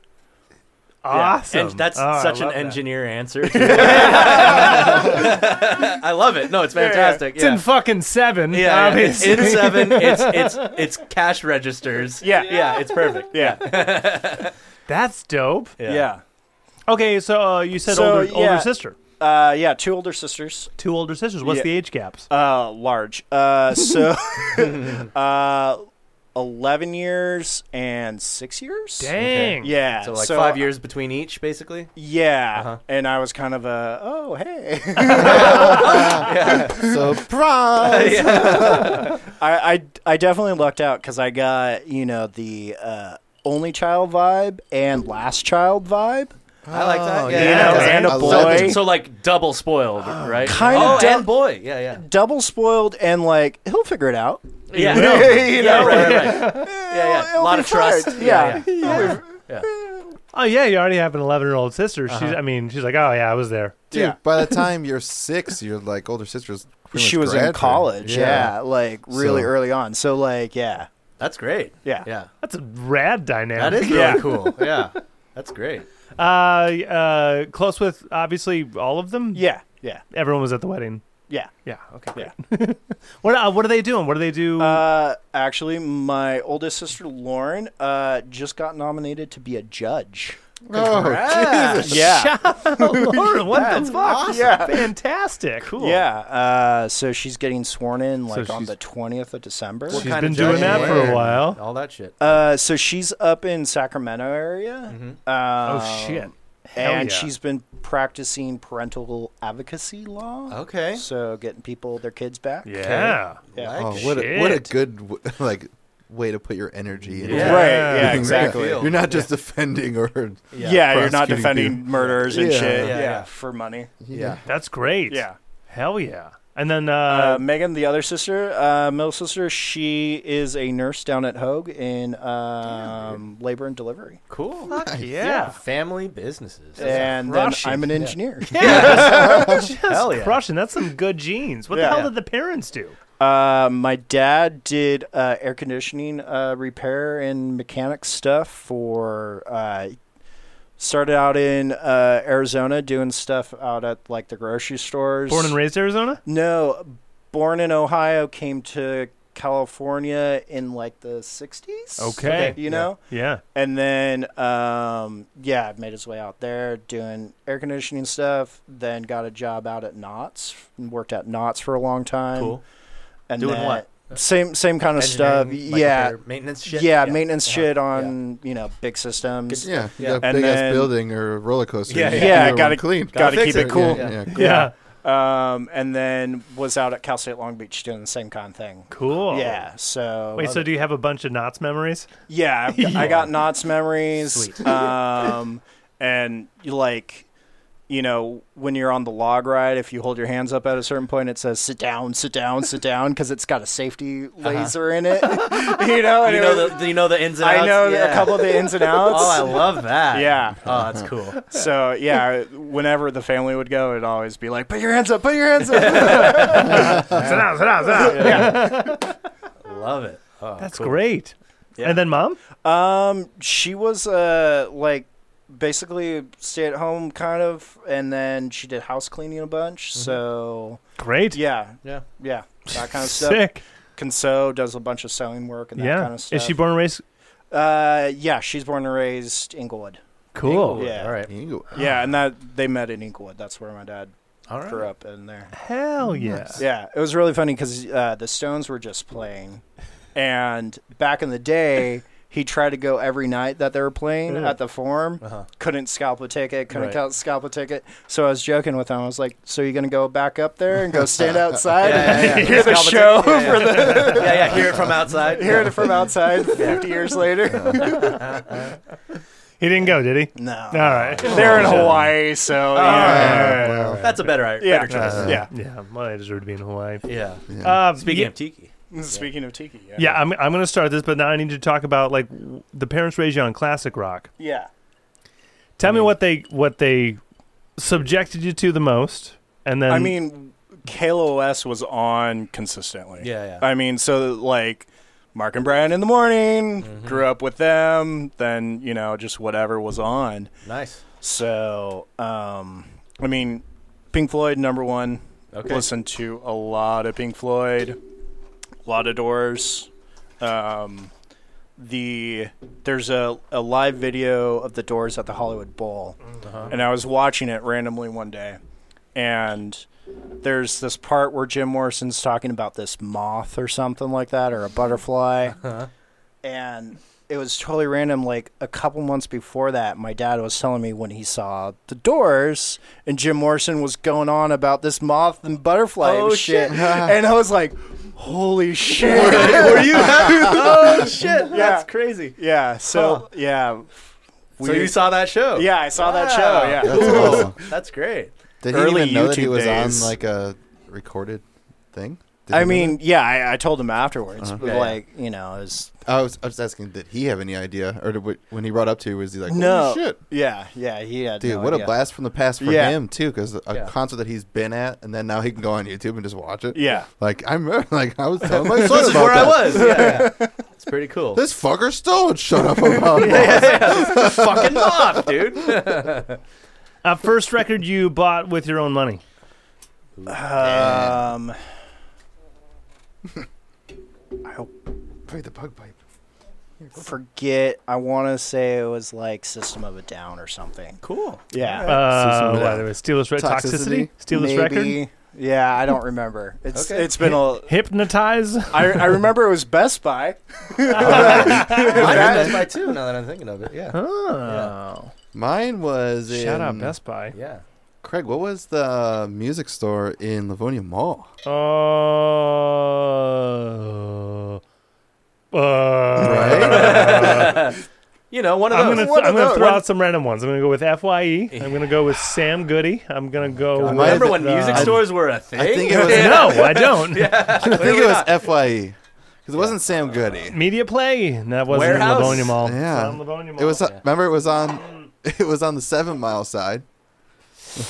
[SPEAKER 4] Awesome.
[SPEAKER 2] And that's
[SPEAKER 4] Oh, I
[SPEAKER 2] such an
[SPEAKER 4] love that.
[SPEAKER 2] engineer
[SPEAKER 4] <laughs>
[SPEAKER 2] answer. <laughs> I love it. No, it's fantastic.
[SPEAKER 4] It's in fucking seven.
[SPEAKER 2] Yeah, yeah, it's
[SPEAKER 4] obviously.
[SPEAKER 2] in
[SPEAKER 4] <laughs>
[SPEAKER 2] seven. It's it's it's cash registers.
[SPEAKER 5] Yeah.
[SPEAKER 2] yeah, it's perfect.
[SPEAKER 5] Yeah.
[SPEAKER 4] That's dope.
[SPEAKER 5] Yeah.
[SPEAKER 4] Okay, so uh, you said
[SPEAKER 5] So,
[SPEAKER 4] older,
[SPEAKER 5] yeah.
[SPEAKER 4] older sister.
[SPEAKER 5] Uh, yeah, two older sisters. uh,
[SPEAKER 4] Two older sisters. What's
[SPEAKER 5] Yeah.
[SPEAKER 2] <laughs>
[SPEAKER 4] the age gaps?
[SPEAKER 5] Uh, large. Uh, so, uh, 11 years and six years.
[SPEAKER 4] Dang.
[SPEAKER 5] Yeah.
[SPEAKER 2] So uh, like five years between each, basically.
[SPEAKER 5] Yeah.
[SPEAKER 2] Uh-huh.
[SPEAKER 5] And I was kind of a, oh, hey. <laughs>
[SPEAKER 1] Surprise!
[SPEAKER 5] I, I, I definitely lucked out because I got, you know, the uh, only child vibe and last child vibe.
[SPEAKER 2] I like that.
[SPEAKER 1] Oh,
[SPEAKER 2] yeah,
[SPEAKER 5] you know,
[SPEAKER 2] yeah, 'cause I-
[SPEAKER 5] and a
[SPEAKER 1] I love
[SPEAKER 5] boy.
[SPEAKER 1] it.
[SPEAKER 2] So like double spoiled, right?
[SPEAKER 5] Kinda
[SPEAKER 2] Oh,
[SPEAKER 5] dou-
[SPEAKER 2] and boy. Yeah, yeah.
[SPEAKER 5] Double spoiled and like, he'll figure it out.
[SPEAKER 2] Yeah.
[SPEAKER 5] <laughs> You know?
[SPEAKER 2] Yeah, right, right,
[SPEAKER 5] <laughs>
[SPEAKER 2] right. yeah, yeah.
[SPEAKER 5] It'll
[SPEAKER 2] A lot
[SPEAKER 5] be
[SPEAKER 2] of trust.
[SPEAKER 5] fine.
[SPEAKER 2] Yeah, yeah. Yeah.
[SPEAKER 4] Oh yeah, you already have an 11 year old sister.
[SPEAKER 2] Uh-huh.
[SPEAKER 4] She's, I mean, she's like, oh yeah, I was there.
[SPEAKER 1] Dude,
[SPEAKER 5] <laughs> Yeah.
[SPEAKER 1] by the time you're six, your like older sister's. pretty
[SPEAKER 5] She
[SPEAKER 1] much
[SPEAKER 5] was in
[SPEAKER 1] graduated.
[SPEAKER 5] college. Yeah. Like really
[SPEAKER 1] So-
[SPEAKER 5] early on. So, like, yeah.
[SPEAKER 2] That's great.
[SPEAKER 5] Yeah.
[SPEAKER 2] Yeah.
[SPEAKER 4] That's a rad dynamic.
[SPEAKER 2] That is
[SPEAKER 4] <laughs>
[SPEAKER 2] really
[SPEAKER 5] Yeah. <laughs>
[SPEAKER 2] cool. Yeah. That's great.
[SPEAKER 4] Uh, uh, close with obviously all of them.
[SPEAKER 5] Yeah. Yeah.
[SPEAKER 4] Everyone was at the wedding.
[SPEAKER 5] Yeah.
[SPEAKER 4] Yeah. Okay.
[SPEAKER 5] Yeah.
[SPEAKER 4] great. what uh, What do they doing? What do they do? <laughs>
[SPEAKER 5] Uh, actually, my oldest sister Lauren uh, just got nominated to be a judge. Ah.
[SPEAKER 1] Oh, Jesus.
[SPEAKER 5] Yeah,
[SPEAKER 4] Lauren, what the fuck?
[SPEAKER 5] Yeah.
[SPEAKER 4] Fantastic. Cool.
[SPEAKER 5] yeah. Uh, so she's getting sworn in like on
[SPEAKER 4] she's-
[SPEAKER 5] the twentieth of December.
[SPEAKER 2] What
[SPEAKER 4] She's
[SPEAKER 2] kind
[SPEAKER 4] been
[SPEAKER 2] of
[SPEAKER 4] doing
[SPEAKER 2] judge
[SPEAKER 4] that
[SPEAKER 2] you
[SPEAKER 4] for a
[SPEAKER 2] were?
[SPEAKER 4] while.
[SPEAKER 2] All that shit.
[SPEAKER 5] Uh, so she's up in Sacramento area. Um,
[SPEAKER 4] oh shit. Hell
[SPEAKER 5] And
[SPEAKER 4] yeah.
[SPEAKER 5] she's been practicing parental advocacy law.
[SPEAKER 2] Okay.
[SPEAKER 5] So getting people their kids back.
[SPEAKER 4] Yeah.
[SPEAKER 5] Yeah.
[SPEAKER 1] Oh,
[SPEAKER 2] Like
[SPEAKER 1] what a, what a
[SPEAKER 4] shit.
[SPEAKER 1] good w- <laughs> like way to put your energy. Into
[SPEAKER 2] Yeah.
[SPEAKER 1] it.
[SPEAKER 5] Right.
[SPEAKER 4] Yeah.
[SPEAKER 1] <laughs>
[SPEAKER 5] Yeah. Exactly.
[SPEAKER 2] Real.
[SPEAKER 5] Yeah.
[SPEAKER 1] You're not just defending or <laughs>
[SPEAKER 2] Yeah.
[SPEAKER 5] you're not
[SPEAKER 1] Prosecuting
[SPEAKER 5] defending murderers and
[SPEAKER 1] Yeah.
[SPEAKER 5] shit.
[SPEAKER 2] Yeah. Yeah.
[SPEAKER 5] For money.
[SPEAKER 1] yeah.
[SPEAKER 4] That's great.
[SPEAKER 5] Yeah.
[SPEAKER 4] Hell yeah. And then uh,
[SPEAKER 5] Uh, Megan, the other sister, uh, middle sister, she is a nurse down at Hogue in um, labor and delivery.
[SPEAKER 2] Cool.
[SPEAKER 4] yeah.
[SPEAKER 2] Family businesses.
[SPEAKER 5] and then
[SPEAKER 4] crushing.
[SPEAKER 5] I'm an engineer. <laughs>
[SPEAKER 2] Hell yeah.
[SPEAKER 4] crushing. That's some good genes. What the
[SPEAKER 5] Yeah.
[SPEAKER 4] hell
[SPEAKER 5] Yeah.
[SPEAKER 4] did the parents do?
[SPEAKER 5] Uh, my dad did uh, air conditioning uh, repair and mechanic stuff for. Uh, started out in uh, Arizona doing stuff out at like the grocery stores.
[SPEAKER 4] Born and raised Arizona.
[SPEAKER 5] No, born in Ohio, came to California in like the 60s.
[SPEAKER 4] Okay.
[SPEAKER 5] You know?
[SPEAKER 4] Yeah.
[SPEAKER 5] And then, um, yeah, I've made his way out there doing air conditioning stuff. Then got a job out at Knott's. Worked at Knott's for a long time.
[SPEAKER 2] Cool.
[SPEAKER 5] And
[SPEAKER 2] Doing
[SPEAKER 5] then-
[SPEAKER 2] what?
[SPEAKER 5] Same same kind of stuff.
[SPEAKER 2] Engineering, like
[SPEAKER 5] Yeah,
[SPEAKER 2] repair, Maintenance shit.
[SPEAKER 5] yeah, maintenance
[SPEAKER 2] Uh-huh.
[SPEAKER 5] shit on you know big systems.
[SPEAKER 1] Yeah, you
[SPEAKER 2] Yeah.
[SPEAKER 1] got a
[SPEAKER 5] And
[SPEAKER 1] big
[SPEAKER 5] then-
[SPEAKER 1] ass building or a roller coaster.
[SPEAKER 2] Yeah,
[SPEAKER 1] you
[SPEAKER 2] yeah.
[SPEAKER 1] keep
[SPEAKER 5] Yeah,
[SPEAKER 1] everyone
[SPEAKER 5] gotta-
[SPEAKER 1] clean.
[SPEAKER 5] Gotta
[SPEAKER 2] Gotta
[SPEAKER 5] keep
[SPEAKER 2] fix
[SPEAKER 5] it
[SPEAKER 2] it.
[SPEAKER 5] cool.
[SPEAKER 1] Yeah, yeah, cool.
[SPEAKER 4] Yeah.
[SPEAKER 5] Um, and then was out at Cal State Long Beach doing the same kind of thing.
[SPEAKER 4] Cool.
[SPEAKER 5] Yeah. So
[SPEAKER 4] Wait. So do you have a bunch of knots memories?
[SPEAKER 5] Yeah, I've got, I got Knott's memories.
[SPEAKER 2] Sweet.
[SPEAKER 5] Um, and you like, you know, when you're on the log ride, if you hold your hands up at a certain point, it says "sit down, sit down, sit down" because it's got a safety laser in it. <laughs> you know, and
[SPEAKER 2] You
[SPEAKER 5] it
[SPEAKER 2] know
[SPEAKER 5] was-
[SPEAKER 2] the you know the ins and outs.
[SPEAKER 5] I know
[SPEAKER 2] yeah.
[SPEAKER 5] a couple of the
[SPEAKER 2] <laughs>
[SPEAKER 5] ins and outs.
[SPEAKER 2] Oh, I love that.
[SPEAKER 5] Yeah.
[SPEAKER 2] Oh, that's cool.
[SPEAKER 5] So yeah, whenever the family would go, it'd always be like, "Put your hands up, put your hands
[SPEAKER 2] <laughs>
[SPEAKER 5] up." <laughs>
[SPEAKER 4] Sit down, sit down, sit down.
[SPEAKER 2] love it. Oh,
[SPEAKER 4] That's
[SPEAKER 2] cool.
[SPEAKER 4] great.
[SPEAKER 2] Yeah.
[SPEAKER 4] And then mom.
[SPEAKER 5] um, she was uh like basically stay at home kind of, and then she did house cleaning a bunch. So
[SPEAKER 4] Great.
[SPEAKER 5] yeah,
[SPEAKER 2] Yeah.
[SPEAKER 5] yeah,
[SPEAKER 2] <laughs>
[SPEAKER 5] that kind of stuff.
[SPEAKER 4] Sick.
[SPEAKER 5] Conso does a bunch of sewing work and that
[SPEAKER 4] yeah.
[SPEAKER 5] kind of stuff.
[SPEAKER 4] Is she born and raised?
[SPEAKER 5] uh, yeah, she's born and
[SPEAKER 2] <gasps>
[SPEAKER 5] raised Inglewood.
[SPEAKER 4] Cool.
[SPEAKER 2] Inglewood.
[SPEAKER 5] Yeah.
[SPEAKER 2] All right.
[SPEAKER 1] You-
[SPEAKER 5] Yeah, and that they met in Inglewood. That's where my dad
[SPEAKER 2] All right.
[SPEAKER 5] grew up in there.
[SPEAKER 4] Hell yeah.
[SPEAKER 5] Yeah, it was really funny because uh, the Stones were just
[SPEAKER 2] <laughs>
[SPEAKER 5] playing, and back in the day, he tried to go every night that they were playing
[SPEAKER 4] Yeah.
[SPEAKER 5] at the Forum.
[SPEAKER 2] Uh-huh.
[SPEAKER 5] Couldn't scalp a ticket. Couldn't
[SPEAKER 2] Right.
[SPEAKER 5] count scalp a ticket. So I was joking with him. I was like, "So you gonna go back up there and go
[SPEAKER 2] <laughs>
[SPEAKER 5] stand outside
[SPEAKER 2] Yeah, yeah,
[SPEAKER 5] and
[SPEAKER 2] yeah.
[SPEAKER 5] <laughs> hear the
[SPEAKER 2] Scalp a
[SPEAKER 5] show
[SPEAKER 2] ticket, yeah,
[SPEAKER 5] for the
[SPEAKER 2] Yeah, yeah. Hear it from outside.
[SPEAKER 5] hear it from outside fifty years later?"
[SPEAKER 4] He didn't go, did he?
[SPEAKER 5] No,
[SPEAKER 4] All right.
[SPEAKER 5] they're in Hawaii, so
[SPEAKER 1] Yeah,
[SPEAKER 5] yeah.
[SPEAKER 1] well,
[SPEAKER 2] That's a better
[SPEAKER 5] Yeah.
[SPEAKER 2] better choice.
[SPEAKER 5] Uh,
[SPEAKER 4] yeah. Yeah. Well, I deserve to be in Hawaii.
[SPEAKER 2] yeah.
[SPEAKER 1] yeah.
[SPEAKER 4] Uh,
[SPEAKER 2] Speaking
[SPEAKER 4] yeah,
[SPEAKER 2] of tiki,
[SPEAKER 5] Speaking of tiki, yeah,
[SPEAKER 4] Yeah, I'm, I'm going to start this, but now I need to talk about like w- the parents raised you on classic rock.
[SPEAKER 5] yeah.
[SPEAKER 4] Tell me what they what they subjected you to the most, and then
[SPEAKER 5] I mean, KLOS was on consistently.
[SPEAKER 2] Yeah, yeah.
[SPEAKER 5] I mean, so like Mark and Brian in the morning, grew up with them, then, you know, just whatever was on.
[SPEAKER 2] nice.
[SPEAKER 5] So, um, I mean, Pink Floyd, number one.
[SPEAKER 2] Okay. <laughs>
[SPEAKER 5] Listened to a lot of Pink Floyd, a lot of Doors. Um, the there's a, a live video of the Doors at the Hollywood Bowl, and I was watching it randomly one day, and there's this
[SPEAKER 2] Uh-huh.
[SPEAKER 5] part where Jim Morrison's talking about this moth or something like that or a butterfly, and it was totally random. Like a couple months before that, my dad was telling me when he saw The Doors and Jim Morrison was going on about this moth and butterfly
[SPEAKER 2] Oh,
[SPEAKER 5] shit,
[SPEAKER 2] shit. <laughs>
[SPEAKER 5] and I was like, "Holy shit!"
[SPEAKER 2] Were
[SPEAKER 5] <laughs>
[SPEAKER 2] you? oh shit! That's crazy.
[SPEAKER 5] yeah. So
[SPEAKER 2] Huh.
[SPEAKER 5] yeah,
[SPEAKER 2] So you
[SPEAKER 5] Weird.
[SPEAKER 2] saw that show?
[SPEAKER 5] yeah, I saw that show.
[SPEAKER 2] Wow. <laughs>
[SPEAKER 5] Yeah.
[SPEAKER 1] That's awesome.
[SPEAKER 2] That's great.
[SPEAKER 1] Did he
[SPEAKER 5] Early
[SPEAKER 1] even know that he
[SPEAKER 5] YouTube
[SPEAKER 1] was
[SPEAKER 5] days.
[SPEAKER 1] on like a recorded thing? Did
[SPEAKER 5] I
[SPEAKER 1] he know
[SPEAKER 5] mean, yeah, I, I told him
[SPEAKER 1] Uh-huh.
[SPEAKER 5] afterwards, but
[SPEAKER 2] Yeah, yeah.
[SPEAKER 5] like, you know, it was
[SPEAKER 1] that? I was, I was asking, did he have any idea, or did, when he brought up to you, was he like,
[SPEAKER 5] no,
[SPEAKER 1] "Holy shit,
[SPEAKER 5] yeah, yeah, he had,
[SPEAKER 1] dude,
[SPEAKER 5] no
[SPEAKER 1] what
[SPEAKER 5] idea.
[SPEAKER 1] a blast from the past for
[SPEAKER 5] Yeah.
[SPEAKER 1] him too?" Because a
[SPEAKER 2] Yeah.
[SPEAKER 1] concert that he's been at, and then now he can go on YouTube and just watch it.
[SPEAKER 5] yeah,
[SPEAKER 1] like I'm <laughs> like I was
[SPEAKER 5] <laughs>
[SPEAKER 1] telling my son
[SPEAKER 2] This is
[SPEAKER 1] about
[SPEAKER 2] where
[SPEAKER 1] that.
[SPEAKER 2] I was. Yeah, yeah. it's pretty cool. <laughs>
[SPEAKER 1] This fucker still would shut up
[SPEAKER 5] <laughs>
[SPEAKER 1] about it.
[SPEAKER 2] <laughs> fucking off, dude.
[SPEAKER 4] Uh, first record you bought with your own money.
[SPEAKER 5] um, <laughs> I
[SPEAKER 1] Wait, the bug pipe.
[SPEAKER 5] forget. I want to say it was like System of a Down or something.
[SPEAKER 2] cool.
[SPEAKER 5] Yeah,
[SPEAKER 4] Uh,
[SPEAKER 1] System.
[SPEAKER 4] whether it's Steelers Re-
[SPEAKER 1] Toxicity?
[SPEAKER 4] toxicity, Steelers record,
[SPEAKER 5] Maybe. Yeah, I don't remember. It's
[SPEAKER 2] Okay.
[SPEAKER 5] it's been a.
[SPEAKER 4] hypnotize.
[SPEAKER 5] I I remember it was
[SPEAKER 1] <laughs>
[SPEAKER 5] Best Buy. <laughs>
[SPEAKER 2] Mine
[SPEAKER 5] That-
[SPEAKER 2] is my two. Now that I'm thinking of it, yeah,
[SPEAKER 4] Oh,
[SPEAKER 1] Mine was in,
[SPEAKER 4] shout out Best Buy.
[SPEAKER 2] yeah.
[SPEAKER 1] Craig, what was the music store in Livonia
[SPEAKER 4] <laughs>
[SPEAKER 1] Mall?
[SPEAKER 4] Oh, uh,
[SPEAKER 2] You know, one of
[SPEAKER 4] I'm
[SPEAKER 2] those.
[SPEAKER 4] gonna
[SPEAKER 5] What
[SPEAKER 4] I'm
[SPEAKER 5] are
[SPEAKER 4] gonna
[SPEAKER 5] those?
[SPEAKER 4] throw
[SPEAKER 5] What-
[SPEAKER 4] out some random ones. I'm gonna go with Fye. I'm gonna go with Sam Goody. I'm gonna go.
[SPEAKER 1] God.
[SPEAKER 4] with,
[SPEAKER 2] Remember when
[SPEAKER 4] uh,
[SPEAKER 2] music stores were a thing?
[SPEAKER 1] I think it was-
[SPEAKER 2] <laughs> Yeah.
[SPEAKER 4] No, I don't.
[SPEAKER 1] I think it was FYE because it wasn't Sam Goody.
[SPEAKER 4] Media Play. That wasn't
[SPEAKER 2] Warehouse?
[SPEAKER 4] in Livonia Mall.
[SPEAKER 1] Yeah.
[SPEAKER 4] It's not in Livonia Mall.
[SPEAKER 1] It was. Remember, it was on. <laughs> It was on the Seven Mile side.
[SPEAKER 2] E.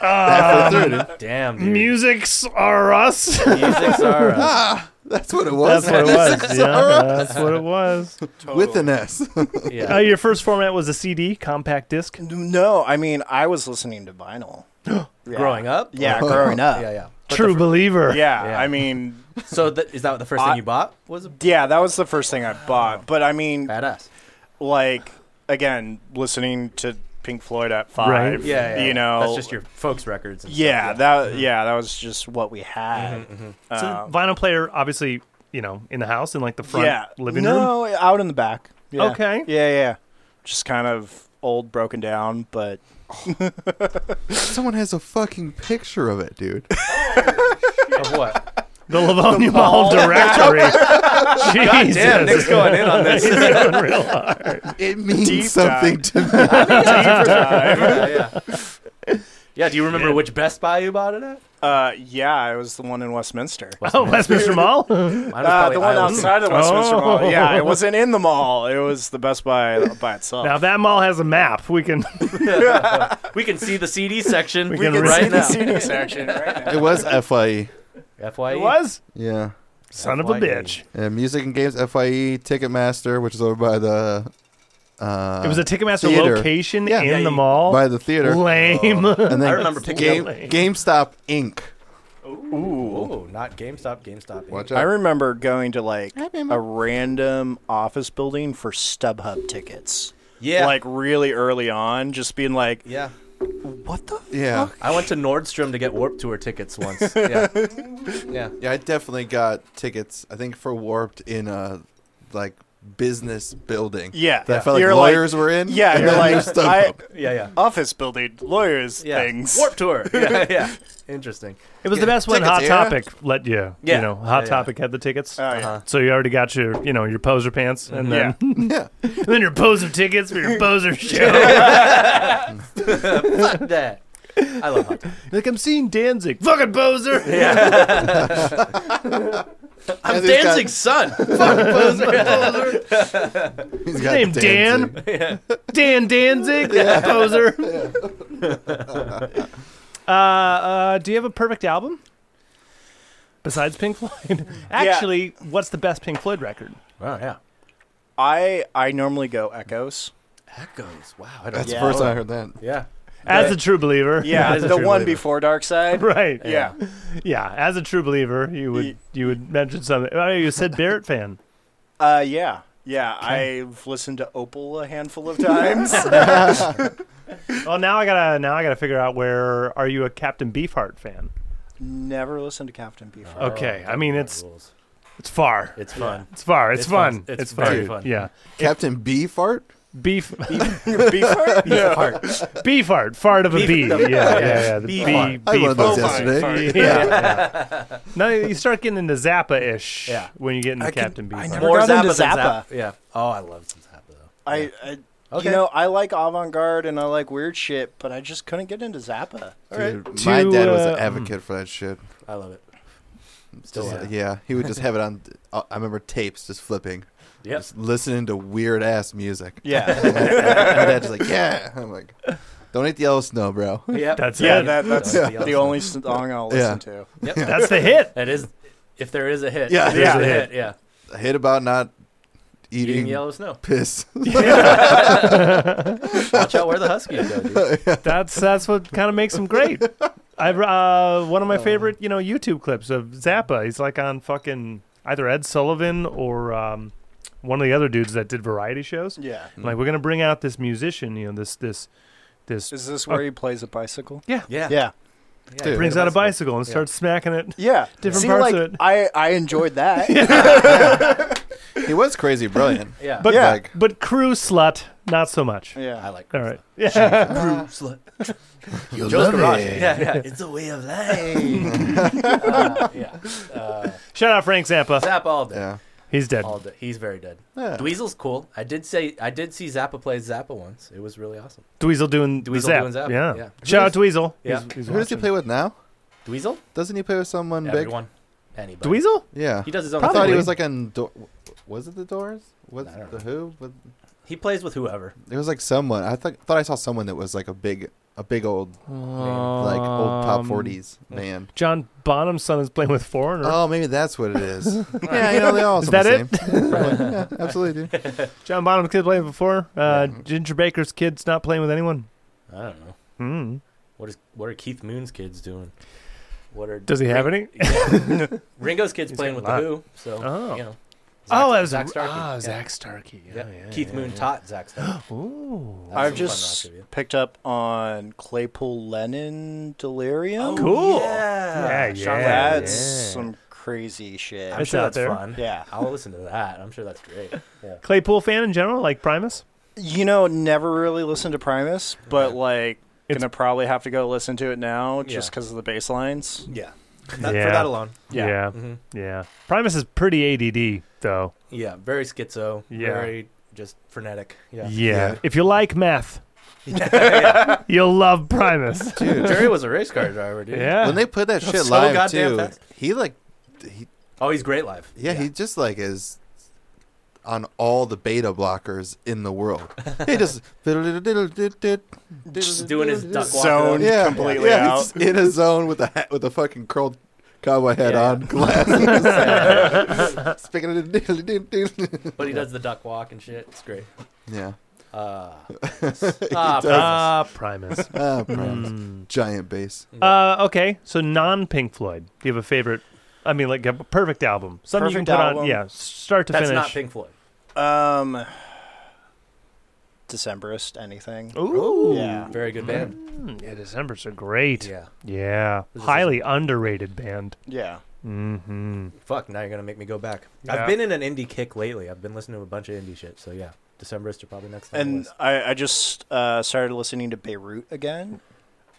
[SPEAKER 1] That for 30.
[SPEAKER 2] Damn, dude. uh,
[SPEAKER 4] Uh, Music's R Us. <laughs>
[SPEAKER 5] <laughs>
[SPEAKER 2] Music's are us.
[SPEAKER 1] Ah, That's what it was. <laughs>
[SPEAKER 4] That's what it was. Yeah, that's what it was.
[SPEAKER 1] With an S. <laughs>
[SPEAKER 2] Yeah.
[SPEAKER 5] <laughs>
[SPEAKER 4] Uh, your first format was a CD, compact disc.
[SPEAKER 5] No, I mean I was listening
[SPEAKER 1] <gasps>
[SPEAKER 5] to vinyl. Yeah.
[SPEAKER 2] Growing up?
[SPEAKER 1] <laughs>
[SPEAKER 5] Yeah, growing up.
[SPEAKER 2] Yeah, yeah. But
[SPEAKER 4] True <laughs> believer.
[SPEAKER 5] Yeah,
[SPEAKER 2] Yeah.
[SPEAKER 5] I mean,
[SPEAKER 2] the- so that is that the first
[SPEAKER 5] I-
[SPEAKER 2] thing you bought was a
[SPEAKER 5] yeah, that was the first thing I bought. But I mean,
[SPEAKER 2] badass.
[SPEAKER 5] like again, listening to Pink Floyd at five.
[SPEAKER 4] Right.
[SPEAKER 2] Yeah, yeah.
[SPEAKER 5] you know,
[SPEAKER 2] that's just your folks records. And
[SPEAKER 5] Yeah,
[SPEAKER 2] stuff,
[SPEAKER 5] that yeah, that was just what we had.
[SPEAKER 4] So
[SPEAKER 5] Um,
[SPEAKER 4] vinyl player, obviously, you know, in the house in like the front
[SPEAKER 5] yeah,
[SPEAKER 4] living room.
[SPEAKER 5] no, out in the back. Yeah.
[SPEAKER 4] Okay.
[SPEAKER 5] Yeah, yeah, just kind of old, broken down, but
[SPEAKER 1] Someone has a fucking picture of it, dude.
[SPEAKER 4] <laughs>
[SPEAKER 2] yeah. of
[SPEAKER 5] <laughs>
[SPEAKER 2] what?
[SPEAKER 4] The Livonia Mall directory. Jesus.
[SPEAKER 2] Damn, Nick's going in on <laughs> this.
[SPEAKER 4] He's going <laughs> real hard.
[SPEAKER 1] It means
[SPEAKER 5] Deep
[SPEAKER 1] something to
[SPEAKER 4] <laughs>
[SPEAKER 1] me.
[SPEAKER 2] yeah, yeah. Yeah, do you remember which Best Buy you bought it at?
[SPEAKER 5] uh, yeah, it was the one in Westminster.
[SPEAKER 4] Oh, Westminster Mall?
[SPEAKER 2] Mine was
[SPEAKER 5] Uh,
[SPEAKER 2] probably
[SPEAKER 5] the one
[SPEAKER 2] Iowa.
[SPEAKER 5] outside of Westminster
[SPEAKER 4] Oh.
[SPEAKER 5] Mall. Yeah, it wasn't in the mall. It was the Best Buy by itself.
[SPEAKER 4] now, if
[SPEAKER 5] <laughs>
[SPEAKER 4] that mall has a map, we can. <laughs>
[SPEAKER 2] We can see the
[SPEAKER 5] <laughs>
[SPEAKER 2] CD section
[SPEAKER 4] can
[SPEAKER 5] You can
[SPEAKER 4] right
[SPEAKER 5] see the
[SPEAKER 2] now.
[SPEAKER 5] CD section right now.
[SPEAKER 1] It was FYE.
[SPEAKER 2] FYE.
[SPEAKER 4] It was?
[SPEAKER 1] Yeah.
[SPEAKER 4] Son of a
[SPEAKER 2] FYE.
[SPEAKER 4] bitch.
[SPEAKER 1] And music and games, FYE, Ticketmaster, which is over by the. Uh,
[SPEAKER 4] It was a Ticketmaster
[SPEAKER 1] theater.
[SPEAKER 4] location
[SPEAKER 1] Yeah.
[SPEAKER 4] in
[SPEAKER 1] Yeah,
[SPEAKER 4] the
[SPEAKER 2] you-
[SPEAKER 4] mall.
[SPEAKER 1] by the theater. Oh.
[SPEAKER 4] Lame.
[SPEAKER 1] And then
[SPEAKER 2] I remember picking
[SPEAKER 1] Game,
[SPEAKER 4] up-
[SPEAKER 1] GameStop Inc.
[SPEAKER 2] Oh, not GameStop. GameStop.
[SPEAKER 1] Watch
[SPEAKER 5] I
[SPEAKER 1] out.
[SPEAKER 5] remember going to like a random office building for StubHub tickets.
[SPEAKER 2] Yeah.
[SPEAKER 5] Like really early on, just being like,
[SPEAKER 2] yeah.
[SPEAKER 5] what the
[SPEAKER 1] yeah.
[SPEAKER 2] I went to Nordstrom to get Warp Tour tickets
[SPEAKER 5] <laughs>
[SPEAKER 2] once. Yeah. yeah.
[SPEAKER 1] Yeah, I definitely got tickets. I think for Warped in a like business building.
[SPEAKER 5] Yeah.
[SPEAKER 1] that I
[SPEAKER 5] Yeah.
[SPEAKER 1] felt like
[SPEAKER 5] You're like-
[SPEAKER 1] lawyers were in.
[SPEAKER 5] Yeah,
[SPEAKER 1] and
[SPEAKER 5] you're
[SPEAKER 1] then <laughs>
[SPEAKER 5] like
[SPEAKER 1] new stuff
[SPEAKER 5] I,
[SPEAKER 1] up.
[SPEAKER 2] Yeah, yeah.
[SPEAKER 5] office building lawyers
[SPEAKER 2] Yeah.
[SPEAKER 5] things.
[SPEAKER 2] Warp
[SPEAKER 5] <laughs>
[SPEAKER 2] Tour. Yeah, yeah. Interesting.
[SPEAKER 4] It was the best when
[SPEAKER 1] Tickets,
[SPEAKER 4] Hot
[SPEAKER 1] yeah.
[SPEAKER 4] Topic let you.
[SPEAKER 2] Yeah.
[SPEAKER 4] You know,
[SPEAKER 2] Yeah,
[SPEAKER 4] Hot
[SPEAKER 2] yeah.
[SPEAKER 4] Topic had the tickets.
[SPEAKER 5] Oh, yeah.
[SPEAKER 2] Uh-huh.
[SPEAKER 4] So you already got your, you know, your poser pants, and then <laughs> and then your poser tickets for your poser show.
[SPEAKER 2] Fuck Uh-huh. that. I love hot dogs.
[SPEAKER 4] like I'm seeing Danzig, fucking poser.
[SPEAKER 2] I'm
[SPEAKER 1] Danzig's got-
[SPEAKER 2] Danzig's <laughs> son.
[SPEAKER 1] He's
[SPEAKER 4] His
[SPEAKER 1] got
[SPEAKER 4] name
[SPEAKER 1] Danzig.
[SPEAKER 4] Dan. <laughs> Dan Danzig,
[SPEAKER 5] <laughs>
[SPEAKER 4] poser. <laughs> uh, uh, do you have a perfect album besides Pink
[SPEAKER 5] <laughs>
[SPEAKER 4] Floyd? Actually, what's the best Pink Floyd record?
[SPEAKER 2] Oh yeah.
[SPEAKER 5] I I normally
[SPEAKER 2] <laughs>
[SPEAKER 5] go echoes.
[SPEAKER 2] Echoes. Wow. I don't
[SPEAKER 1] That's
[SPEAKER 5] Yeah.
[SPEAKER 1] the first time I heard that.
[SPEAKER 2] Yeah.
[SPEAKER 4] As
[SPEAKER 5] The-
[SPEAKER 4] a true believer, <laughs>
[SPEAKER 5] Yeah,
[SPEAKER 2] That is a
[SPEAKER 5] the
[SPEAKER 2] true
[SPEAKER 5] one
[SPEAKER 2] believer.
[SPEAKER 5] before Dark Side.
[SPEAKER 4] right.
[SPEAKER 5] Yeah.
[SPEAKER 4] yeah. As a true believer, you would
[SPEAKER 5] Ye-
[SPEAKER 4] you would mention something. Oh, you said Barrett fan.
[SPEAKER 5] Uh yeah. Yeah, I've listened to Opal a handful of
[SPEAKER 2] <laughs>
[SPEAKER 5] times.
[SPEAKER 4] Well, now I gotta now I gotta figure out where are you a Captain Beefheart fan?
[SPEAKER 2] Oh,
[SPEAKER 5] Never listened to Captain Beefheart.
[SPEAKER 4] Okay, I mean, it's- It's far.
[SPEAKER 2] It's fun.
[SPEAKER 4] It's far. It's,
[SPEAKER 2] It's
[SPEAKER 4] fun.
[SPEAKER 2] fun. It's
[SPEAKER 4] fun.
[SPEAKER 2] very fun.
[SPEAKER 4] Yeah.
[SPEAKER 1] Captain B fart?
[SPEAKER 4] Beef.
[SPEAKER 5] Beef heart?
[SPEAKER 2] <laughs> Fart.
[SPEAKER 4] Beef fart. Fart of a bee. Yeah, yeah, yeah. The
[SPEAKER 2] Bee
[SPEAKER 4] bee.
[SPEAKER 2] fart.
[SPEAKER 1] I had one of those
[SPEAKER 5] Oh my,
[SPEAKER 1] yesterday.
[SPEAKER 4] Yeah. yeah. Now you start getting into Zappa ish
[SPEAKER 2] Yeah.
[SPEAKER 4] when you get into
[SPEAKER 5] I can-
[SPEAKER 4] Captain
[SPEAKER 5] I
[SPEAKER 4] Beef.
[SPEAKER 5] never-
[SPEAKER 2] More
[SPEAKER 5] got
[SPEAKER 2] Zappa
[SPEAKER 5] into
[SPEAKER 2] than
[SPEAKER 5] Zappa.
[SPEAKER 2] Zappa. Yeah. Oh, I love some Zappa though.
[SPEAKER 5] I, I
[SPEAKER 2] Okay.
[SPEAKER 5] you know, I like avant garde and I like weird shit, but I just couldn't get into Zappa. All right.
[SPEAKER 1] Dude, my
[SPEAKER 4] To,
[SPEAKER 1] dad was an
[SPEAKER 4] uh,
[SPEAKER 1] advocate for that shit.
[SPEAKER 2] I love it. Still
[SPEAKER 1] Just,
[SPEAKER 2] love
[SPEAKER 1] yeah.
[SPEAKER 2] it.
[SPEAKER 1] he would just have it on. uh, I remember tapes just flipping, <laughs>
[SPEAKER 2] Yep.
[SPEAKER 1] just listening to weird ass music.
[SPEAKER 5] Yeah.
[SPEAKER 1] <laughs> And my dad's just like, yeah. I'm like, don't eat the yellow snow, bro.
[SPEAKER 2] Yep.
[SPEAKER 4] That's
[SPEAKER 5] yeah,
[SPEAKER 4] it.
[SPEAKER 5] that, that's
[SPEAKER 2] Yeah.
[SPEAKER 5] the only song I'll
[SPEAKER 1] Yeah.
[SPEAKER 5] listen to.
[SPEAKER 2] Yep.
[SPEAKER 4] That's the
[SPEAKER 2] <laughs>
[SPEAKER 4] hit.
[SPEAKER 2] That is, if there is a hit.
[SPEAKER 1] Yeah.
[SPEAKER 2] if there's
[SPEAKER 5] Yeah.
[SPEAKER 2] a hit. Yeah.
[SPEAKER 1] I hate about not eating,
[SPEAKER 2] Eating yellow snow.
[SPEAKER 1] piss.
[SPEAKER 2] Watch out where the huskies go, dude.
[SPEAKER 4] <laughs> That's that's what kind of makes him great. I uh, one of my favorite you know YouTube clips of Zappa. He's like on fucking either Ed Sullivan or um, one of the other dudes that did variety shows.
[SPEAKER 5] Yeah.
[SPEAKER 4] Like we're gonna bring out this musician, you know this this this
[SPEAKER 5] Is this where he plays a bicycle?
[SPEAKER 2] Yeah.
[SPEAKER 5] Uh, Yeah.
[SPEAKER 2] Yeah,
[SPEAKER 1] Dude.
[SPEAKER 4] brings
[SPEAKER 2] yeah.
[SPEAKER 4] out a bicycle and
[SPEAKER 2] Yeah.
[SPEAKER 4] starts smacking it.
[SPEAKER 5] Yeah.
[SPEAKER 4] Different
[SPEAKER 5] See,
[SPEAKER 4] parts
[SPEAKER 5] like,
[SPEAKER 4] of it.
[SPEAKER 5] I, I enjoyed <laughs> that.
[SPEAKER 1] <laughs> he was crazy brilliant.
[SPEAKER 2] Yeah.
[SPEAKER 4] But
[SPEAKER 5] Yeah.
[SPEAKER 1] Like,
[SPEAKER 4] but crew slut, not so much.
[SPEAKER 2] I
[SPEAKER 5] Yeah.
[SPEAKER 2] like.
[SPEAKER 4] All right, yeah.
[SPEAKER 2] Crew
[SPEAKER 1] <laughs>
[SPEAKER 2] slut.
[SPEAKER 1] you
[SPEAKER 2] Joe's
[SPEAKER 1] love
[SPEAKER 2] garage.
[SPEAKER 1] it.
[SPEAKER 2] Yeah, yeah. It's a way of life. uh, <laughs> yeah. Uh,
[SPEAKER 4] <laughs> Shout out Frank Zappa.
[SPEAKER 2] Zappa all day.
[SPEAKER 1] Yeah.
[SPEAKER 4] He's dead.
[SPEAKER 2] All day. He's very dead.
[SPEAKER 1] Yeah.
[SPEAKER 2] Dweezil's cool. I did say I did see Zappa play Zappa once. It was really awesome.
[SPEAKER 4] Dweezil doing the
[SPEAKER 2] Dweezil
[SPEAKER 4] zap.
[SPEAKER 2] doing Zappa,
[SPEAKER 4] Yeah.
[SPEAKER 2] yeah.
[SPEAKER 4] Shout out Dweezil.
[SPEAKER 2] Yeah.
[SPEAKER 4] He's- he's
[SPEAKER 1] Who does he
[SPEAKER 4] watching.
[SPEAKER 1] play with now?
[SPEAKER 2] Dweezil?
[SPEAKER 1] Doesn't he play with someone big?
[SPEAKER 2] Everyone. Anybody.
[SPEAKER 4] Dweezil?
[SPEAKER 1] Yeah.
[SPEAKER 2] He does his own
[SPEAKER 1] I
[SPEAKER 2] thing.
[SPEAKER 1] thought
[SPEAKER 4] Probably.
[SPEAKER 1] he was like on. Do- was it the Doors? Was
[SPEAKER 2] I don't
[SPEAKER 1] it the Who? But
[SPEAKER 2] He plays with whoever.
[SPEAKER 1] It was like someone. I thought thought I saw someone that was like a big, a big old like old pop
[SPEAKER 4] Um,
[SPEAKER 1] forties man.
[SPEAKER 4] John Bonham's son is playing with Foreigner.
[SPEAKER 1] Oh, maybe that's what it
[SPEAKER 2] <laughs>
[SPEAKER 1] is. yeah, you know they all
[SPEAKER 4] Is
[SPEAKER 1] sound
[SPEAKER 4] that
[SPEAKER 1] the same. <laughs> yeah, absolutely, dude.
[SPEAKER 4] John Bonham's kid playing before. Uh, Ginger Baker's kid's not playing with anyone.
[SPEAKER 2] I don't know.
[SPEAKER 4] Hmm.
[SPEAKER 2] What is what are Keith Moon's kids doing? What are
[SPEAKER 4] Does he have any?
[SPEAKER 2] Yeah. Ringo's kids
[SPEAKER 4] He's
[SPEAKER 2] playing
[SPEAKER 4] got
[SPEAKER 2] with
[SPEAKER 4] a
[SPEAKER 2] the Who, so
[SPEAKER 4] Oh.
[SPEAKER 2] you know.
[SPEAKER 4] oh, that
[SPEAKER 2] Zach-
[SPEAKER 4] was
[SPEAKER 2] Zach Starkey.
[SPEAKER 4] Ah,
[SPEAKER 2] Yeah.
[SPEAKER 4] Zach Starkey. Yeah,
[SPEAKER 2] Yeah.
[SPEAKER 4] yeah,
[SPEAKER 2] Keith
[SPEAKER 4] yeah,
[SPEAKER 2] Moon
[SPEAKER 4] yeah.
[SPEAKER 2] taught Zach
[SPEAKER 4] <gasps>
[SPEAKER 2] Starkey. <laughs>
[SPEAKER 4] Ooh.
[SPEAKER 2] That's
[SPEAKER 5] I've
[SPEAKER 2] some fun
[SPEAKER 5] just
[SPEAKER 2] rock trivia.
[SPEAKER 5] picked up on Claypool Lennon Delirium.
[SPEAKER 4] Cool.
[SPEAKER 2] Oh, Yeah,
[SPEAKER 4] Yeah,
[SPEAKER 2] Sean
[SPEAKER 4] yeah.
[SPEAKER 2] Lennon.
[SPEAKER 5] That's some crazy shit.
[SPEAKER 2] I'm
[SPEAKER 4] It's
[SPEAKER 2] sure
[SPEAKER 4] out
[SPEAKER 2] that's
[SPEAKER 4] there.
[SPEAKER 2] fun.
[SPEAKER 5] Yeah.
[SPEAKER 2] <laughs> I'll listen to that. I'm sure
[SPEAKER 1] <laughs>
[SPEAKER 2] that's great. Yeah.
[SPEAKER 4] Claypool fan in general, like Primus.
[SPEAKER 5] You know, never really listened to Primus, but like,
[SPEAKER 4] It's-
[SPEAKER 5] gonna probably have to go listen to it now just
[SPEAKER 2] Yeah.
[SPEAKER 5] because of the bass lines.
[SPEAKER 2] Yeah.
[SPEAKER 4] That- for Yeah. that
[SPEAKER 2] alone.
[SPEAKER 5] Yeah.
[SPEAKER 4] yeah,
[SPEAKER 2] hmm
[SPEAKER 4] yeah. Primus is pretty ADD though.
[SPEAKER 2] Yeah. Very schizo.
[SPEAKER 4] Yeah.
[SPEAKER 2] Very just frenetic.
[SPEAKER 4] Yeah.
[SPEAKER 2] Yeah. <laughs>
[SPEAKER 1] Yeah.
[SPEAKER 4] If you like math, <laughs> you'll
[SPEAKER 2] <laughs>
[SPEAKER 4] love Primus.
[SPEAKER 1] Dude,
[SPEAKER 2] Jerry was a race car driver, dude.
[SPEAKER 4] yeah.
[SPEAKER 1] when they put that shit
[SPEAKER 2] So
[SPEAKER 1] live
[SPEAKER 2] goddamn
[SPEAKER 1] too,
[SPEAKER 2] fast.
[SPEAKER 1] he like, he
[SPEAKER 2] Oh, he's great live.
[SPEAKER 1] yeah, he just like is on all the beta blockers in the world. He just
[SPEAKER 2] Just doing his duck walk.
[SPEAKER 5] Zoned
[SPEAKER 1] Yeah,
[SPEAKER 5] completely
[SPEAKER 1] yeah,
[SPEAKER 5] out.
[SPEAKER 1] he's in a zone with a hat, with a fucking curled cowboy hat
[SPEAKER 2] Yeah.
[SPEAKER 1] on, glasses. Speaking of the-
[SPEAKER 2] But he does the duck walk and shit. It's great.
[SPEAKER 1] yeah,
[SPEAKER 2] Uh,
[SPEAKER 1] <laughs>
[SPEAKER 2] ah, Primus. <laughs>
[SPEAKER 4] Ah, Primus.
[SPEAKER 1] Ah, problems.
[SPEAKER 4] Mm.
[SPEAKER 1] giant bass.
[SPEAKER 4] Uh, okay, so non Pink Floyd. Do you have a favorite? I mean, like a perfect album. Something you
[SPEAKER 5] Perfect
[SPEAKER 4] can put
[SPEAKER 5] album.
[SPEAKER 4] on. Yeah, start to
[SPEAKER 2] That's
[SPEAKER 4] finish.
[SPEAKER 2] not Pink Floyd.
[SPEAKER 5] <laughs> Um, Decemberist, anything?
[SPEAKER 2] Oh.
[SPEAKER 4] Ooh.
[SPEAKER 5] Yeah.
[SPEAKER 2] Very good band.
[SPEAKER 4] Mm, yeah, December's are great.
[SPEAKER 2] Yeah.
[SPEAKER 4] Yeah.
[SPEAKER 2] This is-
[SPEAKER 4] Highly underrated band.
[SPEAKER 5] Yeah.
[SPEAKER 4] Mm-hmm.
[SPEAKER 2] Fuck, now you're going to make me go back.
[SPEAKER 4] Yeah.
[SPEAKER 2] I've been in an indie kick lately. I've been listening to a bunch of indie shit. So, yeah. Decemberists are probably next. on the
[SPEAKER 5] And
[SPEAKER 2] list.
[SPEAKER 5] I, I just uh, started listening to Beirut
[SPEAKER 2] <laughs>
[SPEAKER 5] again.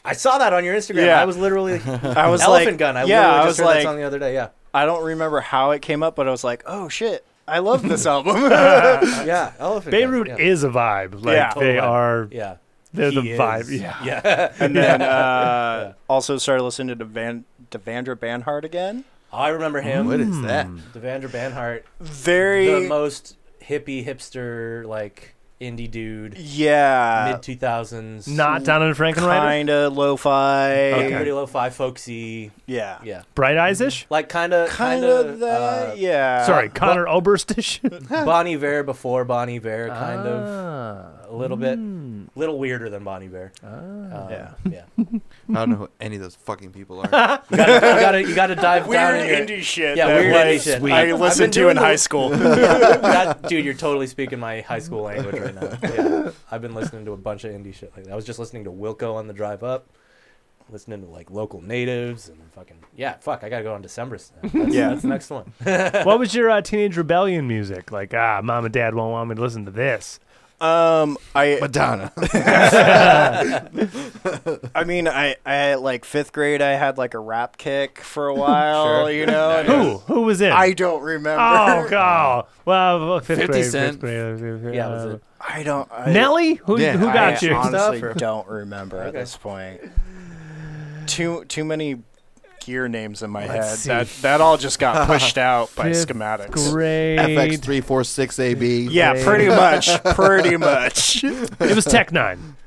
[SPEAKER 2] I saw that on your Instagram.
[SPEAKER 5] Yeah.
[SPEAKER 2] I was
[SPEAKER 5] <laughs>
[SPEAKER 2] literally
[SPEAKER 5] I was
[SPEAKER 2] Elephant
[SPEAKER 5] like,
[SPEAKER 2] Gun. I
[SPEAKER 5] yeah,
[SPEAKER 2] literally
[SPEAKER 5] I
[SPEAKER 2] just
[SPEAKER 5] was
[SPEAKER 2] heard
[SPEAKER 5] like,
[SPEAKER 2] that song the other day. Yeah.
[SPEAKER 5] I don't remember how it came up, but I was like, oh shit, I love
[SPEAKER 2] <laughs>
[SPEAKER 5] this album. <laughs> uh,
[SPEAKER 2] yeah. Elephant Gun,
[SPEAKER 4] Beirut
[SPEAKER 2] yeah.
[SPEAKER 4] is a vibe. Like
[SPEAKER 5] Yeah.
[SPEAKER 4] they
[SPEAKER 2] Total vibe.
[SPEAKER 4] are.
[SPEAKER 2] Yeah.
[SPEAKER 4] They're the
[SPEAKER 2] He is.
[SPEAKER 4] vibe. Yeah.
[SPEAKER 2] Yeah. <laughs>
[SPEAKER 5] and then uh, also started listening to Van, Devandra Banhart again.
[SPEAKER 2] I remember him.
[SPEAKER 1] What is that?
[SPEAKER 2] Devandra Banhart,
[SPEAKER 5] Very,
[SPEAKER 2] the most hippie hipster like indie dude,
[SPEAKER 5] yeah,
[SPEAKER 2] mid two thousands.
[SPEAKER 4] Not down in Frankenrider.
[SPEAKER 5] kind of lo-fi.
[SPEAKER 4] Okay.
[SPEAKER 2] pretty low fi folksy.
[SPEAKER 5] Yeah,
[SPEAKER 2] Yeah. uh,
[SPEAKER 4] Bright Eyes ish.
[SPEAKER 2] Like kind of
[SPEAKER 5] kind of that. yeah.
[SPEAKER 4] Sorry, Connor Oberstish.
[SPEAKER 2] Bonnie Vare before Bonnie Vare, kind of
[SPEAKER 4] Ah.
[SPEAKER 5] Ah.
[SPEAKER 2] a little bit,
[SPEAKER 5] Hmm.
[SPEAKER 2] little weirder than Bonnie Vare. Um,
[SPEAKER 5] Yeah.
[SPEAKER 2] yeah.
[SPEAKER 1] I don't know who any of those fucking people are.
[SPEAKER 2] You gotta, you gotta, you gotta dive down in your-
[SPEAKER 5] Weird indie shit
[SPEAKER 2] Yeah,
[SPEAKER 5] that
[SPEAKER 2] weird
[SPEAKER 5] like,
[SPEAKER 2] indie shit. I've-
[SPEAKER 5] I
[SPEAKER 2] I've
[SPEAKER 5] listened
[SPEAKER 2] been
[SPEAKER 5] to in
[SPEAKER 2] doing
[SPEAKER 5] high
[SPEAKER 2] the- <laughs>
[SPEAKER 5] school. <laughs>
[SPEAKER 2] that, dude, you're totally speaking my high school language right
[SPEAKER 5] <laughs>
[SPEAKER 2] now. Yeah. I've been listening to a bunch of indie shit like that. I was just listening to Wilco on the drive up. listening to like local natives and fucking yeah. Fuck, I gotta go on December's. now. That's,
[SPEAKER 5] <laughs> Yeah.
[SPEAKER 2] that's the next one.
[SPEAKER 4] <laughs> what was your uh, teenage rebellion music? Like, ah, mom and dad won't want me to listen to this.
[SPEAKER 5] Um, I
[SPEAKER 1] Madonna.
[SPEAKER 5] I mean, I, I like fifth grade, I had like a rap kick
[SPEAKER 4] <laughs>
[SPEAKER 5] for a while, you know. and
[SPEAKER 4] Who? Who was it?
[SPEAKER 5] I don't remember.
[SPEAKER 4] oh <laughs> god. Well, fifth
[SPEAKER 6] 50
[SPEAKER 4] grade, fifth
[SPEAKER 6] Cent.
[SPEAKER 4] grade. uh,
[SPEAKER 2] Yeah, was it
[SPEAKER 5] I don't. I,
[SPEAKER 4] Nelly? Who,
[SPEAKER 1] Yeah,
[SPEAKER 4] who
[SPEAKER 5] I
[SPEAKER 4] got you?
[SPEAKER 5] honestly
[SPEAKER 2] Stuff or-
[SPEAKER 5] don't remember at
[SPEAKER 2] Okay.
[SPEAKER 5] this point. Too too many gear names in my head.
[SPEAKER 4] Let's
[SPEAKER 5] That that all just
[SPEAKER 4] <laughs>
[SPEAKER 5] got pushed out by
[SPEAKER 4] Fifth
[SPEAKER 5] schematics.
[SPEAKER 4] Grade.
[SPEAKER 1] FX346AB.
[SPEAKER 5] Yeah,
[SPEAKER 4] grade.
[SPEAKER 5] pretty much.
[SPEAKER 4] <laughs>
[SPEAKER 5] Pretty much.
[SPEAKER 4] It was Tech
[SPEAKER 5] <laughs>
[SPEAKER 4] Nine.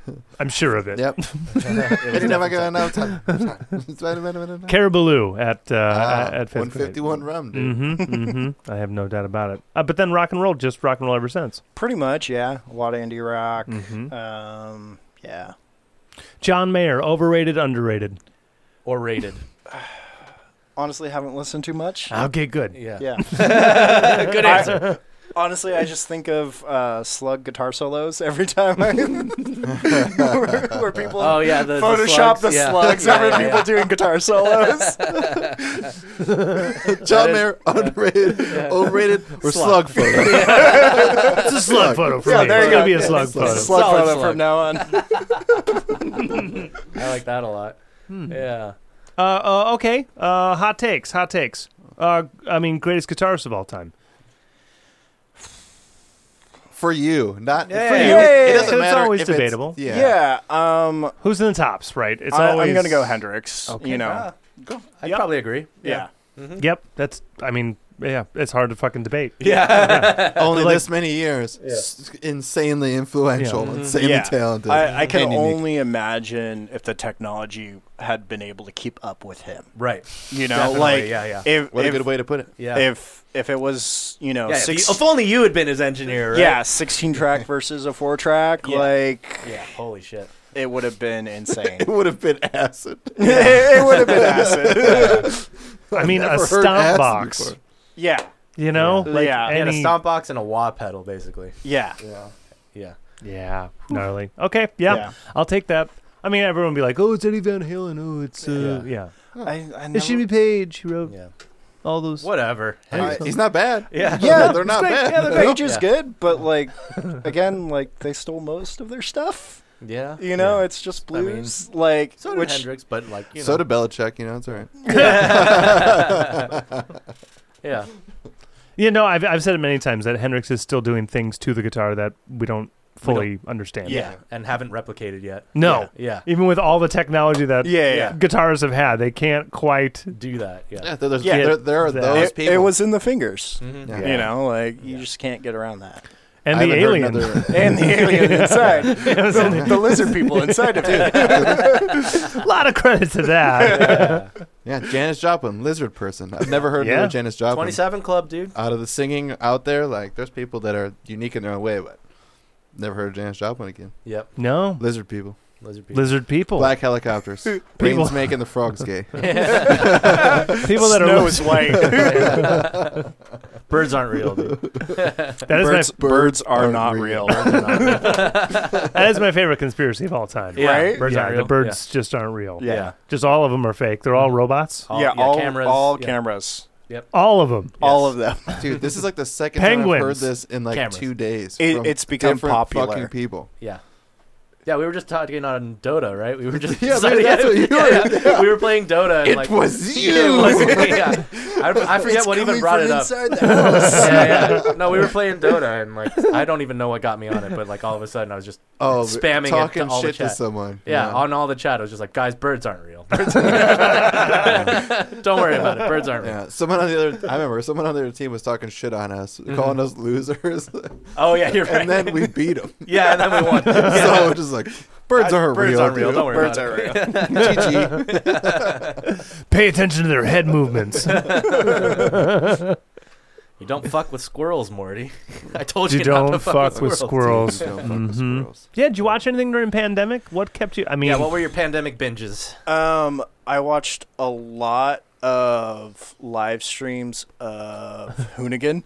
[SPEAKER 4] I'm sure of it.
[SPEAKER 1] Yep. It's never got enough time. It's better, better, better, better.
[SPEAKER 4] Caribou at uh,
[SPEAKER 1] Ah,
[SPEAKER 4] at fifth
[SPEAKER 1] 151 rum, dude. <laughs>
[SPEAKER 4] hmm
[SPEAKER 5] <laughs>
[SPEAKER 4] hmm I have no doubt about it. Uh, but then rock and roll, just rock and roll ever since.
[SPEAKER 5] pretty much, yeah. A lot of indie rock.
[SPEAKER 2] Mm-hmm.
[SPEAKER 4] hmm
[SPEAKER 5] Um, yeah.
[SPEAKER 4] John Mayer, overrated, underrated.
[SPEAKER 2] or rated.
[SPEAKER 5] Honestly, haven't listened too much.
[SPEAKER 2] Ah.
[SPEAKER 4] Okay, good.
[SPEAKER 2] Yeah.
[SPEAKER 5] Yeah.
[SPEAKER 2] <laughs> Good
[SPEAKER 5] <laughs>
[SPEAKER 2] answer.
[SPEAKER 5] Honestly, I just think of uh, slug guitar solos every time I <laughs> where, where people
[SPEAKER 2] Oh yeah, the the
[SPEAKER 5] Photoshop the slugs,
[SPEAKER 2] yeah. Yeah,
[SPEAKER 5] over
[SPEAKER 2] yeah,
[SPEAKER 5] people
[SPEAKER 2] yeah. <laughs>
[SPEAKER 5] doing guitar solos.
[SPEAKER 1] John <laughs> Mayer, underrated, overrated, or slug, <laughs>
[SPEAKER 2] Slug.
[SPEAKER 1] photo.
[SPEAKER 4] It's a slug photo for
[SPEAKER 5] Yeah,
[SPEAKER 4] me.
[SPEAKER 5] there
[SPEAKER 4] It's
[SPEAKER 5] you
[SPEAKER 4] gonna
[SPEAKER 5] go.
[SPEAKER 4] be a slug
[SPEAKER 5] slug
[SPEAKER 4] photo.
[SPEAKER 2] Solid
[SPEAKER 5] photo
[SPEAKER 2] slug.
[SPEAKER 5] from now on.
[SPEAKER 2] I like that a lot. Yeah.
[SPEAKER 4] Uh, uh, okay. Uh, hot takes. Hot takes. Uh, I mean, greatest guitarist of all time.
[SPEAKER 1] For you, not for you.
[SPEAKER 5] yeah, yeah, yeah,
[SPEAKER 1] It
[SPEAKER 5] yeah.
[SPEAKER 1] doesn't
[SPEAKER 4] It's
[SPEAKER 1] matter.
[SPEAKER 4] always
[SPEAKER 1] if it's-
[SPEAKER 4] debatable.
[SPEAKER 1] Yeah.
[SPEAKER 5] Yeah, um,
[SPEAKER 4] Who's in the tops? Right. It's
[SPEAKER 5] I,
[SPEAKER 4] always.
[SPEAKER 5] I'm gonna go Hendrix. you know,
[SPEAKER 2] Ah, I'd
[SPEAKER 4] Yep.
[SPEAKER 2] probably agree.
[SPEAKER 5] yeah.
[SPEAKER 4] Yep. That's. I mean, yeah. It's hard to fucking <laughs> debate.
[SPEAKER 2] Yeah.
[SPEAKER 1] Only
[SPEAKER 4] Like-
[SPEAKER 1] this many years. S- insanely influential, insanely
[SPEAKER 5] Yeah.
[SPEAKER 1] talented.
[SPEAKER 5] I, I can
[SPEAKER 1] and uh, unique.
[SPEAKER 5] only imagine if the technology had been able to keep up with him.
[SPEAKER 2] Right.
[SPEAKER 5] You know,
[SPEAKER 2] Definitely,
[SPEAKER 5] like
[SPEAKER 2] yeah, yeah.
[SPEAKER 5] if
[SPEAKER 1] What a
[SPEAKER 5] if,
[SPEAKER 1] good way to put it.
[SPEAKER 2] Yeah.
[SPEAKER 5] if if it was you know
[SPEAKER 2] yeah, if
[SPEAKER 5] six,
[SPEAKER 2] you-
[SPEAKER 5] <laughs>
[SPEAKER 2] if only you had been his engineer, right?
[SPEAKER 5] yeah sixteen track versus a four track,
[SPEAKER 2] Yeah.
[SPEAKER 5] like
[SPEAKER 2] Yeah. Holy shit.
[SPEAKER 5] it would have <laughs> been insane.
[SPEAKER 1] It would have been acid.
[SPEAKER 5] <laughs> it would have <laughs> been acid.
[SPEAKER 4] I mean, a
[SPEAKER 1] Never heard
[SPEAKER 4] stomp
[SPEAKER 1] acid
[SPEAKER 4] box.
[SPEAKER 1] before.
[SPEAKER 5] yeah,
[SPEAKER 4] You know,
[SPEAKER 5] Yeah.
[SPEAKER 4] like
[SPEAKER 5] Yeah.
[SPEAKER 2] He had a
[SPEAKER 4] any-
[SPEAKER 2] stomp box and a wah pedal, basically.
[SPEAKER 5] yeah,
[SPEAKER 2] Yeah. Yeah.
[SPEAKER 4] Yeah, gnarly. Okay, yeah,
[SPEAKER 5] Yeah.
[SPEAKER 4] I'll take that. I mean, everyone would be like, "Oh, it's Eddie Van Halen. Oh, it's uh, yeah.
[SPEAKER 2] Yeah.
[SPEAKER 5] I, I
[SPEAKER 4] It
[SPEAKER 5] <laughs>
[SPEAKER 4] should be Page. He wrote
[SPEAKER 2] Yeah.
[SPEAKER 4] all those.
[SPEAKER 2] Whatever.
[SPEAKER 1] I- he's not <laughs> bad.
[SPEAKER 2] Yeah.
[SPEAKER 5] Yeah,
[SPEAKER 1] they're not
[SPEAKER 4] great.
[SPEAKER 1] bad.
[SPEAKER 4] <laughs> Yeah, they're
[SPEAKER 5] The
[SPEAKER 4] great.
[SPEAKER 5] page is
[SPEAKER 2] Yeah.
[SPEAKER 5] good,
[SPEAKER 2] <laughs>
[SPEAKER 5] but like again, like they stole most of their stuff.
[SPEAKER 2] Yeah.
[SPEAKER 5] You know,
[SPEAKER 2] Yeah.
[SPEAKER 5] it's just
[SPEAKER 2] I mean,
[SPEAKER 5] blues. like
[SPEAKER 2] So did
[SPEAKER 5] which
[SPEAKER 2] Hendrix, but like you know.
[SPEAKER 1] So did Belichick. You know, it's all right.
[SPEAKER 2] yeah.
[SPEAKER 4] You know, I've I've said it many times that Hendrix is still doing things to the guitar that we don't fully understand.
[SPEAKER 2] Yeah. And haven't replicated yet.
[SPEAKER 4] No.
[SPEAKER 2] Yeah. yeah.
[SPEAKER 4] even with all the technology that
[SPEAKER 5] yeah, yeah.
[SPEAKER 4] guitarists have had, they can't quite.
[SPEAKER 2] Do that. Yeah.
[SPEAKER 1] Yeah, there, there's,
[SPEAKER 5] Yeah.
[SPEAKER 1] there, there are
[SPEAKER 4] That-
[SPEAKER 1] those
[SPEAKER 5] It,
[SPEAKER 1] people.
[SPEAKER 5] it was in the fingers.
[SPEAKER 2] Mhm.
[SPEAKER 1] Yeah.
[SPEAKER 5] You know, like you just can't get around that.
[SPEAKER 4] And
[SPEAKER 1] I
[SPEAKER 4] the
[SPEAKER 1] haven't heard
[SPEAKER 4] alien. <laughs>
[SPEAKER 1] another-
[SPEAKER 5] And <laughs> the alien inside, <laughs> the, the lizard people inside <laughs> of it.
[SPEAKER 4] a lot of credit
[SPEAKER 2] <laughs>
[SPEAKER 4] to that.
[SPEAKER 1] yeah, Janis Joplin, lizard person. I've never heard
[SPEAKER 4] Yeah.
[SPEAKER 1] of Janis Joplin.
[SPEAKER 2] Twenty-seven Club, dude.
[SPEAKER 1] Out of the singing out there, like there's people that are unique in their own way, but never heard of Janis Joplin again.
[SPEAKER 2] Yep.
[SPEAKER 4] no,
[SPEAKER 1] Lizard people,
[SPEAKER 2] Lizard people.
[SPEAKER 4] lizard people,
[SPEAKER 1] black
[SPEAKER 2] <laughs>
[SPEAKER 1] helicopters,
[SPEAKER 4] People-
[SPEAKER 1] brains making the frogs gay.
[SPEAKER 4] people that
[SPEAKER 5] Snow
[SPEAKER 4] are.
[SPEAKER 5] <laughs> is white.
[SPEAKER 2] Birds aren't real, dude.
[SPEAKER 4] <laughs> That is
[SPEAKER 5] birds,
[SPEAKER 4] my
[SPEAKER 5] birds are
[SPEAKER 1] aren't
[SPEAKER 5] not
[SPEAKER 1] real.
[SPEAKER 5] <laughs> real,
[SPEAKER 4] that is my favorite conspiracy of all time.
[SPEAKER 2] Yeah.
[SPEAKER 5] right?
[SPEAKER 4] Birds
[SPEAKER 2] Yeah,
[SPEAKER 4] aren't,
[SPEAKER 2] real.
[SPEAKER 4] the birds just aren't real.
[SPEAKER 5] Yeah.
[SPEAKER 2] Yeah.
[SPEAKER 4] Just all of them are fake. They're all robots.
[SPEAKER 2] All-
[SPEAKER 5] yeah,
[SPEAKER 2] yeah,
[SPEAKER 5] all
[SPEAKER 2] cameras,
[SPEAKER 5] all
[SPEAKER 2] yeah.
[SPEAKER 5] cameras,
[SPEAKER 4] All of them.
[SPEAKER 5] all of them.
[SPEAKER 1] Dude, this is like the second time I've heard
[SPEAKER 4] Penguins.
[SPEAKER 1] this in like
[SPEAKER 2] Cameras.
[SPEAKER 1] two days.
[SPEAKER 5] It-
[SPEAKER 1] from
[SPEAKER 5] it's become
[SPEAKER 1] different
[SPEAKER 5] popular.
[SPEAKER 1] Fucking people.
[SPEAKER 2] Yeah. Yeah, we were just talking on Dota, right? We were just
[SPEAKER 1] <laughs> Yeah, maybe that's what you
[SPEAKER 2] <laughs> yeah,
[SPEAKER 1] were-
[SPEAKER 2] yeah. We were playing Dota. And
[SPEAKER 1] It
[SPEAKER 2] like,
[SPEAKER 1] was you.
[SPEAKER 2] <laughs> Yeah, it was me, yeah. I, I forget what even brought it up. <laughs> yeah,
[SPEAKER 1] <laughs>
[SPEAKER 2] yeah. No, we were playing Dota, and like I don't even know what got me on it, but like all of a sudden I was just
[SPEAKER 1] <laughs> Oh,
[SPEAKER 2] <laughs> Spamming it
[SPEAKER 1] talking
[SPEAKER 2] to all the
[SPEAKER 1] shit to
[SPEAKER 2] chat.
[SPEAKER 1] someone.
[SPEAKER 2] yeah,
[SPEAKER 1] Yeah.
[SPEAKER 2] on all the chat. I was just like, guys, birds aren't
[SPEAKER 1] <laughs>
[SPEAKER 2] real. Birds <laughs> don't worry about it. Birds aren't real.
[SPEAKER 1] Yeah, someone on the other. I remember someone on the other team was talking shit on us,
[SPEAKER 2] Mm-hmm.
[SPEAKER 1] calling us losers, <laughs>
[SPEAKER 2] Oh yeah, you're right.
[SPEAKER 1] and then
[SPEAKER 2] <laughs>
[SPEAKER 1] we beat them.
[SPEAKER 2] yeah, and then we won. <laughs> Yeah.
[SPEAKER 1] <laughs> So it's just like birds aren't
[SPEAKER 2] birds
[SPEAKER 1] real.
[SPEAKER 2] aren't real.
[SPEAKER 1] dude.
[SPEAKER 2] Don't worry
[SPEAKER 5] Birds
[SPEAKER 2] about
[SPEAKER 5] are real.
[SPEAKER 2] <laughs>
[SPEAKER 1] GG.
[SPEAKER 4] Pay attention to their head movements.
[SPEAKER 2] it. You don't fuck with squirrels, Morty. <laughs> I told you,
[SPEAKER 4] you
[SPEAKER 2] not to
[SPEAKER 4] don't fuck with
[SPEAKER 1] Don't
[SPEAKER 4] squirrels.
[SPEAKER 1] fuck with squirrels.
[SPEAKER 4] Yeah, did you watch anything during pandemic? What kept you? I mean,
[SPEAKER 2] Yeah, what were your pandemic binges?
[SPEAKER 5] Um, I watched a lot of live streams of Hoonigan,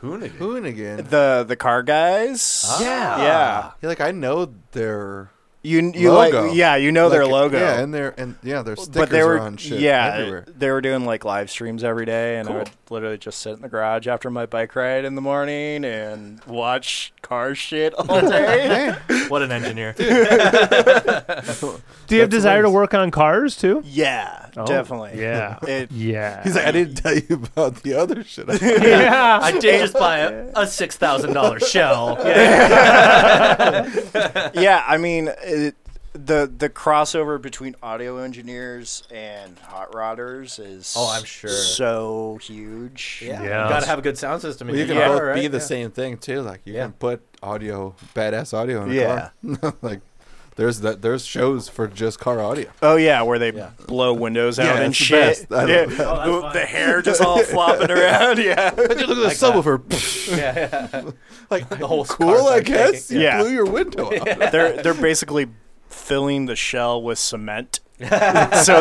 [SPEAKER 2] Hoonigan.
[SPEAKER 1] Hoonigan.
[SPEAKER 5] the the car guys.
[SPEAKER 2] Ah.
[SPEAKER 5] Yeah.
[SPEAKER 1] Yeah, like I know their
[SPEAKER 5] You you
[SPEAKER 1] Logo.
[SPEAKER 5] like yeah, you know their
[SPEAKER 1] Like,
[SPEAKER 5] logo.
[SPEAKER 1] Yeah, and their and yeah, their stickers
[SPEAKER 5] but they were
[SPEAKER 1] are on shit
[SPEAKER 5] yeah,
[SPEAKER 1] everywhere.
[SPEAKER 5] they were doing like live streams every day, and I
[SPEAKER 2] Cool.
[SPEAKER 5] would literally just sit in the garage after my bike ride in the morning and watch car
[SPEAKER 1] <laughs>
[SPEAKER 5] shit all
[SPEAKER 1] Hey,
[SPEAKER 5] day.
[SPEAKER 2] What an engineer.
[SPEAKER 4] Do you have
[SPEAKER 1] That's
[SPEAKER 4] desire to
[SPEAKER 1] nice.
[SPEAKER 4] work on cars too?
[SPEAKER 5] yeah,
[SPEAKER 4] Oh,
[SPEAKER 5] definitely.
[SPEAKER 4] Yeah.
[SPEAKER 5] It,
[SPEAKER 4] yeah. <laughs>
[SPEAKER 1] he's like, I didn't tell you about the other shit. I
[SPEAKER 4] yeah.
[SPEAKER 2] I did just buy a, a six
[SPEAKER 1] <laughs>
[SPEAKER 2] thousand dollar shell. Yeah.
[SPEAKER 5] yeah, I mean it, the the crossover between audio engineers and hot rodders is
[SPEAKER 2] Oh, I'm sure.
[SPEAKER 5] so huge.
[SPEAKER 2] Yeah. You
[SPEAKER 4] Yeah.
[SPEAKER 2] gotta have a good sound system. in
[SPEAKER 1] you
[SPEAKER 2] your
[SPEAKER 1] can
[SPEAKER 2] car,
[SPEAKER 1] both
[SPEAKER 2] right?
[SPEAKER 1] be the
[SPEAKER 2] Yeah.
[SPEAKER 1] same thing too. Like you
[SPEAKER 2] Yeah.
[SPEAKER 1] can put audio, badass audio in a
[SPEAKER 5] Yeah.
[SPEAKER 1] car. <laughs> like there's that there's shows for just car audio.
[SPEAKER 5] Oh yeah, where they blow windows out
[SPEAKER 1] Yeah,
[SPEAKER 5] and
[SPEAKER 1] it's the
[SPEAKER 5] shit.
[SPEAKER 1] best. I love
[SPEAKER 5] Yeah.
[SPEAKER 1] that.
[SPEAKER 5] The- the hair just all
[SPEAKER 1] <laughs>
[SPEAKER 5] flopping around. Yeah.
[SPEAKER 1] Look at the subwoofer.
[SPEAKER 2] Yeah, yeah.
[SPEAKER 1] <laughs> like
[SPEAKER 2] The whole car's
[SPEAKER 1] cool, I
[SPEAKER 2] like
[SPEAKER 1] guess.
[SPEAKER 2] shaking.
[SPEAKER 1] You
[SPEAKER 5] Yeah.
[SPEAKER 1] blew your window out.
[SPEAKER 5] they're
[SPEAKER 2] <laughs>
[SPEAKER 5] they're basically filling the shell with cement <laughs> so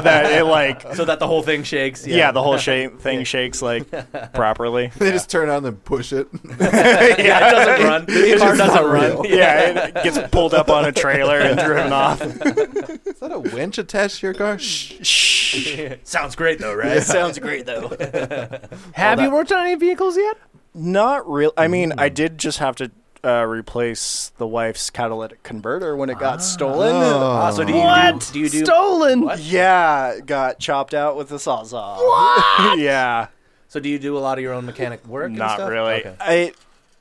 [SPEAKER 5] that it like
[SPEAKER 2] So that the whole thing shakes.
[SPEAKER 5] yeah, the whole
[SPEAKER 2] <laughs>
[SPEAKER 5] shape thing shakes like properly.
[SPEAKER 1] They just turn on and push it. <laughs>
[SPEAKER 2] yeah, it doesn't run. The
[SPEAKER 1] It's
[SPEAKER 2] car
[SPEAKER 1] just
[SPEAKER 2] doesn't
[SPEAKER 1] not
[SPEAKER 2] run.
[SPEAKER 1] real.
[SPEAKER 2] <laughs>
[SPEAKER 5] <laughs> Yeah, it gets pulled up on a trailer and driven off.
[SPEAKER 1] Is that a winch attached to your car? Shh.
[SPEAKER 5] Shh.
[SPEAKER 2] <laughs> Sounds great though, right? <laughs>
[SPEAKER 5] Sounds
[SPEAKER 1] <laughs>
[SPEAKER 5] great though.
[SPEAKER 4] have you worked on any vehicles yet?
[SPEAKER 5] Not real. I mean, I did just have to uh, replace the wife's catalytic converter when it
[SPEAKER 2] Ah.
[SPEAKER 5] got stolen.
[SPEAKER 1] Oh.
[SPEAKER 2] Uh, So do you
[SPEAKER 4] What?
[SPEAKER 2] Do, do you do?
[SPEAKER 4] Stolen.
[SPEAKER 2] What?
[SPEAKER 5] Yeah, it got chopped out with the sawzall. <laughs> yeah,
[SPEAKER 2] So do you do a lot of your own mechanic work? and
[SPEAKER 5] not
[SPEAKER 2] stuff?
[SPEAKER 5] really.
[SPEAKER 2] Okay.
[SPEAKER 5] I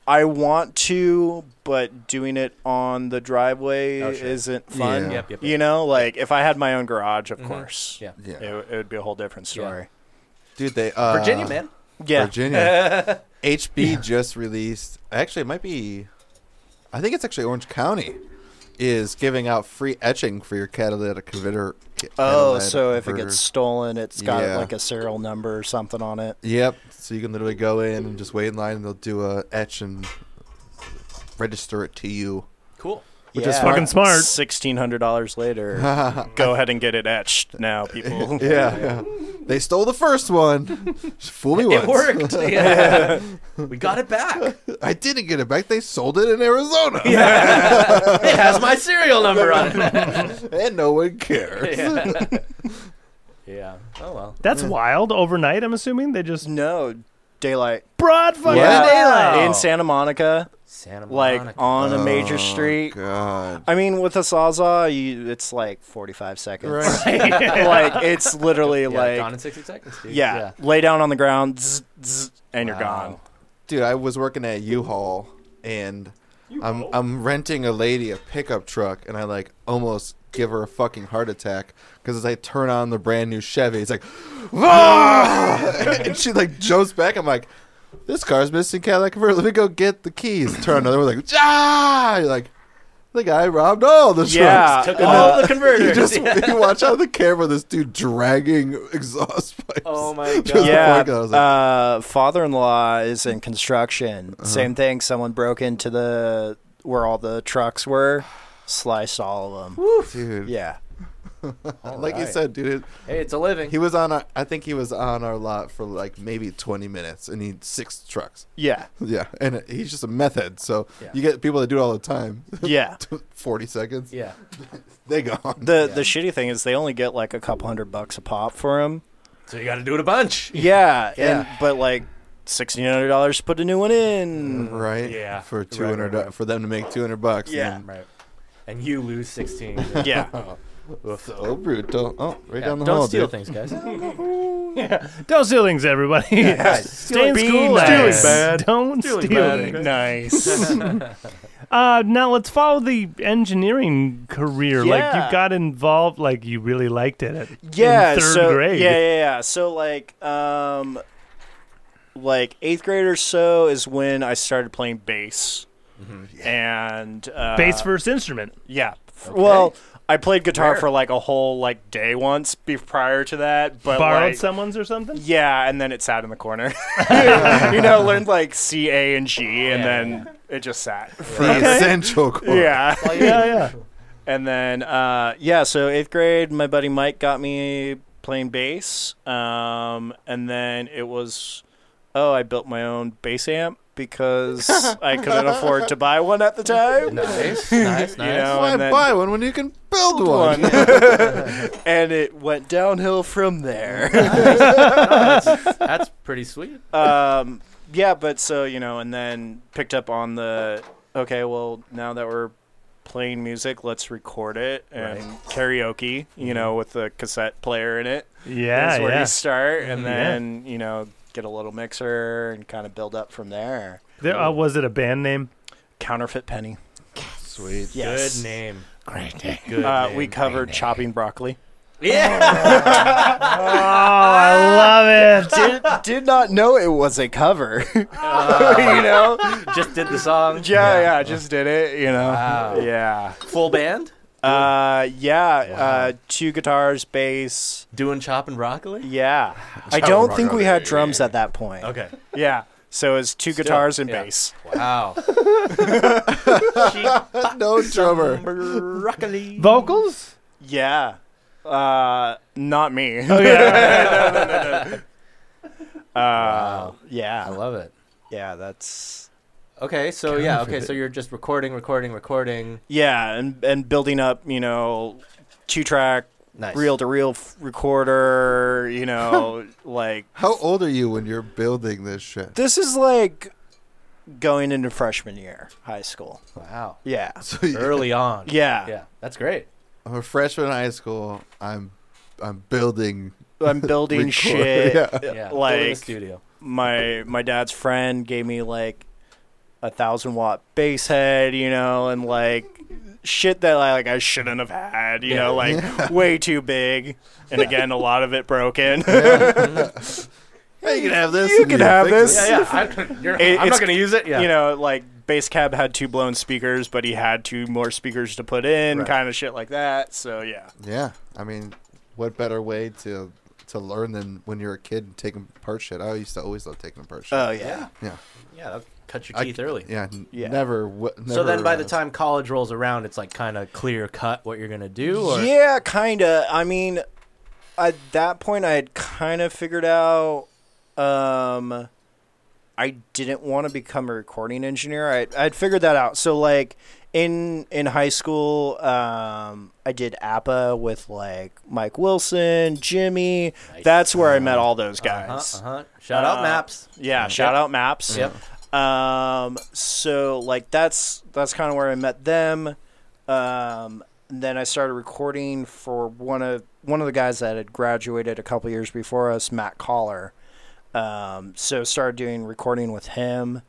[SPEAKER 5] I want to, but doing it on the driveway
[SPEAKER 2] Oh, sure.
[SPEAKER 5] isn't fun.
[SPEAKER 1] Yeah.
[SPEAKER 2] Yep, yep,
[SPEAKER 5] You
[SPEAKER 2] yep.
[SPEAKER 5] know, like if I had my own garage, of course,
[SPEAKER 2] Yeah.
[SPEAKER 1] Yeah.
[SPEAKER 5] it, it would be a whole different story.
[SPEAKER 1] Dude, they uh,
[SPEAKER 2] Virginia, man.
[SPEAKER 5] Yeah,
[SPEAKER 1] Virginia.
[SPEAKER 5] <laughs>
[SPEAKER 1] HB just released. Actually, it might be. I think it's actually Orange County is giving out free etching for your catalytic converter. ca-
[SPEAKER 5] Oh,
[SPEAKER 1] catalytic
[SPEAKER 5] so if it
[SPEAKER 1] converter.
[SPEAKER 5] gets stolen, it's got
[SPEAKER 1] Yeah.
[SPEAKER 5] like a serial number or something on it.
[SPEAKER 1] Yep. So you can literally go in and just wait in line, and they'll do a etch and register it to you.
[SPEAKER 2] Cool.
[SPEAKER 5] Which
[SPEAKER 1] is Fucking
[SPEAKER 4] smart.
[SPEAKER 5] Sixteen hundred
[SPEAKER 1] <laughs>
[SPEAKER 5] dollars later,
[SPEAKER 1] yeah,
[SPEAKER 5] go ahead and get it etched now,
[SPEAKER 1] <laughs>
[SPEAKER 5] people. <laughs>
[SPEAKER 1] yeah. They stole the first one. Fool me once.
[SPEAKER 2] It
[SPEAKER 1] <laughs>
[SPEAKER 2] worked. Yeah. we got it back.
[SPEAKER 1] I didn't get it back. They sold it in Arizona,
[SPEAKER 2] It has my serial number on
[SPEAKER 5] <laughs>
[SPEAKER 1] <laughs>
[SPEAKER 2] it.
[SPEAKER 1] and no one cares.
[SPEAKER 2] Yeah. yeah. Oh well.
[SPEAKER 4] That's wild. Overnight, I'm assuming they just
[SPEAKER 5] No daylight.
[SPEAKER 4] broad fucking
[SPEAKER 1] Yeah.
[SPEAKER 4] daylight.
[SPEAKER 5] in Santa Monica,
[SPEAKER 2] Santa
[SPEAKER 5] like
[SPEAKER 2] Monica.
[SPEAKER 5] on a major
[SPEAKER 1] Oh,
[SPEAKER 5] street.
[SPEAKER 1] God.
[SPEAKER 5] I mean, with a sawzall, you, it's like forty-five seconds.
[SPEAKER 1] Right.
[SPEAKER 5] <laughs> like it's literally
[SPEAKER 2] yeah,
[SPEAKER 5] like
[SPEAKER 2] gone in sixty seconds, dude.
[SPEAKER 5] yeah, lay down on the ground, zzz, zzz, and you're
[SPEAKER 2] Wow.
[SPEAKER 5] gone.
[SPEAKER 1] dude, I was working at U-Haul and I'm I'm renting a lady a pickup truck and I like almost give her a fucking heart attack because as I turn on the brand new Chevy, it's like, "Ah!" <laughs> and she like jumps back. I'm like, this car's missing catalytic converter. Let me go get the keys. Turn another one like, ah, You're like the guy robbed all the
[SPEAKER 5] Yeah,
[SPEAKER 1] trucks. <laughs>
[SPEAKER 2] Took
[SPEAKER 5] Uh, <laughs>
[SPEAKER 2] all the
[SPEAKER 1] You
[SPEAKER 2] converters.
[SPEAKER 1] just
[SPEAKER 2] <laughs> Yeah.
[SPEAKER 1] you watch out the camera. This dude dragging <laughs> exhaust pipes. <laughs>
[SPEAKER 2] Oh my
[SPEAKER 1] Just-
[SPEAKER 2] god.
[SPEAKER 5] yeah,
[SPEAKER 1] Before I was like-
[SPEAKER 5] uh, father-in-law is in construction.
[SPEAKER 1] Uh-huh.
[SPEAKER 5] Same thing. Someone broke into the where all the trucks were, sliced all of them.
[SPEAKER 1] dude.
[SPEAKER 5] Yeah,
[SPEAKER 1] like you
[SPEAKER 2] Uh, Alright.
[SPEAKER 1] said, dude. It,
[SPEAKER 2] Hey, it's a living.
[SPEAKER 1] He was on our. I think he was on our lot for like maybe twenty minutes, and he had six trucks.
[SPEAKER 5] yeah,
[SPEAKER 1] Yeah, and he's just a meth head. So
[SPEAKER 2] Yeah.
[SPEAKER 1] you get people that do it all the time. <laughs>
[SPEAKER 5] yeah.
[SPEAKER 1] Forty seconds,
[SPEAKER 2] yeah.
[SPEAKER 1] they gone.
[SPEAKER 5] The
[SPEAKER 2] <laughs> Yeah.
[SPEAKER 5] the shitty thing is they only get like a couple hundred bucks a pop for them.
[SPEAKER 2] So you got to do it a bunch.
[SPEAKER 5] Yeah,
[SPEAKER 2] Yeah.
[SPEAKER 5] and but like sixteen hundred dollars to put a new one in.
[SPEAKER 1] right?
[SPEAKER 2] Yeah.
[SPEAKER 1] For
[SPEAKER 2] Right,
[SPEAKER 1] two hundred,
[SPEAKER 2] right, right.
[SPEAKER 1] for them to make two hundred bucks.
[SPEAKER 5] Yeah.
[SPEAKER 1] and
[SPEAKER 2] Right. And you lose sixteen.
[SPEAKER 5] <laughs>
[SPEAKER 1] <laughs>
[SPEAKER 2] Oh.
[SPEAKER 5] Yeah,
[SPEAKER 1] then- so brutal. Oh, right
[SPEAKER 2] Yeah,
[SPEAKER 1] down the
[SPEAKER 2] don't
[SPEAKER 1] hall,
[SPEAKER 2] steal
[SPEAKER 1] dude.
[SPEAKER 2] things,
[SPEAKER 5] <laughs>
[SPEAKER 2] guys.
[SPEAKER 4] Don't steal things, everybody. <laughs> Stay in
[SPEAKER 5] Stealing
[SPEAKER 4] school.
[SPEAKER 5] beans.
[SPEAKER 4] guys.
[SPEAKER 5] Stealing bad.
[SPEAKER 4] Don't
[SPEAKER 2] Stealing
[SPEAKER 4] steal
[SPEAKER 2] bad.
[SPEAKER 4] things.
[SPEAKER 5] <laughs> nice.
[SPEAKER 4] Uh, now let's follow the engineering career. Like
[SPEAKER 5] Yeah.
[SPEAKER 4] you got involved, like you really liked it. At,
[SPEAKER 5] yeah,
[SPEAKER 4] in third
[SPEAKER 5] so,
[SPEAKER 4] grade.
[SPEAKER 5] Yeah, yeah, yeah. So like, um, like eighth grade or so is when I started playing bass,
[SPEAKER 2] Mm-hmm.
[SPEAKER 5] and uh,
[SPEAKER 4] Bass first instrument.
[SPEAKER 5] yeah. F-
[SPEAKER 2] Okay.
[SPEAKER 5] Well, I played guitar
[SPEAKER 2] Rare.
[SPEAKER 5] for like a whole like day once be- prior to that, but
[SPEAKER 4] Borrowed
[SPEAKER 5] like,
[SPEAKER 4] someone's or something.
[SPEAKER 5] Yeah, and then it sat in the
[SPEAKER 4] <laughs>
[SPEAKER 5] corner. <laughs> you know, learned like C, A, and G, and
[SPEAKER 2] Yeah.
[SPEAKER 5] then it just sat.
[SPEAKER 1] The
[SPEAKER 2] <laughs>
[SPEAKER 1] essential core.
[SPEAKER 5] Yeah. <laughs>
[SPEAKER 4] Yeah, yeah.
[SPEAKER 5] And then, uh, yeah, so eighth grade, my buddy Mike got me playing bass. Um, and then it was, oh, I built my own bass amp because I couldn't afford to buy one at the time. <laughs>
[SPEAKER 2] Nice, nice, nice.
[SPEAKER 5] You know,
[SPEAKER 1] Why
[SPEAKER 5] and then
[SPEAKER 1] buy one when you can build one? <laughs>
[SPEAKER 5] one. and it went downhill from there.
[SPEAKER 2] Oh, That's pretty sweet.
[SPEAKER 5] um, yeah, but so you know, and then picked up on the okay. Well, now that we're playing music, let's record it and karaoke. You know, with the cassette player in it.
[SPEAKER 4] Yeah,
[SPEAKER 5] is where
[SPEAKER 4] Ah, yeah.
[SPEAKER 5] you start, and
[SPEAKER 4] Yeah.
[SPEAKER 5] then you know get a little mixer and kind of build up from there.
[SPEAKER 4] There, uh, was it a band name?
[SPEAKER 5] Counterfeit penny.
[SPEAKER 1] Sweet.
[SPEAKER 5] Yes.
[SPEAKER 2] Good name.
[SPEAKER 4] Great name.
[SPEAKER 2] Good
[SPEAKER 5] Uh,
[SPEAKER 2] name.
[SPEAKER 5] we covered chopping broccoli. <laughs>
[SPEAKER 2] Yeah.
[SPEAKER 4] Oh, I love it.
[SPEAKER 5] Did did not know it was a cover. <laughs> you know?
[SPEAKER 2] Just did the song.
[SPEAKER 5] Uh, Yeah, yeah, I just did it. You know?
[SPEAKER 2] Wow.
[SPEAKER 5] Yeah.
[SPEAKER 2] Full band.
[SPEAKER 5] Uh, yeah. Uh, two guitars, bass.
[SPEAKER 2] Doing chopping broccoli.
[SPEAKER 5] Yeah. I
[SPEAKER 1] Chopping
[SPEAKER 5] don't think
[SPEAKER 1] broccoli.
[SPEAKER 5] we had drums at that point.
[SPEAKER 2] Okay.
[SPEAKER 5] Yeah. So it's two guitars and
[SPEAKER 2] yeah.
[SPEAKER 5] bass. <laughs>
[SPEAKER 2] Wow. <laughs>
[SPEAKER 1] No drummer.
[SPEAKER 2] broccoli.
[SPEAKER 4] Vocals?
[SPEAKER 5] Yeah. Uh, not me. <laughs> Uh,
[SPEAKER 2] I
[SPEAKER 5] yeah.
[SPEAKER 2] love it.
[SPEAKER 5] Yeah, that's
[SPEAKER 2] Okay, so yeah, okay, so you're just recording, recording, recording.
[SPEAKER 5] yeah, and and building up, you know, two track
[SPEAKER 2] Nice.
[SPEAKER 5] reel to reel recorder, you know, like
[SPEAKER 1] How old are you when you're building this shit? <laughs>
[SPEAKER 5] this is like going into freshman year high school.
[SPEAKER 2] Wow.
[SPEAKER 5] Yeah.
[SPEAKER 1] So you-
[SPEAKER 2] Early on.
[SPEAKER 5] Yeah.
[SPEAKER 2] Yeah. That's great.
[SPEAKER 1] I'm a freshman in high school. I'm I'm building.
[SPEAKER 5] I'm building
[SPEAKER 1] Record-
[SPEAKER 5] shit.
[SPEAKER 1] yeah.
[SPEAKER 2] Yeah. Go to the
[SPEAKER 5] Like
[SPEAKER 2] studio.
[SPEAKER 5] my my dad's friend gave me like a thousand watt bass head, you know, and like shit that like I shouldn't have had, you
[SPEAKER 2] Yeah.
[SPEAKER 5] know, like <laughs> way too big. And again, a lot of it broken. <laughs>
[SPEAKER 1] Hey, you can have this.
[SPEAKER 5] You
[SPEAKER 1] and
[SPEAKER 5] can have
[SPEAKER 1] fix
[SPEAKER 5] this.
[SPEAKER 1] it.
[SPEAKER 2] Yeah, yeah. I, you're,
[SPEAKER 5] <laughs> It-
[SPEAKER 2] I'm
[SPEAKER 5] it's-
[SPEAKER 2] not going to use it. Yeah.
[SPEAKER 5] you know, like Bass Cab had two blown speakers, but he had two more speakers to put in,
[SPEAKER 2] Right.
[SPEAKER 5] kind of shit like that. So yeah,
[SPEAKER 1] Yeah. I mean, what better way to to learn than when you're a kid and taking apart shit? I used to always love taking apart shit.
[SPEAKER 5] oh yeah,
[SPEAKER 1] yeah.
[SPEAKER 2] yeah, that cut your
[SPEAKER 1] I-
[SPEAKER 2] teeth early.
[SPEAKER 1] Yeah, n-
[SPEAKER 5] Yeah.
[SPEAKER 1] Never, w- never.
[SPEAKER 2] so then by the
[SPEAKER 1] uh,
[SPEAKER 2] time college rolls around, it's like kind of clear cut what you're going to do? Or,
[SPEAKER 5] yeah, kind of. I mean, at that point, I had kind of figured out. Um, I didn't want to become a recording engineer. I I'd figured that out. So like in in high school, um, I did APA with like Mike Wilson, Jimmy.
[SPEAKER 2] Nice.
[SPEAKER 5] That's where I met all those
[SPEAKER 2] Uh-huh,
[SPEAKER 5] guys.
[SPEAKER 2] uh-huh. Shout out
[SPEAKER 5] Uh,
[SPEAKER 2] maps.
[SPEAKER 5] Yeah, shout out Maps.
[SPEAKER 2] Yep.
[SPEAKER 5] Um, so like that's that's kind of where I met them. Um, and then I started recording for one of one of the guys that had graduated a couple years before us, Matt Collar. Um, so started doing recording with him,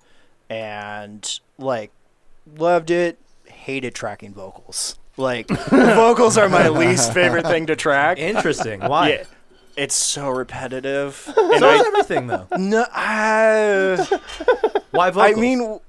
[SPEAKER 5] and like loved it. Hated tracking vocals.
[SPEAKER 2] <laughs>
[SPEAKER 5] Like vocals are my least favorite thing to track. <laughs>
[SPEAKER 2] Interesting. Why?
[SPEAKER 5] Yeah, it's so repetitive.
[SPEAKER 2] <laughs>
[SPEAKER 5] And
[SPEAKER 2] So is
[SPEAKER 5] I,
[SPEAKER 2] everything, though.
[SPEAKER 5] no, I,
[SPEAKER 2] Why vocals?
[SPEAKER 5] I mean, w-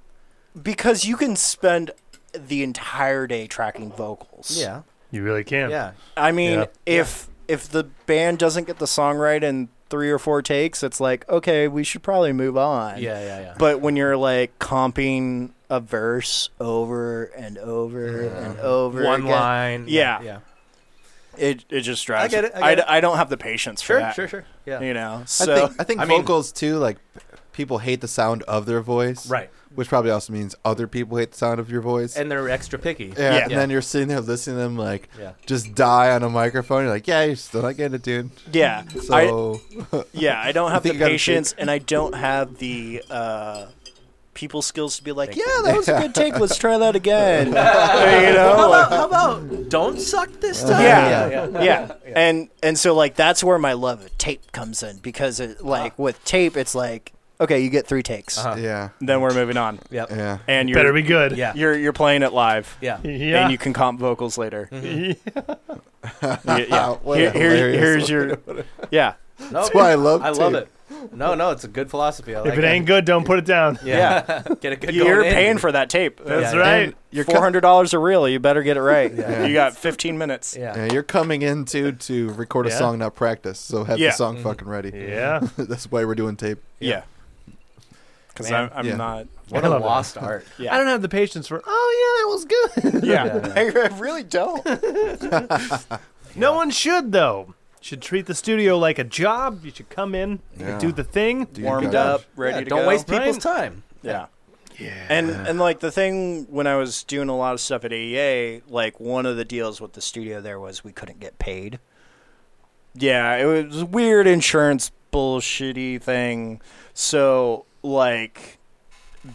[SPEAKER 5] because you can spend the entire day tracking vocals.
[SPEAKER 2] yeah.
[SPEAKER 4] You really can.
[SPEAKER 2] Yeah.
[SPEAKER 5] I mean,
[SPEAKER 4] Yeah.
[SPEAKER 5] if if the band doesn't get the song right in three or four takes, it's like okay, we should probably move on.
[SPEAKER 2] Yeah, yeah, yeah.
[SPEAKER 5] But when you're like comping a verse over and over and over
[SPEAKER 2] One
[SPEAKER 5] again,
[SPEAKER 2] line.
[SPEAKER 5] Yeah.
[SPEAKER 2] Yeah.
[SPEAKER 5] it it just drives.
[SPEAKER 2] I get it, I
[SPEAKER 5] I,
[SPEAKER 2] get
[SPEAKER 5] I don't have the patience for
[SPEAKER 2] Sure,
[SPEAKER 5] that.
[SPEAKER 2] sure, sure. Yeah.
[SPEAKER 5] You know,
[SPEAKER 1] I
[SPEAKER 5] so
[SPEAKER 1] think I think
[SPEAKER 2] I mean-
[SPEAKER 1] vocals too. Like people hate the sound of their voice,
[SPEAKER 2] Right.
[SPEAKER 1] Which probably also means other people hate the sound of your voice.
[SPEAKER 2] And they're extra picky.
[SPEAKER 1] yeah,
[SPEAKER 5] Yeah.
[SPEAKER 1] and then you're sitting there listening to them like
[SPEAKER 2] Yeah.
[SPEAKER 1] just die on a microphone. You're like, yeah, you're still not getting it, dude.
[SPEAKER 5] yeah, I,
[SPEAKER 1] So
[SPEAKER 5] Yeah, I don't have the
[SPEAKER 1] think you gotta
[SPEAKER 5] patience, and I don't have the uh, people skills to be like, yeah, that was a good take. Let's try that again. you
[SPEAKER 2] How
[SPEAKER 5] know,
[SPEAKER 2] about,
[SPEAKER 5] like,
[SPEAKER 2] how about don't suck this time?
[SPEAKER 5] yeah,
[SPEAKER 2] yeah.
[SPEAKER 5] yeah, and and so like that's where my love of tape comes in because it like
[SPEAKER 1] Uh-huh.
[SPEAKER 5] with tape, it's like okay, you get three takes,
[SPEAKER 2] Uh-huh.
[SPEAKER 1] yeah,
[SPEAKER 5] then we're moving on,
[SPEAKER 2] Yep.
[SPEAKER 1] yeah.
[SPEAKER 5] and you're
[SPEAKER 4] Better be good.
[SPEAKER 2] Yeah.
[SPEAKER 5] you're you're playing it live,
[SPEAKER 2] Yeah.
[SPEAKER 4] Yeah.
[SPEAKER 5] and you can comp vocals later. Y-
[SPEAKER 1] Wow,
[SPEAKER 5] yeah,
[SPEAKER 1] <laughs> what
[SPEAKER 5] Here-
[SPEAKER 1] a
[SPEAKER 5] here-
[SPEAKER 1] hilarious-
[SPEAKER 5] here's your yeah.
[SPEAKER 2] <laughs> No,
[SPEAKER 1] That's why I love
[SPEAKER 2] I love
[SPEAKER 1] tape.
[SPEAKER 2] it. No, no, it's a good philosophy. I like
[SPEAKER 4] if it ain't good, don't put it down.
[SPEAKER 2] yeah. <laughs> Get a good.
[SPEAKER 5] You're
[SPEAKER 2] going in.
[SPEAKER 5] paying for that tape.
[SPEAKER 4] That's
[SPEAKER 2] Yeah,
[SPEAKER 4] right.
[SPEAKER 1] You're
[SPEAKER 5] Four
[SPEAKER 1] com-
[SPEAKER 5] hundred dollars a reel. You better get it right.
[SPEAKER 1] <laughs> Yeah.
[SPEAKER 5] You got fifteen minutes.
[SPEAKER 2] Yeah.
[SPEAKER 1] yeah, you're coming in too to record a
[SPEAKER 4] Yeah.
[SPEAKER 1] song, not practice. So have
[SPEAKER 5] Yeah.
[SPEAKER 1] the song fucking ready.
[SPEAKER 4] Yeah.
[SPEAKER 1] <laughs> That's why we're doing tape.
[SPEAKER 5] Yeah. Because
[SPEAKER 2] Man.
[SPEAKER 5] I'm, I'm
[SPEAKER 1] Yeah.
[SPEAKER 5] not.
[SPEAKER 2] What
[SPEAKER 4] I
[SPEAKER 2] a
[SPEAKER 4] love it.
[SPEAKER 2] lost art.
[SPEAKER 5] Yeah.
[SPEAKER 4] I don't have the patience for. Oh yeah, that
[SPEAKER 1] <laughs>
[SPEAKER 4] was good.
[SPEAKER 5] Yeah. I, really don't.
[SPEAKER 4] No one should though. Should treat the studio like a job. You should come in, you
[SPEAKER 1] Yeah.
[SPEAKER 4] do the thing.
[SPEAKER 1] Do your
[SPEAKER 5] Warmed
[SPEAKER 1] job.
[SPEAKER 5] up, ready
[SPEAKER 2] Yeah,
[SPEAKER 5] to
[SPEAKER 2] don't
[SPEAKER 5] go.
[SPEAKER 2] waste people's time.
[SPEAKER 5] <laughs> Yeah. And and like the thing when I was doing a lot of stuff at AEA, like one of the deals with the studio there was we couldn't get paid. Yeah, it was a weird insurance bullshitty thing. So like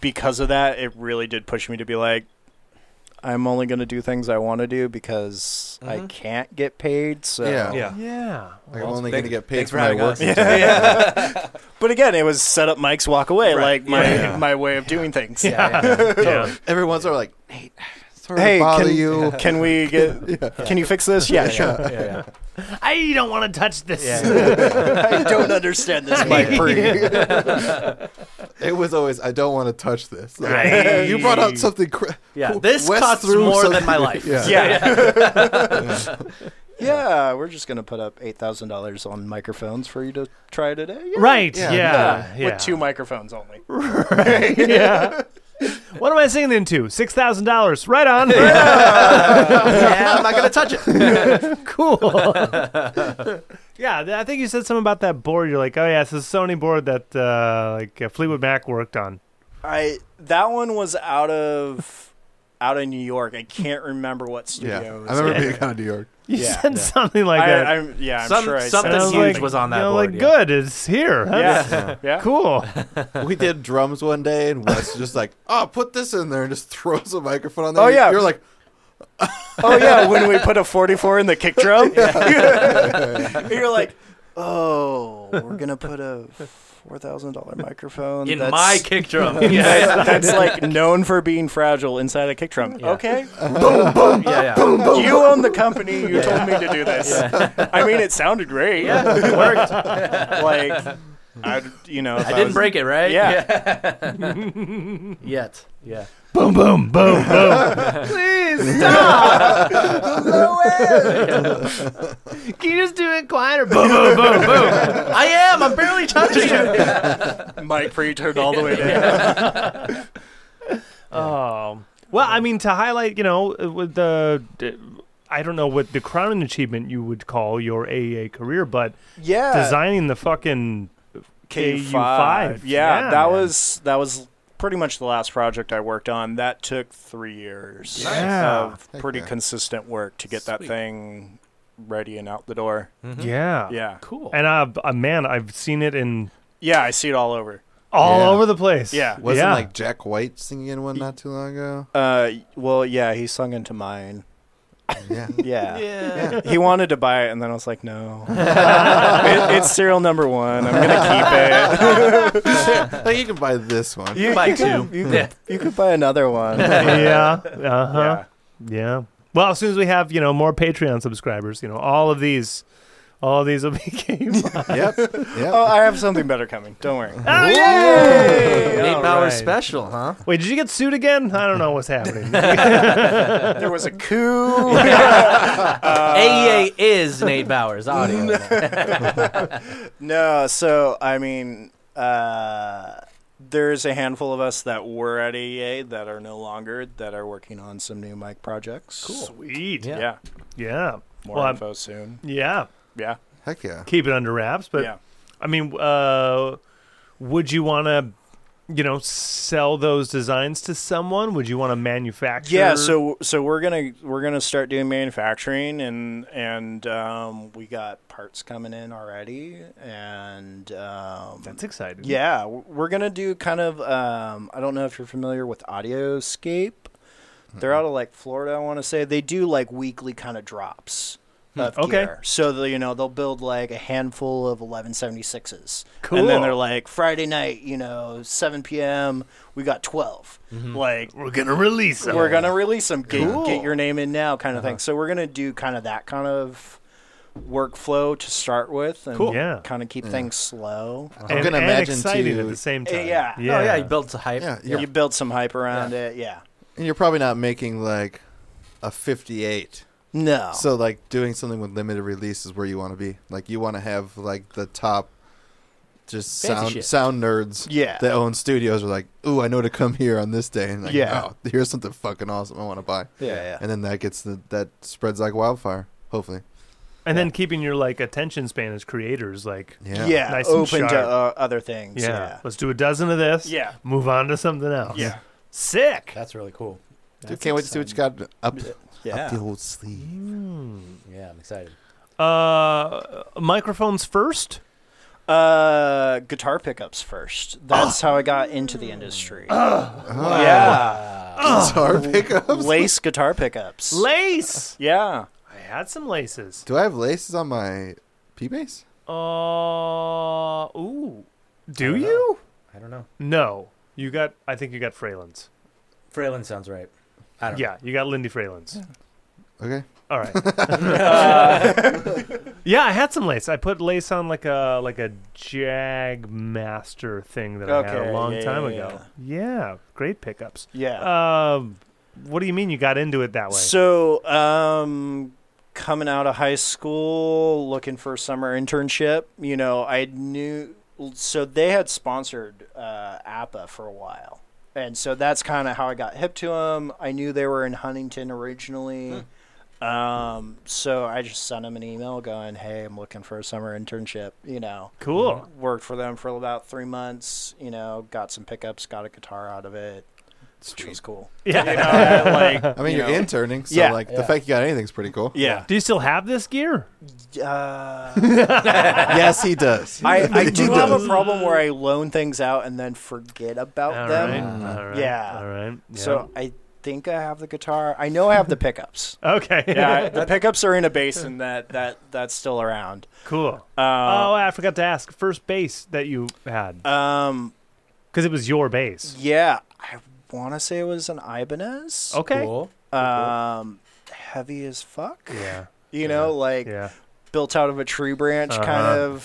[SPEAKER 5] because of that, it really did push me to be like I'm only going to do things I want to do because I
[SPEAKER 2] Mhm.
[SPEAKER 5] can't get paid. So
[SPEAKER 1] Yeah.
[SPEAKER 2] Yeah.
[SPEAKER 4] Yeah.
[SPEAKER 1] Like,
[SPEAKER 2] Well,
[SPEAKER 1] I'm only
[SPEAKER 2] thanks-
[SPEAKER 1] gonna get paid
[SPEAKER 2] thanks
[SPEAKER 1] for
[SPEAKER 2] for
[SPEAKER 1] my
[SPEAKER 2] having
[SPEAKER 1] work.
[SPEAKER 2] us.
[SPEAKER 1] <laughs>
[SPEAKER 5] But again, it was set up mics, walk away,
[SPEAKER 2] Right.
[SPEAKER 5] like my
[SPEAKER 4] Yeah.
[SPEAKER 5] my way of doing things.
[SPEAKER 2] Yeah,
[SPEAKER 4] <laughs>
[SPEAKER 2] yeah.
[SPEAKER 4] yeah.
[SPEAKER 1] Every once in a while, like Nate, sorry
[SPEAKER 5] Hey,
[SPEAKER 1] to bother
[SPEAKER 5] can-
[SPEAKER 1] <laughs> you.
[SPEAKER 5] Can we get? Can you fix this? Yeah, sure.
[SPEAKER 2] yeah, yeah.
[SPEAKER 4] I don't want to touch this.
[SPEAKER 2] Yeah.
[SPEAKER 5] I don't understand this mic pre.
[SPEAKER 1] <laughs> It was always I don't want to touch this. Like,
[SPEAKER 4] Right.
[SPEAKER 1] You brought out something. Cra-
[SPEAKER 2] Yeah, this
[SPEAKER 1] Wes
[SPEAKER 2] costs
[SPEAKER 1] threw
[SPEAKER 2] more
[SPEAKER 1] something-
[SPEAKER 2] than my life.
[SPEAKER 1] <laughs> Yeah.
[SPEAKER 5] <laughs> Yeah. yeah, we're just gonna put up eight thousand dollars on microphones for you to try today. Yeah.
[SPEAKER 4] <laughs> Right.
[SPEAKER 1] Yeah.
[SPEAKER 4] Yeah. Uh, Yeah.
[SPEAKER 5] With two microphones only.
[SPEAKER 4] <laughs> yeah. What am I singing into? Six thousand dollars. Right
[SPEAKER 1] <laughs>
[SPEAKER 4] on.
[SPEAKER 2] yeah, I'm not gonna touch it.
[SPEAKER 4] cool. <laughs> yeah, th- I think you said something about that board. You're like, oh yeah, it's a Sony board that uh, like uh, Fleetwood Mac worked on.
[SPEAKER 5] I that one was out of out of New York. I can't remember what studio.
[SPEAKER 1] Yeah,
[SPEAKER 5] It was
[SPEAKER 1] I remember
[SPEAKER 5] in.
[SPEAKER 1] being on New York.
[SPEAKER 4] You
[SPEAKER 5] Yeah.
[SPEAKER 4] said something like
[SPEAKER 5] I,
[SPEAKER 4] that.
[SPEAKER 5] am yeah, I'm
[SPEAKER 2] Some-
[SPEAKER 5] sure I said
[SPEAKER 2] something
[SPEAKER 4] And I
[SPEAKER 2] huge
[SPEAKER 4] like,
[SPEAKER 2] was on that
[SPEAKER 4] you know,
[SPEAKER 2] board.
[SPEAKER 4] Like,
[SPEAKER 2] yeah.
[SPEAKER 4] good, it's here. That's
[SPEAKER 5] Yeah, yeah.
[SPEAKER 4] cool.
[SPEAKER 1] We did drums one day, and Wes just like, "Oh, put this in there," and just <laughs> throws a microphone on there.
[SPEAKER 5] Oh, yeah.
[SPEAKER 1] you're like,
[SPEAKER 5] Oh yeah, when we put a 44 in the kick drum, <laughs> you're like, oh, we're gonna put a four thousand dollar microphone
[SPEAKER 2] In
[SPEAKER 5] that's-
[SPEAKER 2] my kick drum.
[SPEAKER 5] <laughs> that- that's like known for being fragile inside a kick drum.
[SPEAKER 2] Yeah.
[SPEAKER 5] Okay,
[SPEAKER 2] yeah, yeah.
[SPEAKER 5] you own the company. You told me to do this. I mean, it sounded great.
[SPEAKER 2] Yeah, it worked.
[SPEAKER 5] Like, I, you know, if
[SPEAKER 2] I didn't
[SPEAKER 5] was-
[SPEAKER 2] break it, right?
[SPEAKER 5] Yeah.
[SPEAKER 2] Yeah. Yet. Yeah.
[SPEAKER 4] boom, boom, boom, boom. <laughs> Please stop. Can you just do it quieter? Boom, boom, boom, boom.
[SPEAKER 2] I am. I'm barely touching it.
[SPEAKER 5] Mike pre turned all the
[SPEAKER 2] <laughs>
[SPEAKER 5] way down.
[SPEAKER 4] <laughs> Oh. Well, I mean, to highlight, you know, uh, with the, d- I don't know what the crowning achievement you would call your AEA career, but
[SPEAKER 5] Yeah,
[SPEAKER 4] designing the fucking
[SPEAKER 5] K5.
[SPEAKER 4] KU5.
[SPEAKER 5] Yeah,
[SPEAKER 4] Yeah.
[SPEAKER 5] that was that was pretty much the last project I worked on. That took three years
[SPEAKER 4] Yeah.
[SPEAKER 5] of pretty
[SPEAKER 1] that.
[SPEAKER 5] consistent work to get that thing ready and out the door.
[SPEAKER 1] Mm-hmm.
[SPEAKER 4] yeah,
[SPEAKER 5] Yeah,
[SPEAKER 2] Cool.
[SPEAKER 4] and uh, uh, man, I've seen it in
[SPEAKER 5] yeah, I see it all over.
[SPEAKER 4] all
[SPEAKER 1] Yeah.
[SPEAKER 4] over the place.
[SPEAKER 5] Yeah.
[SPEAKER 1] wasn't
[SPEAKER 4] yeah.
[SPEAKER 1] like Jack White singing in one not too long ago?
[SPEAKER 5] Uh, well, yeah, he sung into
[SPEAKER 4] <laughs>
[SPEAKER 5] mine.
[SPEAKER 1] Yeah, <laughs>
[SPEAKER 5] Yeah.
[SPEAKER 2] yeah.
[SPEAKER 5] He wanted to buy it, and then I was like, "No, <laughs> it, it's serial number one. I'm gonna keep it.
[SPEAKER 4] <laughs>
[SPEAKER 1] like you can buy this one.
[SPEAKER 5] You,
[SPEAKER 2] Buy
[SPEAKER 5] you
[SPEAKER 2] two.
[SPEAKER 5] could, you,
[SPEAKER 2] Yeah.
[SPEAKER 5] could, you could buy another one.
[SPEAKER 4] <laughs> <laughs> yeah,
[SPEAKER 1] <laughs>
[SPEAKER 4] uh huh,
[SPEAKER 5] Yeah.
[SPEAKER 4] yeah. Well, as soon as we have you know more Patreon subscribers, you know all of these, all of these will be <laughs> game.
[SPEAKER 1] Yep, yep.
[SPEAKER 5] Oh, I have something better coming. Don't worry.
[SPEAKER 4] <laughs>
[SPEAKER 5] Oh,
[SPEAKER 4] oh, yay!
[SPEAKER 2] Nate
[SPEAKER 4] All
[SPEAKER 2] Bauer
[SPEAKER 4] right.
[SPEAKER 2] special, huh?
[SPEAKER 4] Wait, did you get sued again? I don't know what's
[SPEAKER 5] <laughs>
[SPEAKER 4] happening.
[SPEAKER 5] There was a coup.
[SPEAKER 2] AEA is Nate Bauer's audio. Oh,
[SPEAKER 5] No, so I mean, uh, there's a handful of us that were at AEA that are no longer that are working on some new mic projects.
[SPEAKER 4] Sweet.
[SPEAKER 5] Yeah.
[SPEAKER 2] Yeah.
[SPEAKER 4] Yeah.
[SPEAKER 5] More
[SPEAKER 4] Well, I'm-
[SPEAKER 5] info soon.
[SPEAKER 4] Yeah.
[SPEAKER 5] Yeah.
[SPEAKER 1] Heck yeah.
[SPEAKER 4] Keep it under wraps, but
[SPEAKER 5] yeah.
[SPEAKER 4] I mean, uh, would you want to, you know, sell those designs to someone? Would you want to manufacture?
[SPEAKER 5] Yeah, so so we're gonna we're gonna start doing manufacturing and and um, we got parts coming in already and um,
[SPEAKER 4] that's exciting.
[SPEAKER 5] Yeah, w- we're gonna do kind of. Um, I don't know if you're familiar with Audioscape. They're out of like Florida, I want to say. They do like weekly kind of drops of
[SPEAKER 4] Hmm, Okay.
[SPEAKER 5] gear. So the, you know they'll build like a handful of 1176s, and
[SPEAKER 4] Cool.
[SPEAKER 5] then they're like Friday night, you know, 7 p.m. We got 12.
[SPEAKER 4] Mm-hmm.
[SPEAKER 5] Like
[SPEAKER 4] we're gonna release them.
[SPEAKER 5] we're gonna release them. Get, get your name in now, kind of
[SPEAKER 4] Uh-huh.
[SPEAKER 5] thing. So we're gonna do kind of that kind of workflow to start with, and
[SPEAKER 4] Cool. Yeah. Uh-huh.
[SPEAKER 5] kind of keep things slow.
[SPEAKER 1] I'm
[SPEAKER 4] and,
[SPEAKER 1] gonna
[SPEAKER 4] and
[SPEAKER 1] imagine
[SPEAKER 4] exciting
[SPEAKER 1] too.
[SPEAKER 4] at the same
[SPEAKER 5] Eh,
[SPEAKER 4] time.
[SPEAKER 5] yeah.
[SPEAKER 2] Oh, yeah. He built a hype.
[SPEAKER 1] Yeah,
[SPEAKER 5] You build some hype around it, yeah.
[SPEAKER 1] And you're probably not making like a 58.
[SPEAKER 5] No.
[SPEAKER 1] So like doing something with limited release is where you want to be. Like you want to have like the top, just
[SPEAKER 2] Fancy
[SPEAKER 1] sound
[SPEAKER 2] shit.
[SPEAKER 1] sound nerds
[SPEAKER 5] Yeah.
[SPEAKER 1] that own studios are like, ooh, I know to come here on this day, and like,
[SPEAKER 5] Yeah.
[SPEAKER 1] oh, here's something fucking awesome I want to buy,
[SPEAKER 5] yeah, yeah.
[SPEAKER 1] and then that gets the, that spreads like wildfire. Hopefully,
[SPEAKER 4] And then keeping your like attention span as creators, like
[SPEAKER 1] Yeah.
[SPEAKER 5] yeah,
[SPEAKER 4] Nice and
[SPEAKER 5] open to
[SPEAKER 4] sharp.
[SPEAKER 5] uh, other things.
[SPEAKER 4] yeah,
[SPEAKER 5] Yeah.
[SPEAKER 4] let's do a dozen of this.
[SPEAKER 5] Yeah.
[SPEAKER 4] move on to something else.
[SPEAKER 5] Yeah.
[SPEAKER 4] sick.
[SPEAKER 2] That's really cool.
[SPEAKER 1] Dude, can't wait to see what you got up, up the old sleeve.
[SPEAKER 2] Yeah, I'm excited.
[SPEAKER 4] Hmm. Uh, microphones first.
[SPEAKER 5] Uh, guitar pickups first. That's how I got into the industry.
[SPEAKER 4] <laughs>
[SPEAKER 1] Oh,
[SPEAKER 5] yeah, Oh,
[SPEAKER 1] Guitar pickups.
[SPEAKER 5] lace guitar pickups.
[SPEAKER 4] Lace.
[SPEAKER 5] yeah,
[SPEAKER 4] I had some laces.
[SPEAKER 1] Do I have laces on my P bass?
[SPEAKER 4] Uh, ooh. Do
[SPEAKER 2] don't know.
[SPEAKER 4] you?
[SPEAKER 2] I don't know.
[SPEAKER 4] No. You got. I think you got Fralins.
[SPEAKER 2] Fralin sounds right. I don't
[SPEAKER 4] Yeah, you got Lindy Fralins.
[SPEAKER 1] Okay.
[SPEAKER 4] All right. Uh, yeah, I had some lace. I put lace on like a like a Jag Master thing that I had
[SPEAKER 5] Okay,
[SPEAKER 4] a long
[SPEAKER 5] yeah,
[SPEAKER 4] time
[SPEAKER 5] yeah,
[SPEAKER 4] ago. Yeah. great pickups.
[SPEAKER 5] yeah.
[SPEAKER 4] Um, what do you mean you got into it that way?
[SPEAKER 5] So, um, coming out of high school, looking for a summer internship, you know, I knew. So they had sponsored uh, APA for a while. And so that's kind of how I got hip to them. I knew they were in Huntington originally.
[SPEAKER 4] Hmm.
[SPEAKER 5] Um, so I just sent them an email going, hey, I'm looking for a summer internship, you know. <laughs>
[SPEAKER 4] cool.
[SPEAKER 5] Worked for them for about three months, you know, got some pickups, got a guitar out of it, which was cool.
[SPEAKER 4] Yeah.
[SPEAKER 5] You know,
[SPEAKER 4] <laughs>
[SPEAKER 5] I, like,
[SPEAKER 1] I mean,
[SPEAKER 5] you
[SPEAKER 1] you are
[SPEAKER 5] know.
[SPEAKER 1] interning, so
[SPEAKER 5] Yeah.
[SPEAKER 1] like
[SPEAKER 2] Yeah.
[SPEAKER 1] the fact you got anything's pretty
[SPEAKER 5] <laughs>
[SPEAKER 1] cool.
[SPEAKER 5] yeah.
[SPEAKER 4] Do you still have this gear?
[SPEAKER 5] Uh,
[SPEAKER 1] yes, <laughs> he does.
[SPEAKER 5] I, I do
[SPEAKER 1] does.
[SPEAKER 5] have a problem where I loan things out and then forget about
[SPEAKER 4] All
[SPEAKER 5] them.
[SPEAKER 4] right. All right.
[SPEAKER 5] Yeah.
[SPEAKER 4] All right. Yeah.
[SPEAKER 5] So I think I have the guitar. I know I have
[SPEAKER 4] <laughs>
[SPEAKER 5] the pickups.
[SPEAKER 4] okay.
[SPEAKER 5] yeah, the pickups are in a basin that that that's still around.
[SPEAKER 4] cool. oh,
[SPEAKER 5] Uh,
[SPEAKER 4] I forgot to ask. First bass that you had
[SPEAKER 5] um,
[SPEAKER 4] because it was your bass.
[SPEAKER 5] yeah, I want to say it was an Ibanez.
[SPEAKER 4] Okay.
[SPEAKER 2] Cool.
[SPEAKER 5] Um, heavy as fuck.
[SPEAKER 4] Yeah.
[SPEAKER 5] You know, like
[SPEAKER 4] Yeah. Uh-huh.
[SPEAKER 5] built out of a tree branch, kind of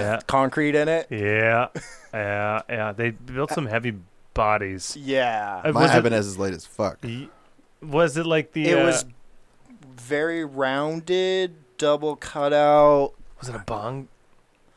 [SPEAKER 4] <laughs> Yeah.
[SPEAKER 5] concrete in it.
[SPEAKER 4] Yeah, yeah, yeah. They built some heavy bodies.
[SPEAKER 5] Yeah.
[SPEAKER 4] Uh,
[SPEAKER 1] My
[SPEAKER 4] was,
[SPEAKER 1] Ibanez is late as fuck.
[SPEAKER 4] it, was it like the?
[SPEAKER 5] It
[SPEAKER 4] uh,
[SPEAKER 5] was very rounded, double cutout.
[SPEAKER 4] Was it a bong?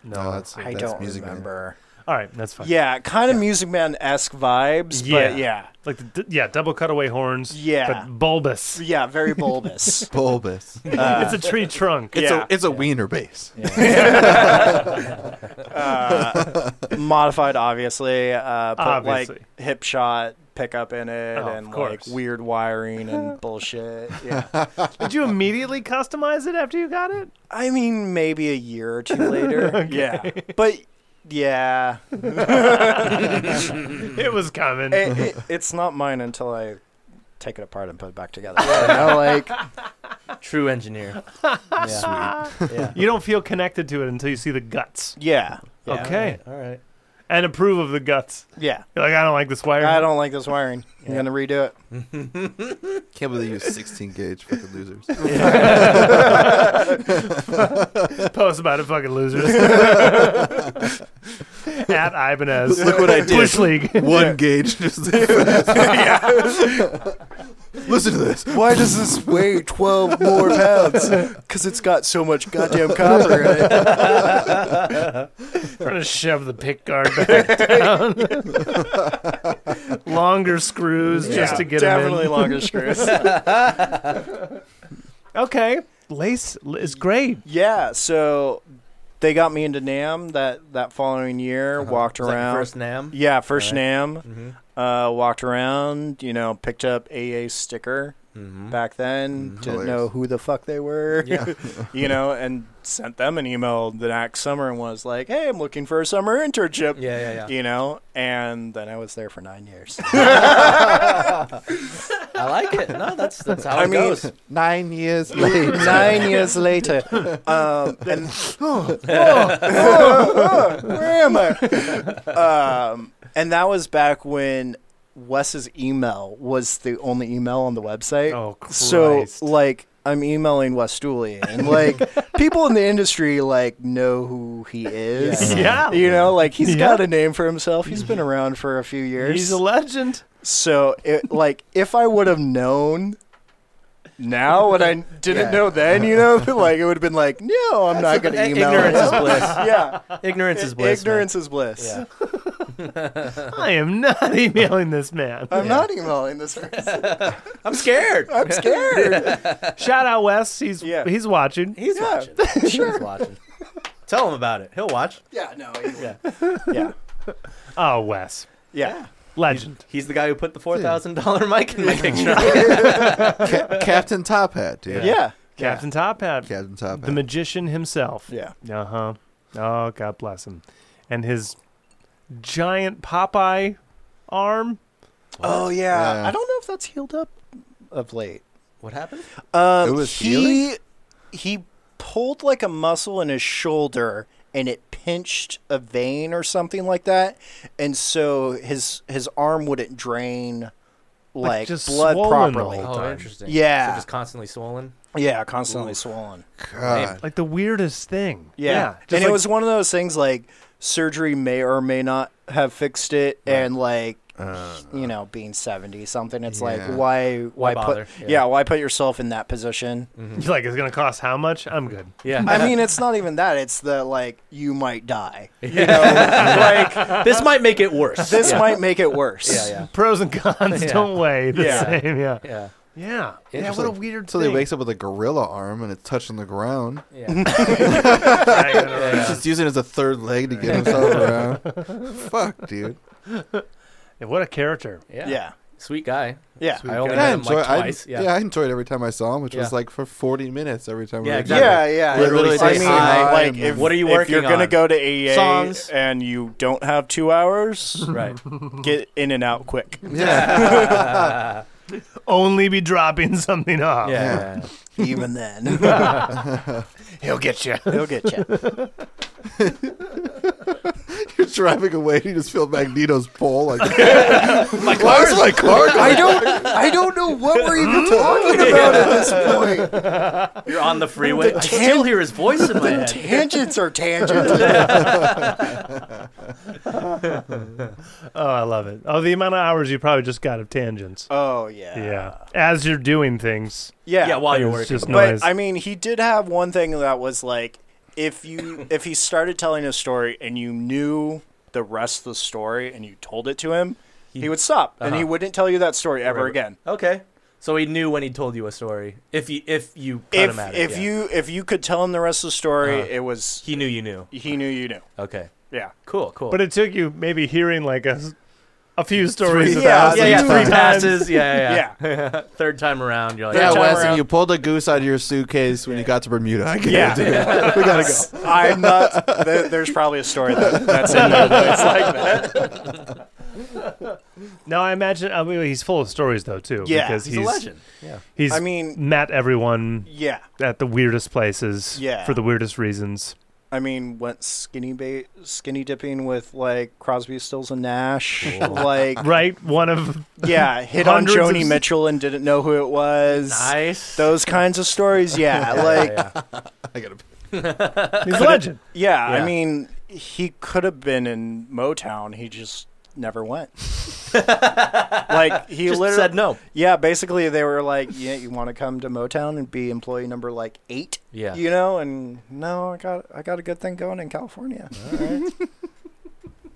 [SPEAKER 4] No.
[SPEAKER 1] No, that's,
[SPEAKER 5] I
[SPEAKER 1] that's
[SPEAKER 5] don't
[SPEAKER 1] music Man.
[SPEAKER 5] remember.
[SPEAKER 4] all right. That's fine.
[SPEAKER 5] Yeah, kind of Music Man esque vibes,
[SPEAKER 4] Yeah.
[SPEAKER 5] but yeah,
[SPEAKER 4] Like the, d- yeah, double cutaway horns.
[SPEAKER 5] Yeah.
[SPEAKER 4] But
[SPEAKER 5] <laughs>
[SPEAKER 4] bulbous.
[SPEAKER 5] yeah, very bulbous. <laughs>
[SPEAKER 1] Bulbous.
[SPEAKER 4] <laughs>
[SPEAKER 5] Uh.
[SPEAKER 4] it's a tree trunk.
[SPEAKER 1] It's
[SPEAKER 5] yeah,
[SPEAKER 1] a it's a wiener bass.
[SPEAKER 4] <laughs>
[SPEAKER 5] Uh, modified obviously, uh, put
[SPEAKER 4] Obviously.
[SPEAKER 5] like hip shot pickup in it
[SPEAKER 4] Oh, of
[SPEAKER 5] and like
[SPEAKER 4] course.
[SPEAKER 5] weird wiring
[SPEAKER 4] <laughs>
[SPEAKER 5] and bullshit. Yeah,
[SPEAKER 4] Did you immediately customize it after you got
[SPEAKER 5] <laughs>
[SPEAKER 4] it?
[SPEAKER 5] I mean maybe a year
[SPEAKER 4] <laughs>
[SPEAKER 5] or two later. Yeah, but yeah,
[SPEAKER 4] It was coming.
[SPEAKER 5] it, it, it's not mine until I take it apart and put it back
[SPEAKER 4] <laughs>
[SPEAKER 5] together. You know, like
[SPEAKER 2] True engineer. yeah. Sweet. Yeah.
[SPEAKER 4] you don't feel connected to it until you see the guts
[SPEAKER 5] yeah, yeah,
[SPEAKER 4] Okay.
[SPEAKER 2] All right.
[SPEAKER 4] and approve of the guts.
[SPEAKER 5] yeah.
[SPEAKER 4] You're like, I don't like this wire.
[SPEAKER 5] I don't like this wiring. I'm gonna redo it.
[SPEAKER 1] Can't believe you use 16 gauge fucking
[SPEAKER 5] <laughs>
[SPEAKER 1] losers.
[SPEAKER 4] Post about it, fucking losers. At Ibanez.
[SPEAKER 1] Look what I did.
[SPEAKER 4] Bush League.
[SPEAKER 1] One
[SPEAKER 4] <laughs>
[SPEAKER 1] gauge. Just <laughs>
[SPEAKER 5] <laughs>
[SPEAKER 1] Listen to this.
[SPEAKER 5] Why does this weigh 12 more <laughs> pounds? Because it's got so much goddamn copper in
[SPEAKER 2] <laughs>
[SPEAKER 5] it.
[SPEAKER 4] We're gonna shove the pick guard back down. Longer screws just to get 'em
[SPEAKER 5] Definitely longer screws.
[SPEAKER 4] in. Okay, lace l- is great.
[SPEAKER 5] yeah, so they got me into NAM that, that following year, walked
[SPEAKER 2] Was Uh-huh. that your
[SPEAKER 5] around.
[SPEAKER 2] first Nam.
[SPEAKER 5] yeah, first
[SPEAKER 2] Alright.
[SPEAKER 5] NAM.
[SPEAKER 2] Mm-hmm.
[SPEAKER 5] Uh, walked around, you know, picked up AA sticker
[SPEAKER 2] Mm-hmm.
[SPEAKER 5] back then.
[SPEAKER 1] Mhm.
[SPEAKER 5] Didn't know who the fuck they were. <laughs>
[SPEAKER 2] Yeah.
[SPEAKER 5] you know, and sent them an email the next summer and was like, hey, I'm looking for a summer internship.
[SPEAKER 2] Yeah. Yeah.
[SPEAKER 5] <laughs>
[SPEAKER 2] Yeah.
[SPEAKER 5] You know, and then I was there for
[SPEAKER 4] <laughs>
[SPEAKER 5] nine years.
[SPEAKER 2] I like it. No, that's that's how
[SPEAKER 5] I
[SPEAKER 2] it
[SPEAKER 5] mean-
[SPEAKER 2] goes.
[SPEAKER 1] Nine <laughs> years late.
[SPEAKER 5] Nine <laughs> years later, um, <laughs> and oh, where <laughs> am I? Um, and that was back when Wes's email was the only email on the website.
[SPEAKER 4] Oh, Christ.
[SPEAKER 5] so like, I'm emailing Wes Dooley, and like, people in the industry like know who he is.
[SPEAKER 4] <laughs> Yeah.
[SPEAKER 5] You know, like he's
[SPEAKER 4] Yeah. Mm-hmm.
[SPEAKER 5] got a name for himself. He's been around for a few years.
[SPEAKER 4] He's a legend.
[SPEAKER 5] So, it, like, if I would have known now what I didn't
[SPEAKER 2] Yeah.
[SPEAKER 5] know then, you know, <laughs> like it would have been like, no, I'm not going to
[SPEAKER 2] I-
[SPEAKER 5] email.
[SPEAKER 2] ignorance
[SPEAKER 5] him.
[SPEAKER 2] is bliss.
[SPEAKER 5] <laughs> yeah,
[SPEAKER 2] Ignorance is bliss. man.
[SPEAKER 5] ignorance is bliss.
[SPEAKER 2] Yeah.
[SPEAKER 4] I am not <laughs> emailing this
[SPEAKER 5] <laughs>
[SPEAKER 4] man.
[SPEAKER 5] I'm not emailing this person.
[SPEAKER 2] I'm scared.
[SPEAKER 5] <laughs> I'm scared.
[SPEAKER 4] Shout out Wes. He's
[SPEAKER 5] Yeah.
[SPEAKER 4] he's
[SPEAKER 2] <laughs>
[SPEAKER 4] watching.
[SPEAKER 2] He's
[SPEAKER 5] Yeah,
[SPEAKER 2] watching.
[SPEAKER 5] <laughs>
[SPEAKER 2] He's watching. Tell him about it. He'll watch.
[SPEAKER 5] yeah, no.
[SPEAKER 2] Yeah.
[SPEAKER 5] Yeah.
[SPEAKER 4] Oh, Wes,
[SPEAKER 5] Yeah.
[SPEAKER 4] legend.
[SPEAKER 2] He's the guy who put the four thousand dollar mic
[SPEAKER 5] <laughs>
[SPEAKER 2] in my picture.
[SPEAKER 1] Ca- Captain Top Hat, dude.
[SPEAKER 5] Yeah.
[SPEAKER 4] Captain Top Hat,
[SPEAKER 1] Captain Top
[SPEAKER 4] the
[SPEAKER 1] Hat.
[SPEAKER 4] magician himself.
[SPEAKER 5] Yeah.
[SPEAKER 4] Uh huh. Oh, God bless him, and his giant Popeye arm.
[SPEAKER 5] Oh yeah.
[SPEAKER 1] Yeah.
[SPEAKER 5] I don't know if that's healed up of late.
[SPEAKER 2] what happened?
[SPEAKER 5] Um,
[SPEAKER 1] It was
[SPEAKER 5] he he pulled like a muscle in his shoulder and it pinched a vein or something like that, and so his his arm wouldn't drain like,
[SPEAKER 4] just
[SPEAKER 5] blood
[SPEAKER 4] swollen the
[SPEAKER 5] properly.
[SPEAKER 4] whole-
[SPEAKER 2] Oh,
[SPEAKER 4] time.
[SPEAKER 2] interesting.
[SPEAKER 5] Yeah.
[SPEAKER 2] So just constantly swollen.
[SPEAKER 5] Yeah, constantly swollen.
[SPEAKER 1] God.
[SPEAKER 4] Like the weirdest thing.
[SPEAKER 5] Yeah,
[SPEAKER 4] just
[SPEAKER 5] and
[SPEAKER 4] like-
[SPEAKER 5] it was one of those things like surgery may or may not have fixed it, and like. you know, being seventy something, it's like
[SPEAKER 1] Uh, Yeah.
[SPEAKER 5] why,
[SPEAKER 2] Why
[SPEAKER 5] why, put,
[SPEAKER 2] bother?
[SPEAKER 5] yeah.
[SPEAKER 2] Yeah.
[SPEAKER 5] why put yourself in that position?
[SPEAKER 4] You're <laughs> like it's gonna cost how much? I'm good.
[SPEAKER 2] Yeah. <laughs>
[SPEAKER 5] I mean, it's not even that; it's the like you might die. You know, like
[SPEAKER 2] this might make it worse.
[SPEAKER 5] this might make it worse.
[SPEAKER 2] Yeah, yeah.
[SPEAKER 4] Pros
[SPEAKER 5] <laughs>
[SPEAKER 4] and cons
[SPEAKER 2] Yeah.
[SPEAKER 4] don't weigh the
[SPEAKER 2] Yeah.
[SPEAKER 4] same. Yeah.
[SPEAKER 2] Yeah.
[SPEAKER 4] Yeah. Yeah. What
[SPEAKER 1] Interesting.
[SPEAKER 4] a weird
[SPEAKER 1] So he
[SPEAKER 4] thing.
[SPEAKER 1] wakes up with a gorilla arm and it's touching the ground.
[SPEAKER 5] <laughs>
[SPEAKER 2] Yeah.
[SPEAKER 4] Right, right, right.
[SPEAKER 1] He's just using it as a third leg to get himself around. Fuck, dude.
[SPEAKER 4] Yeah, What a character.
[SPEAKER 2] yeah.
[SPEAKER 5] yeah,
[SPEAKER 2] Sweet guy.
[SPEAKER 5] yeah.
[SPEAKER 4] Sweet.
[SPEAKER 2] I only
[SPEAKER 4] guy.
[SPEAKER 1] And I
[SPEAKER 2] met him
[SPEAKER 1] enjoy.
[SPEAKER 2] like
[SPEAKER 1] I,
[SPEAKER 2] twice.
[SPEAKER 1] yeah.
[SPEAKER 2] yeah.
[SPEAKER 1] I enjoyed every time I saw him, which was
[SPEAKER 2] Yeah.
[SPEAKER 1] like for 40 minutes every time.
[SPEAKER 2] Yeah,
[SPEAKER 1] we were
[SPEAKER 2] exactly.
[SPEAKER 1] done. <laughs>
[SPEAKER 5] Yeah, yeah.
[SPEAKER 1] Literally
[SPEAKER 5] Literally,
[SPEAKER 1] say
[SPEAKER 5] I mean,
[SPEAKER 1] hi,
[SPEAKER 5] like,
[SPEAKER 1] and
[SPEAKER 5] if,
[SPEAKER 2] what are you
[SPEAKER 5] If you're
[SPEAKER 2] working
[SPEAKER 5] gonna
[SPEAKER 2] on?
[SPEAKER 5] go to AEA
[SPEAKER 2] Songs?
[SPEAKER 5] and you don't have
[SPEAKER 2] <laughs>
[SPEAKER 5] two hours, <laughs>
[SPEAKER 2] Right.
[SPEAKER 5] get in and
[SPEAKER 2] <laughs>
[SPEAKER 5] out quick.
[SPEAKER 1] Yeah.
[SPEAKER 4] Only be dropping <laughs> something off.
[SPEAKER 2] Yeah. <laughs>
[SPEAKER 5] Even then,
[SPEAKER 4] He'll get you.
[SPEAKER 5] he'll get you.
[SPEAKER 1] You're driving away and you just feel Magneto's pull. Like, <laughs> my car. Where's my
[SPEAKER 5] <laughs>
[SPEAKER 1] car? <laughs>
[SPEAKER 5] I don't, I don't know what
[SPEAKER 2] <laughs>
[SPEAKER 5] we're even talking about at this point.
[SPEAKER 2] You're on the freeway. I still hear his voice in my head.
[SPEAKER 5] Tangents are
[SPEAKER 2] <laughs>
[SPEAKER 5] tangents.
[SPEAKER 4] Oh, I love it. Oh, the amount of hours you probably just got of tangents.
[SPEAKER 5] Oh yeah,
[SPEAKER 4] yeah. As you're doing things.
[SPEAKER 5] yeah.
[SPEAKER 2] Yeah, while you're
[SPEAKER 4] It's
[SPEAKER 2] working.
[SPEAKER 4] just
[SPEAKER 5] But
[SPEAKER 4] noise.
[SPEAKER 5] I mean, he did have one thing that was like, if you if he started telling a story and you knew the rest of the story and you told it to him, he, would stop and he
[SPEAKER 2] Uh-huh.
[SPEAKER 5] wouldn't tell you that story ever
[SPEAKER 2] Right.
[SPEAKER 5] again.
[SPEAKER 2] Okay. So he knew when he told you a story. If you if you cut
[SPEAKER 5] If
[SPEAKER 2] him at it,
[SPEAKER 5] if
[SPEAKER 2] yeah.
[SPEAKER 5] you if you could tell him the rest of the story,
[SPEAKER 2] Uh-huh.
[SPEAKER 5] it was
[SPEAKER 2] he knew you knew.
[SPEAKER 5] he knew you knew.
[SPEAKER 2] Okay.
[SPEAKER 5] Yeah,
[SPEAKER 2] Cool. Cool.
[SPEAKER 4] But it took you maybe hearing like a, s- a few stories.
[SPEAKER 5] <laughs> yeah,
[SPEAKER 4] about
[SPEAKER 2] yeah,
[SPEAKER 5] a
[SPEAKER 2] yeah.
[SPEAKER 5] few
[SPEAKER 2] Three
[SPEAKER 5] times.
[SPEAKER 2] passes. Yeah, yeah.
[SPEAKER 5] yeah. <laughs>
[SPEAKER 2] yeah. Third time around, you're like,
[SPEAKER 5] Yeah,
[SPEAKER 1] Yeah,
[SPEAKER 2] oh,
[SPEAKER 5] time
[SPEAKER 1] Wes,
[SPEAKER 5] around.
[SPEAKER 1] and you pulled a goose out of your suitcase when you got to Bermuda. I get
[SPEAKER 5] Yeah.
[SPEAKER 1] it, dude. we gotta go.
[SPEAKER 5] I'm not. There, there's probably a story that, that's in there that's like that.
[SPEAKER 4] No, I imagine. I mean, he's full of stories though too.
[SPEAKER 5] Yeah,
[SPEAKER 4] because
[SPEAKER 2] he's a legend. Yeah.
[SPEAKER 4] He's
[SPEAKER 5] I mean,
[SPEAKER 4] met everyone
[SPEAKER 5] yeah.
[SPEAKER 4] at the weirdest places.
[SPEAKER 5] Yeah.
[SPEAKER 4] For the weirdest reasons.
[SPEAKER 5] I mean, went skinny bait, skinny dipping with like Crosby, Stills, and Nash. Like,
[SPEAKER 4] Right. One of
[SPEAKER 5] yeah, hit on
[SPEAKER 4] Hundreds of
[SPEAKER 5] Joni
[SPEAKER 4] s-
[SPEAKER 5] Mitchell and didn't know who it was.
[SPEAKER 2] <laughs> Nice.
[SPEAKER 5] Those kinds of stories, yeah. like, yeah,
[SPEAKER 2] yeah, yeah.
[SPEAKER 1] <laughs> I gotta.
[SPEAKER 4] he's a legend.
[SPEAKER 5] I
[SPEAKER 2] Yeah.
[SPEAKER 5] mean, he could have been in Motown. He just never went. like he
[SPEAKER 2] Just
[SPEAKER 5] literally
[SPEAKER 2] said no.
[SPEAKER 5] Yeah, basically they were like, "Yeah, you want to come to Motown and be employee number like eight?
[SPEAKER 2] Yeah.
[SPEAKER 5] you know." And no, I got I got a good thing going in California.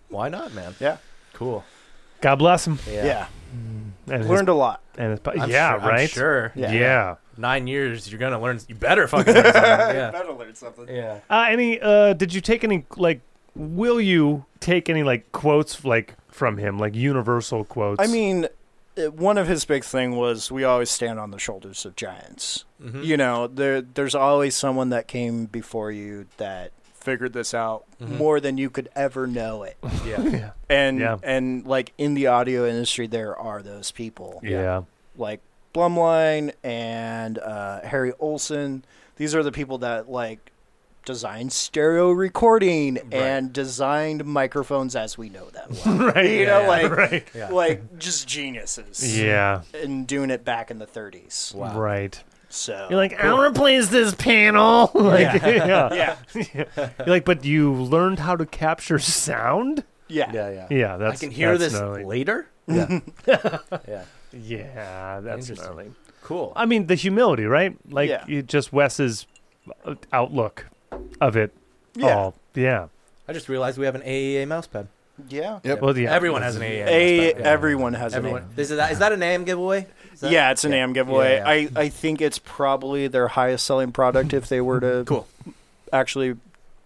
[SPEAKER 2] Why not, man?
[SPEAKER 5] Yeah,
[SPEAKER 2] Cool.
[SPEAKER 4] God bless him.
[SPEAKER 5] <laughs> yeah.
[SPEAKER 4] And his-
[SPEAKER 5] Learned a lot.
[SPEAKER 4] and his,
[SPEAKER 2] I'm
[SPEAKER 4] yeah.
[SPEAKER 2] sure- I'm
[SPEAKER 4] right.
[SPEAKER 2] sure.
[SPEAKER 5] Yeah.
[SPEAKER 4] yeah.
[SPEAKER 2] Nine years, you're gonna learn. You better fucking learn something.
[SPEAKER 5] <laughs>
[SPEAKER 2] Yeah.
[SPEAKER 5] Better learn something.
[SPEAKER 2] Yeah.
[SPEAKER 4] Uh, any? Uh, did you take any? Like, will you take any like quotes like from him? Like universal quotes.
[SPEAKER 5] I mean, uh, one of his big thing was we always stand on the shoulders of giants.
[SPEAKER 4] Hmm.
[SPEAKER 2] Mm-hmm.
[SPEAKER 5] You know, there there's always someone that came before you that figured this out
[SPEAKER 4] Mm-hmm.
[SPEAKER 5] more than you could ever know it.
[SPEAKER 2] Yeah.
[SPEAKER 5] And
[SPEAKER 4] Yeah.
[SPEAKER 5] and like in the audio industry, there are those people
[SPEAKER 4] Yeah. <laughs>
[SPEAKER 5] like Blumline and uh, Harry Olson. These are the people that like designed stereo recording and designed microphones as we know
[SPEAKER 4] <laughs>
[SPEAKER 5] them.
[SPEAKER 4] right.
[SPEAKER 5] You know,
[SPEAKER 2] Yeah,
[SPEAKER 5] like
[SPEAKER 4] right.
[SPEAKER 5] <laughs>
[SPEAKER 2] Yeah.
[SPEAKER 5] like just geniuses.
[SPEAKER 4] Yeah.
[SPEAKER 5] And doing it back in the 30s.
[SPEAKER 2] Wow.
[SPEAKER 4] Right.
[SPEAKER 5] So
[SPEAKER 4] You're like, I'll replace this panel. <laughs> like, yeah.
[SPEAKER 5] yeah,
[SPEAKER 4] You're like, but you learned how to capture sound?
[SPEAKER 5] yeah,
[SPEAKER 2] Yeah. Yeah.
[SPEAKER 4] Yeah,
[SPEAKER 2] I
[SPEAKER 4] that's
[SPEAKER 2] can hear
[SPEAKER 4] that's
[SPEAKER 2] this
[SPEAKER 4] gnarly.
[SPEAKER 2] later. Yeah. <laughs> yeah.
[SPEAKER 4] Yeah, that's
[SPEAKER 2] Interesting.
[SPEAKER 4] gnarly.
[SPEAKER 2] Cool.
[SPEAKER 4] I mean, the humility, right? Like,
[SPEAKER 5] Yeah.
[SPEAKER 4] you- just Wes's uh, outlook of it
[SPEAKER 5] Yeah.
[SPEAKER 4] all. Yeah.
[SPEAKER 2] I just realized we have an AEA mouse pad.
[SPEAKER 5] Yeah.
[SPEAKER 1] Yep.
[SPEAKER 4] Well, yeah.
[SPEAKER 2] Everyone has an AA.
[SPEAKER 5] A
[SPEAKER 2] That's better.
[SPEAKER 5] everyone has a
[SPEAKER 2] Everyone.
[SPEAKER 5] name.
[SPEAKER 6] Is that, is that a name giveaway? Is that-
[SPEAKER 5] Yeah, it's an AM giveaway.
[SPEAKER 2] Yeah,
[SPEAKER 5] I, I think it's probably their highest selling product if they were to
[SPEAKER 2] Cool.
[SPEAKER 5] actually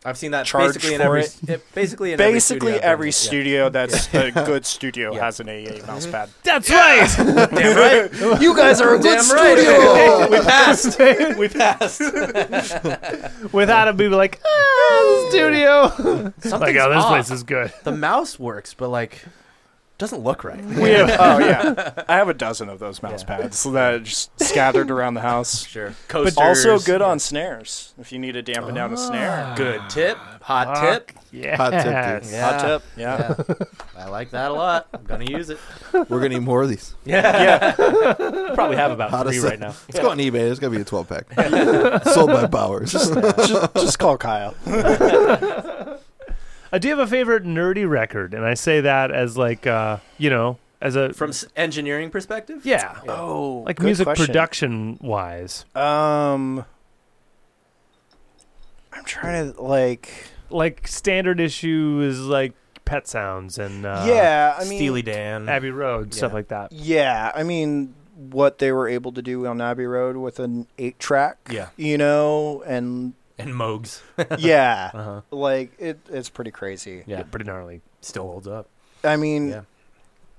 [SPEAKER 6] I've seen that
[SPEAKER 5] Charge
[SPEAKER 6] basically in
[SPEAKER 5] for
[SPEAKER 6] every
[SPEAKER 5] it.
[SPEAKER 6] it- basically in
[SPEAKER 5] basically
[SPEAKER 6] every
[SPEAKER 5] every
[SPEAKER 6] studio.
[SPEAKER 5] studio, that's a good studio
[SPEAKER 6] Yeah.
[SPEAKER 5] has an AA mouse pad.
[SPEAKER 4] That's right.
[SPEAKER 6] I've been to. Damn right.
[SPEAKER 5] <laughs> You guys are a good
[SPEAKER 6] Damn
[SPEAKER 4] <laughs>
[SPEAKER 6] right.
[SPEAKER 5] studio.
[SPEAKER 6] we passed. We passed.
[SPEAKER 4] Without it, we'd be like, ah, the <laughs> studio. like,
[SPEAKER 2] Something's
[SPEAKER 4] oh, this
[SPEAKER 2] off.
[SPEAKER 4] place is good. <laughs>
[SPEAKER 2] the mouse works, but like doesn't look
[SPEAKER 6] <laughs>
[SPEAKER 2] right.
[SPEAKER 4] We have
[SPEAKER 5] oh yeah, I have a dozen of those mouse pads that are just scattered around the house.
[SPEAKER 2] Sure.
[SPEAKER 5] But
[SPEAKER 2] Coasters.
[SPEAKER 5] also good on snares if you need to dampen down a snare.
[SPEAKER 2] Good
[SPEAKER 6] Tip. Hot
[SPEAKER 4] Fuck.
[SPEAKER 6] tip.
[SPEAKER 4] yes.
[SPEAKER 1] Hot tip, dude.
[SPEAKER 6] Yeah.
[SPEAKER 5] Hot tip. Yeah.
[SPEAKER 6] I like that a lot. I'm gonna use it.
[SPEAKER 1] We're gonna need more of these.
[SPEAKER 2] Yeah. <laughs> Probably have about
[SPEAKER 1] How to
[SPEAKER 2] three
[SPEAKER 1] sell-
[SPEAKER 2] right now.
[SPEAKER 1] Let's go on eBay. There's gonna be a 12 pack sold by Bowers.
[SPEAKER 5] just, just call <laughs> Kyle.
[SPEAKER 4] I do have a favorite nerdy record, and I say that as like, uh, you know, as a
[SPEAKER 6] From s- engineering perspective.
[SPEAKER 4] yeah,
[SPEAKER 5] Oh,
[SPEAKER 4] like
[SPEAKER 5] good
[SPEAKER 4] music
[SPEAKER 5] question.
[SPEAKER 4] production wise,
[SPEAKER 5] Um, I'm trying to like.
[SPEAKER 4] like standard issue is like Pet Sounds and uh,
[SPEAKER 5] yeah, I mean,
[SPEAKER 2] Steely Dan.
[SPEAKER 4] Abbey Road stuff
[SPEAKER 2] Yeah.
[SPEAKER 4] like that.
[SPEAKER 5] yeah, I mean, what they were able to do on Abbey Road with an eight track.
[SPEAKER 2] Yeah.
[SPEAKER 5] You know,
[SPEAKER 2] <laughs>
[SPEAKER 5] and
[SPEAKER 2] And Moogs.
[SPEAKER 5] yeah,
[SPEAKER 2] Uh-huh.
[SPEAKER 5] like it, it's pretty crazy.
[SPEAKER 2] Yeah.
[SPEAKER 4] pretty gnarly.
[SPEAKER 2] Still holds up.
[SPEAKER 5] I
[SPEAKER 6] Mm.
[SPEAKER 5] mean,
[SPEAKER 2] Yeah.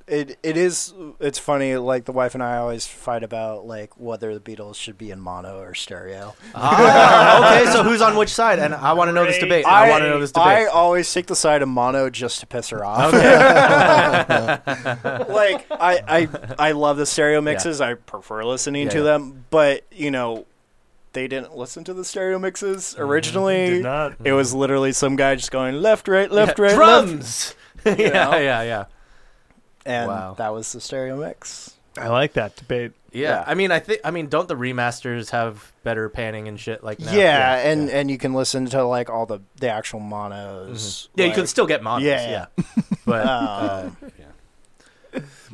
[SPEAKER 5] it it is. It's funny. Like the wife and I always fight about like whether the Beatles should be in mono or stereo.
[SPEAKER 6] Ah, okay, so who's on which side? And I want to know this debate. I, want to know this
[SPEAKER 5] I
[SPEAKER 6] debate.
[SPEAKER 5] always take the side of mono just to piss her off. <laughs> like I, I I love the stereo mixes. I prefer listening
[SPEAKER 2] Yeah,
[SPEAKER 5] to
[SPEAKER 2] yeah.
[SPEAKER 5] them, but you know, they didn't listen to the stereo mixes
[SPEAKER 2] Mm,
[SPEAKER 5] originally.
[SPEAKER 4] Did not.
[SPEAKER 5] It was literally some guy just going left, right, left, right, left,
[SPEAKER 2] Drums. <laughs> yeah,
[SPEAKER 5] know?
[SPEAKER 2] yeah, yeah.
[SPEAKER 5] and
[SPEAKER 2] Wow.
[SPEAKER 5] that was the stereo mix.
[SPEAKER 4] I like that debate.
[SPEAKER 2] Yeah.
[SPEAKER 5] Yeah.
[SPEAKER 2] I mean, I think. I mean, don't the remasters have better panning and shit like now?
[SPEAKER 5] yeah, and and you can listen to like all the the actual monos.
[SPEAKER 2] Mm-hmm. yeah, you
[SPEAKER 5] like-
[SPEAKER 2] can still get monos.
[SPEAKER 5] Yeah,
[SPEAKER 2] Yeah, <laughs> but uh,
[SPEAKER 5] Um,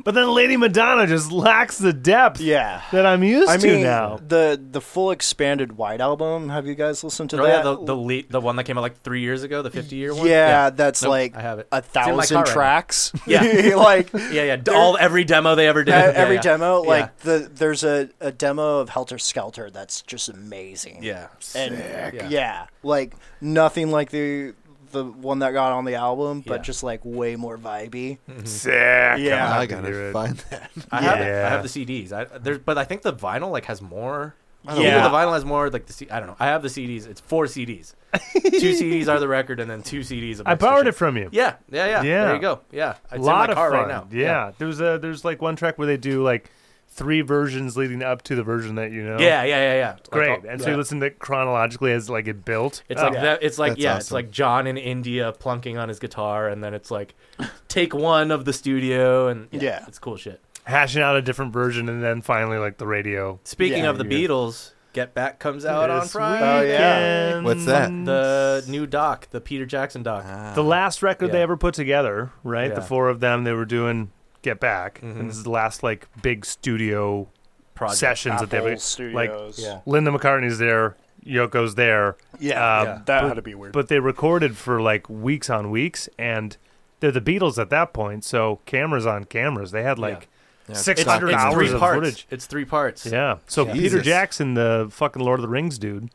[SPEAKER 4] But then Lady Madonna just lacks the depth
[SPEAKER 5] yeah.
[SPEAKER 4] that I'm used
[SPEAKER 5] I
[SPEAKER 4] to
[SPEAKER 5] mean,
[SPEAKER 2] Mm-hmm.
[SPEAKER 4] now.
[SPEAKER 5] the the full expanded White album. Have you guys listened to
[SPEAKER 2] oh, yeah,
[SPEAKER 5] that?
[SPEAKER 2] the the, le- the one that came out like three years ago, the fifty year
[SPEAKER 5] yeah,
[SPEAKER 2] one.
[SPEAKER 5] that's
[SPEAKER 2] Nope,
[SPEAKER 5] like
[SPEAKER 2] I have it.
[SPEAKER 5] a
[SPEAKER 2] in my
[SPEAKER 5] thousand
[SPEAKER 2] car right now.
[SPEAKER 5] tracks.
[SPEAKER 2] <laughs> Yeah.
[SPEAKER 5] <laughs> like
[SPEAKER 2] Yeah, yeah.
[SPEAKER 5] They're-
[SPEAKER 2] All every demo they ever did.
[SPEAKER 5] Uh,
[SPEAKER 2] Yeah,
[SPEAKER 5] every
[SPEAKER 2] yeah.
[SPEAKER 5] demo,
[SPEAKER 2] Yeah.
[SPEAKER 5] like the there's a, a demo of Helter Skelter that's just amazing.
[SPEAKER 2] Yeah.
[SPEAKER 5] and
[SPEAKER 2] Yeah.
[SPEAKER 5] Yeah. like nothing like the the one that got on the album, but
[SPEAKER 2] Yeah.
[SPEAKER 5] just like way more vibey.
[SPEAKER 2] Mm-hmm.
[SPEAKER 4] Sick.
[SPEAKER 5] Yeah.
[SPEAKER 1] I
[SPEAKER 4] I can hear
[SPEAKER 1] gotta
[SPEAKER 4] it.
[SPEAKER 1] find that.
[SPEAKER 2] I have it.
[SPEAKER 4] Yeah.
[SPEAKER 2] I have the CDs. I there's but I think the vinyl like has more. I don't know.
[SPEAKER 5] Yeah.
[SPEAKER 2] Either the vinyl has more like the C- I don't know. I have the CDs. It's four CDs. two CDs are the record, and then two CDs. Of
[SPEAKER 4] I borrowed it from you.
[SPEAKER 2] Yeah, yeah, yeah,
[SPEAKER 4] Yeah.
[SPEAKER 2] There you go. Yeah, it's
[SPEAKER 4] A
[SPEAKER 2] in
[SPEAKER 4] lot
[SPEAKER 2] my
[SPEAKER 4] of
[SPEAKER 2] car
[SPEAKER 4] fun.
[SPEAKER 2] right now.
[SPEAKER 4] Yeah. there's a there's like one track where they do like three versions leading up to the version that you know.
[SPEAKER 2] yeah, yeah, yeah, yeah. It's
[SPEAKER 4] great. and so you listen to it chronologically as like it built.
[SPEAKER 2] It's
[SPEAKER 4] Oh.
[SPEAKER 2] like that. It's like
[SPEAKER 1] That's
[SPEAKER 2] yeah. It's
[SPEAKER 1] awesome.
[SPEAKER 2] like John in India plunking on his guitar, and then it's like take one of the studio, and yeah,
[SPEAKER 5] Yeah.
[SPEAKER 2] it's cool shit.
[SPEAKER 4] hashing out a different version, and then finally like the radio.
[SPEAKER 2] Speaking
[SPEAKER 5] Yeah.
[SPEAKER 2] of the Beatles, Get Back comes out on
[SPEAKER 4] This
[SPEAKER 2] Friday.
[SPEAKER 5] Oh, yeah.
[SPEAKER 4] weekend.
[SPEAKER 1] What's that?
[SPEAKER 2] The new doc, the Peter Jackson doc.
[SPEAKER 4] the last record they
[SPEAKER 2] Yeah.
[SPEAKER 4] ever put together, right? The
[SPEAKER 2] Yeah. Mm-hmm.
[SPEAKER 4] four of them, they were doing Get Back, and this is the last like big studio
[SPEAKER 2] project.
[SPEAKER 4] sessions that they
[SPEAKER 5] Apple
[SPEAKER 4] ever.
[SPEAKER 5] Studios.
[SPEAKER 2] yeah.
[SPEAKER 4] Linda McCartney's there, Yoko's there,
[SPEAKER 5] yeah,
[SPEAKER 4] Um,
[SPEAKER 5] yeah, that had to be weird.
[SPEAKER 4] but they recorded for like weeks on weeks, and they're the Beatles at that point, so cameras on cameras. They had like
[SPEAKER 1] Yeah, it's
[SPEAKER 4] six
[SPEAKER 2] It's,
[SPEAKER 4] hundred
[SPEAKER 2] it's
[SPEAKER 4] hours
[SPEAKER 2] three
[SPEAKER 4] of
[SPEAKER 2] parts.
[SPEAKER 4] footage.
[SPEAKER 2] It's three parts.
[SPEAKER 4] Yeah. So Peter
[SPEAKER 1] Jesus.
[SPEAKER 4] Jackson, the fucking Lord of the Rings dude,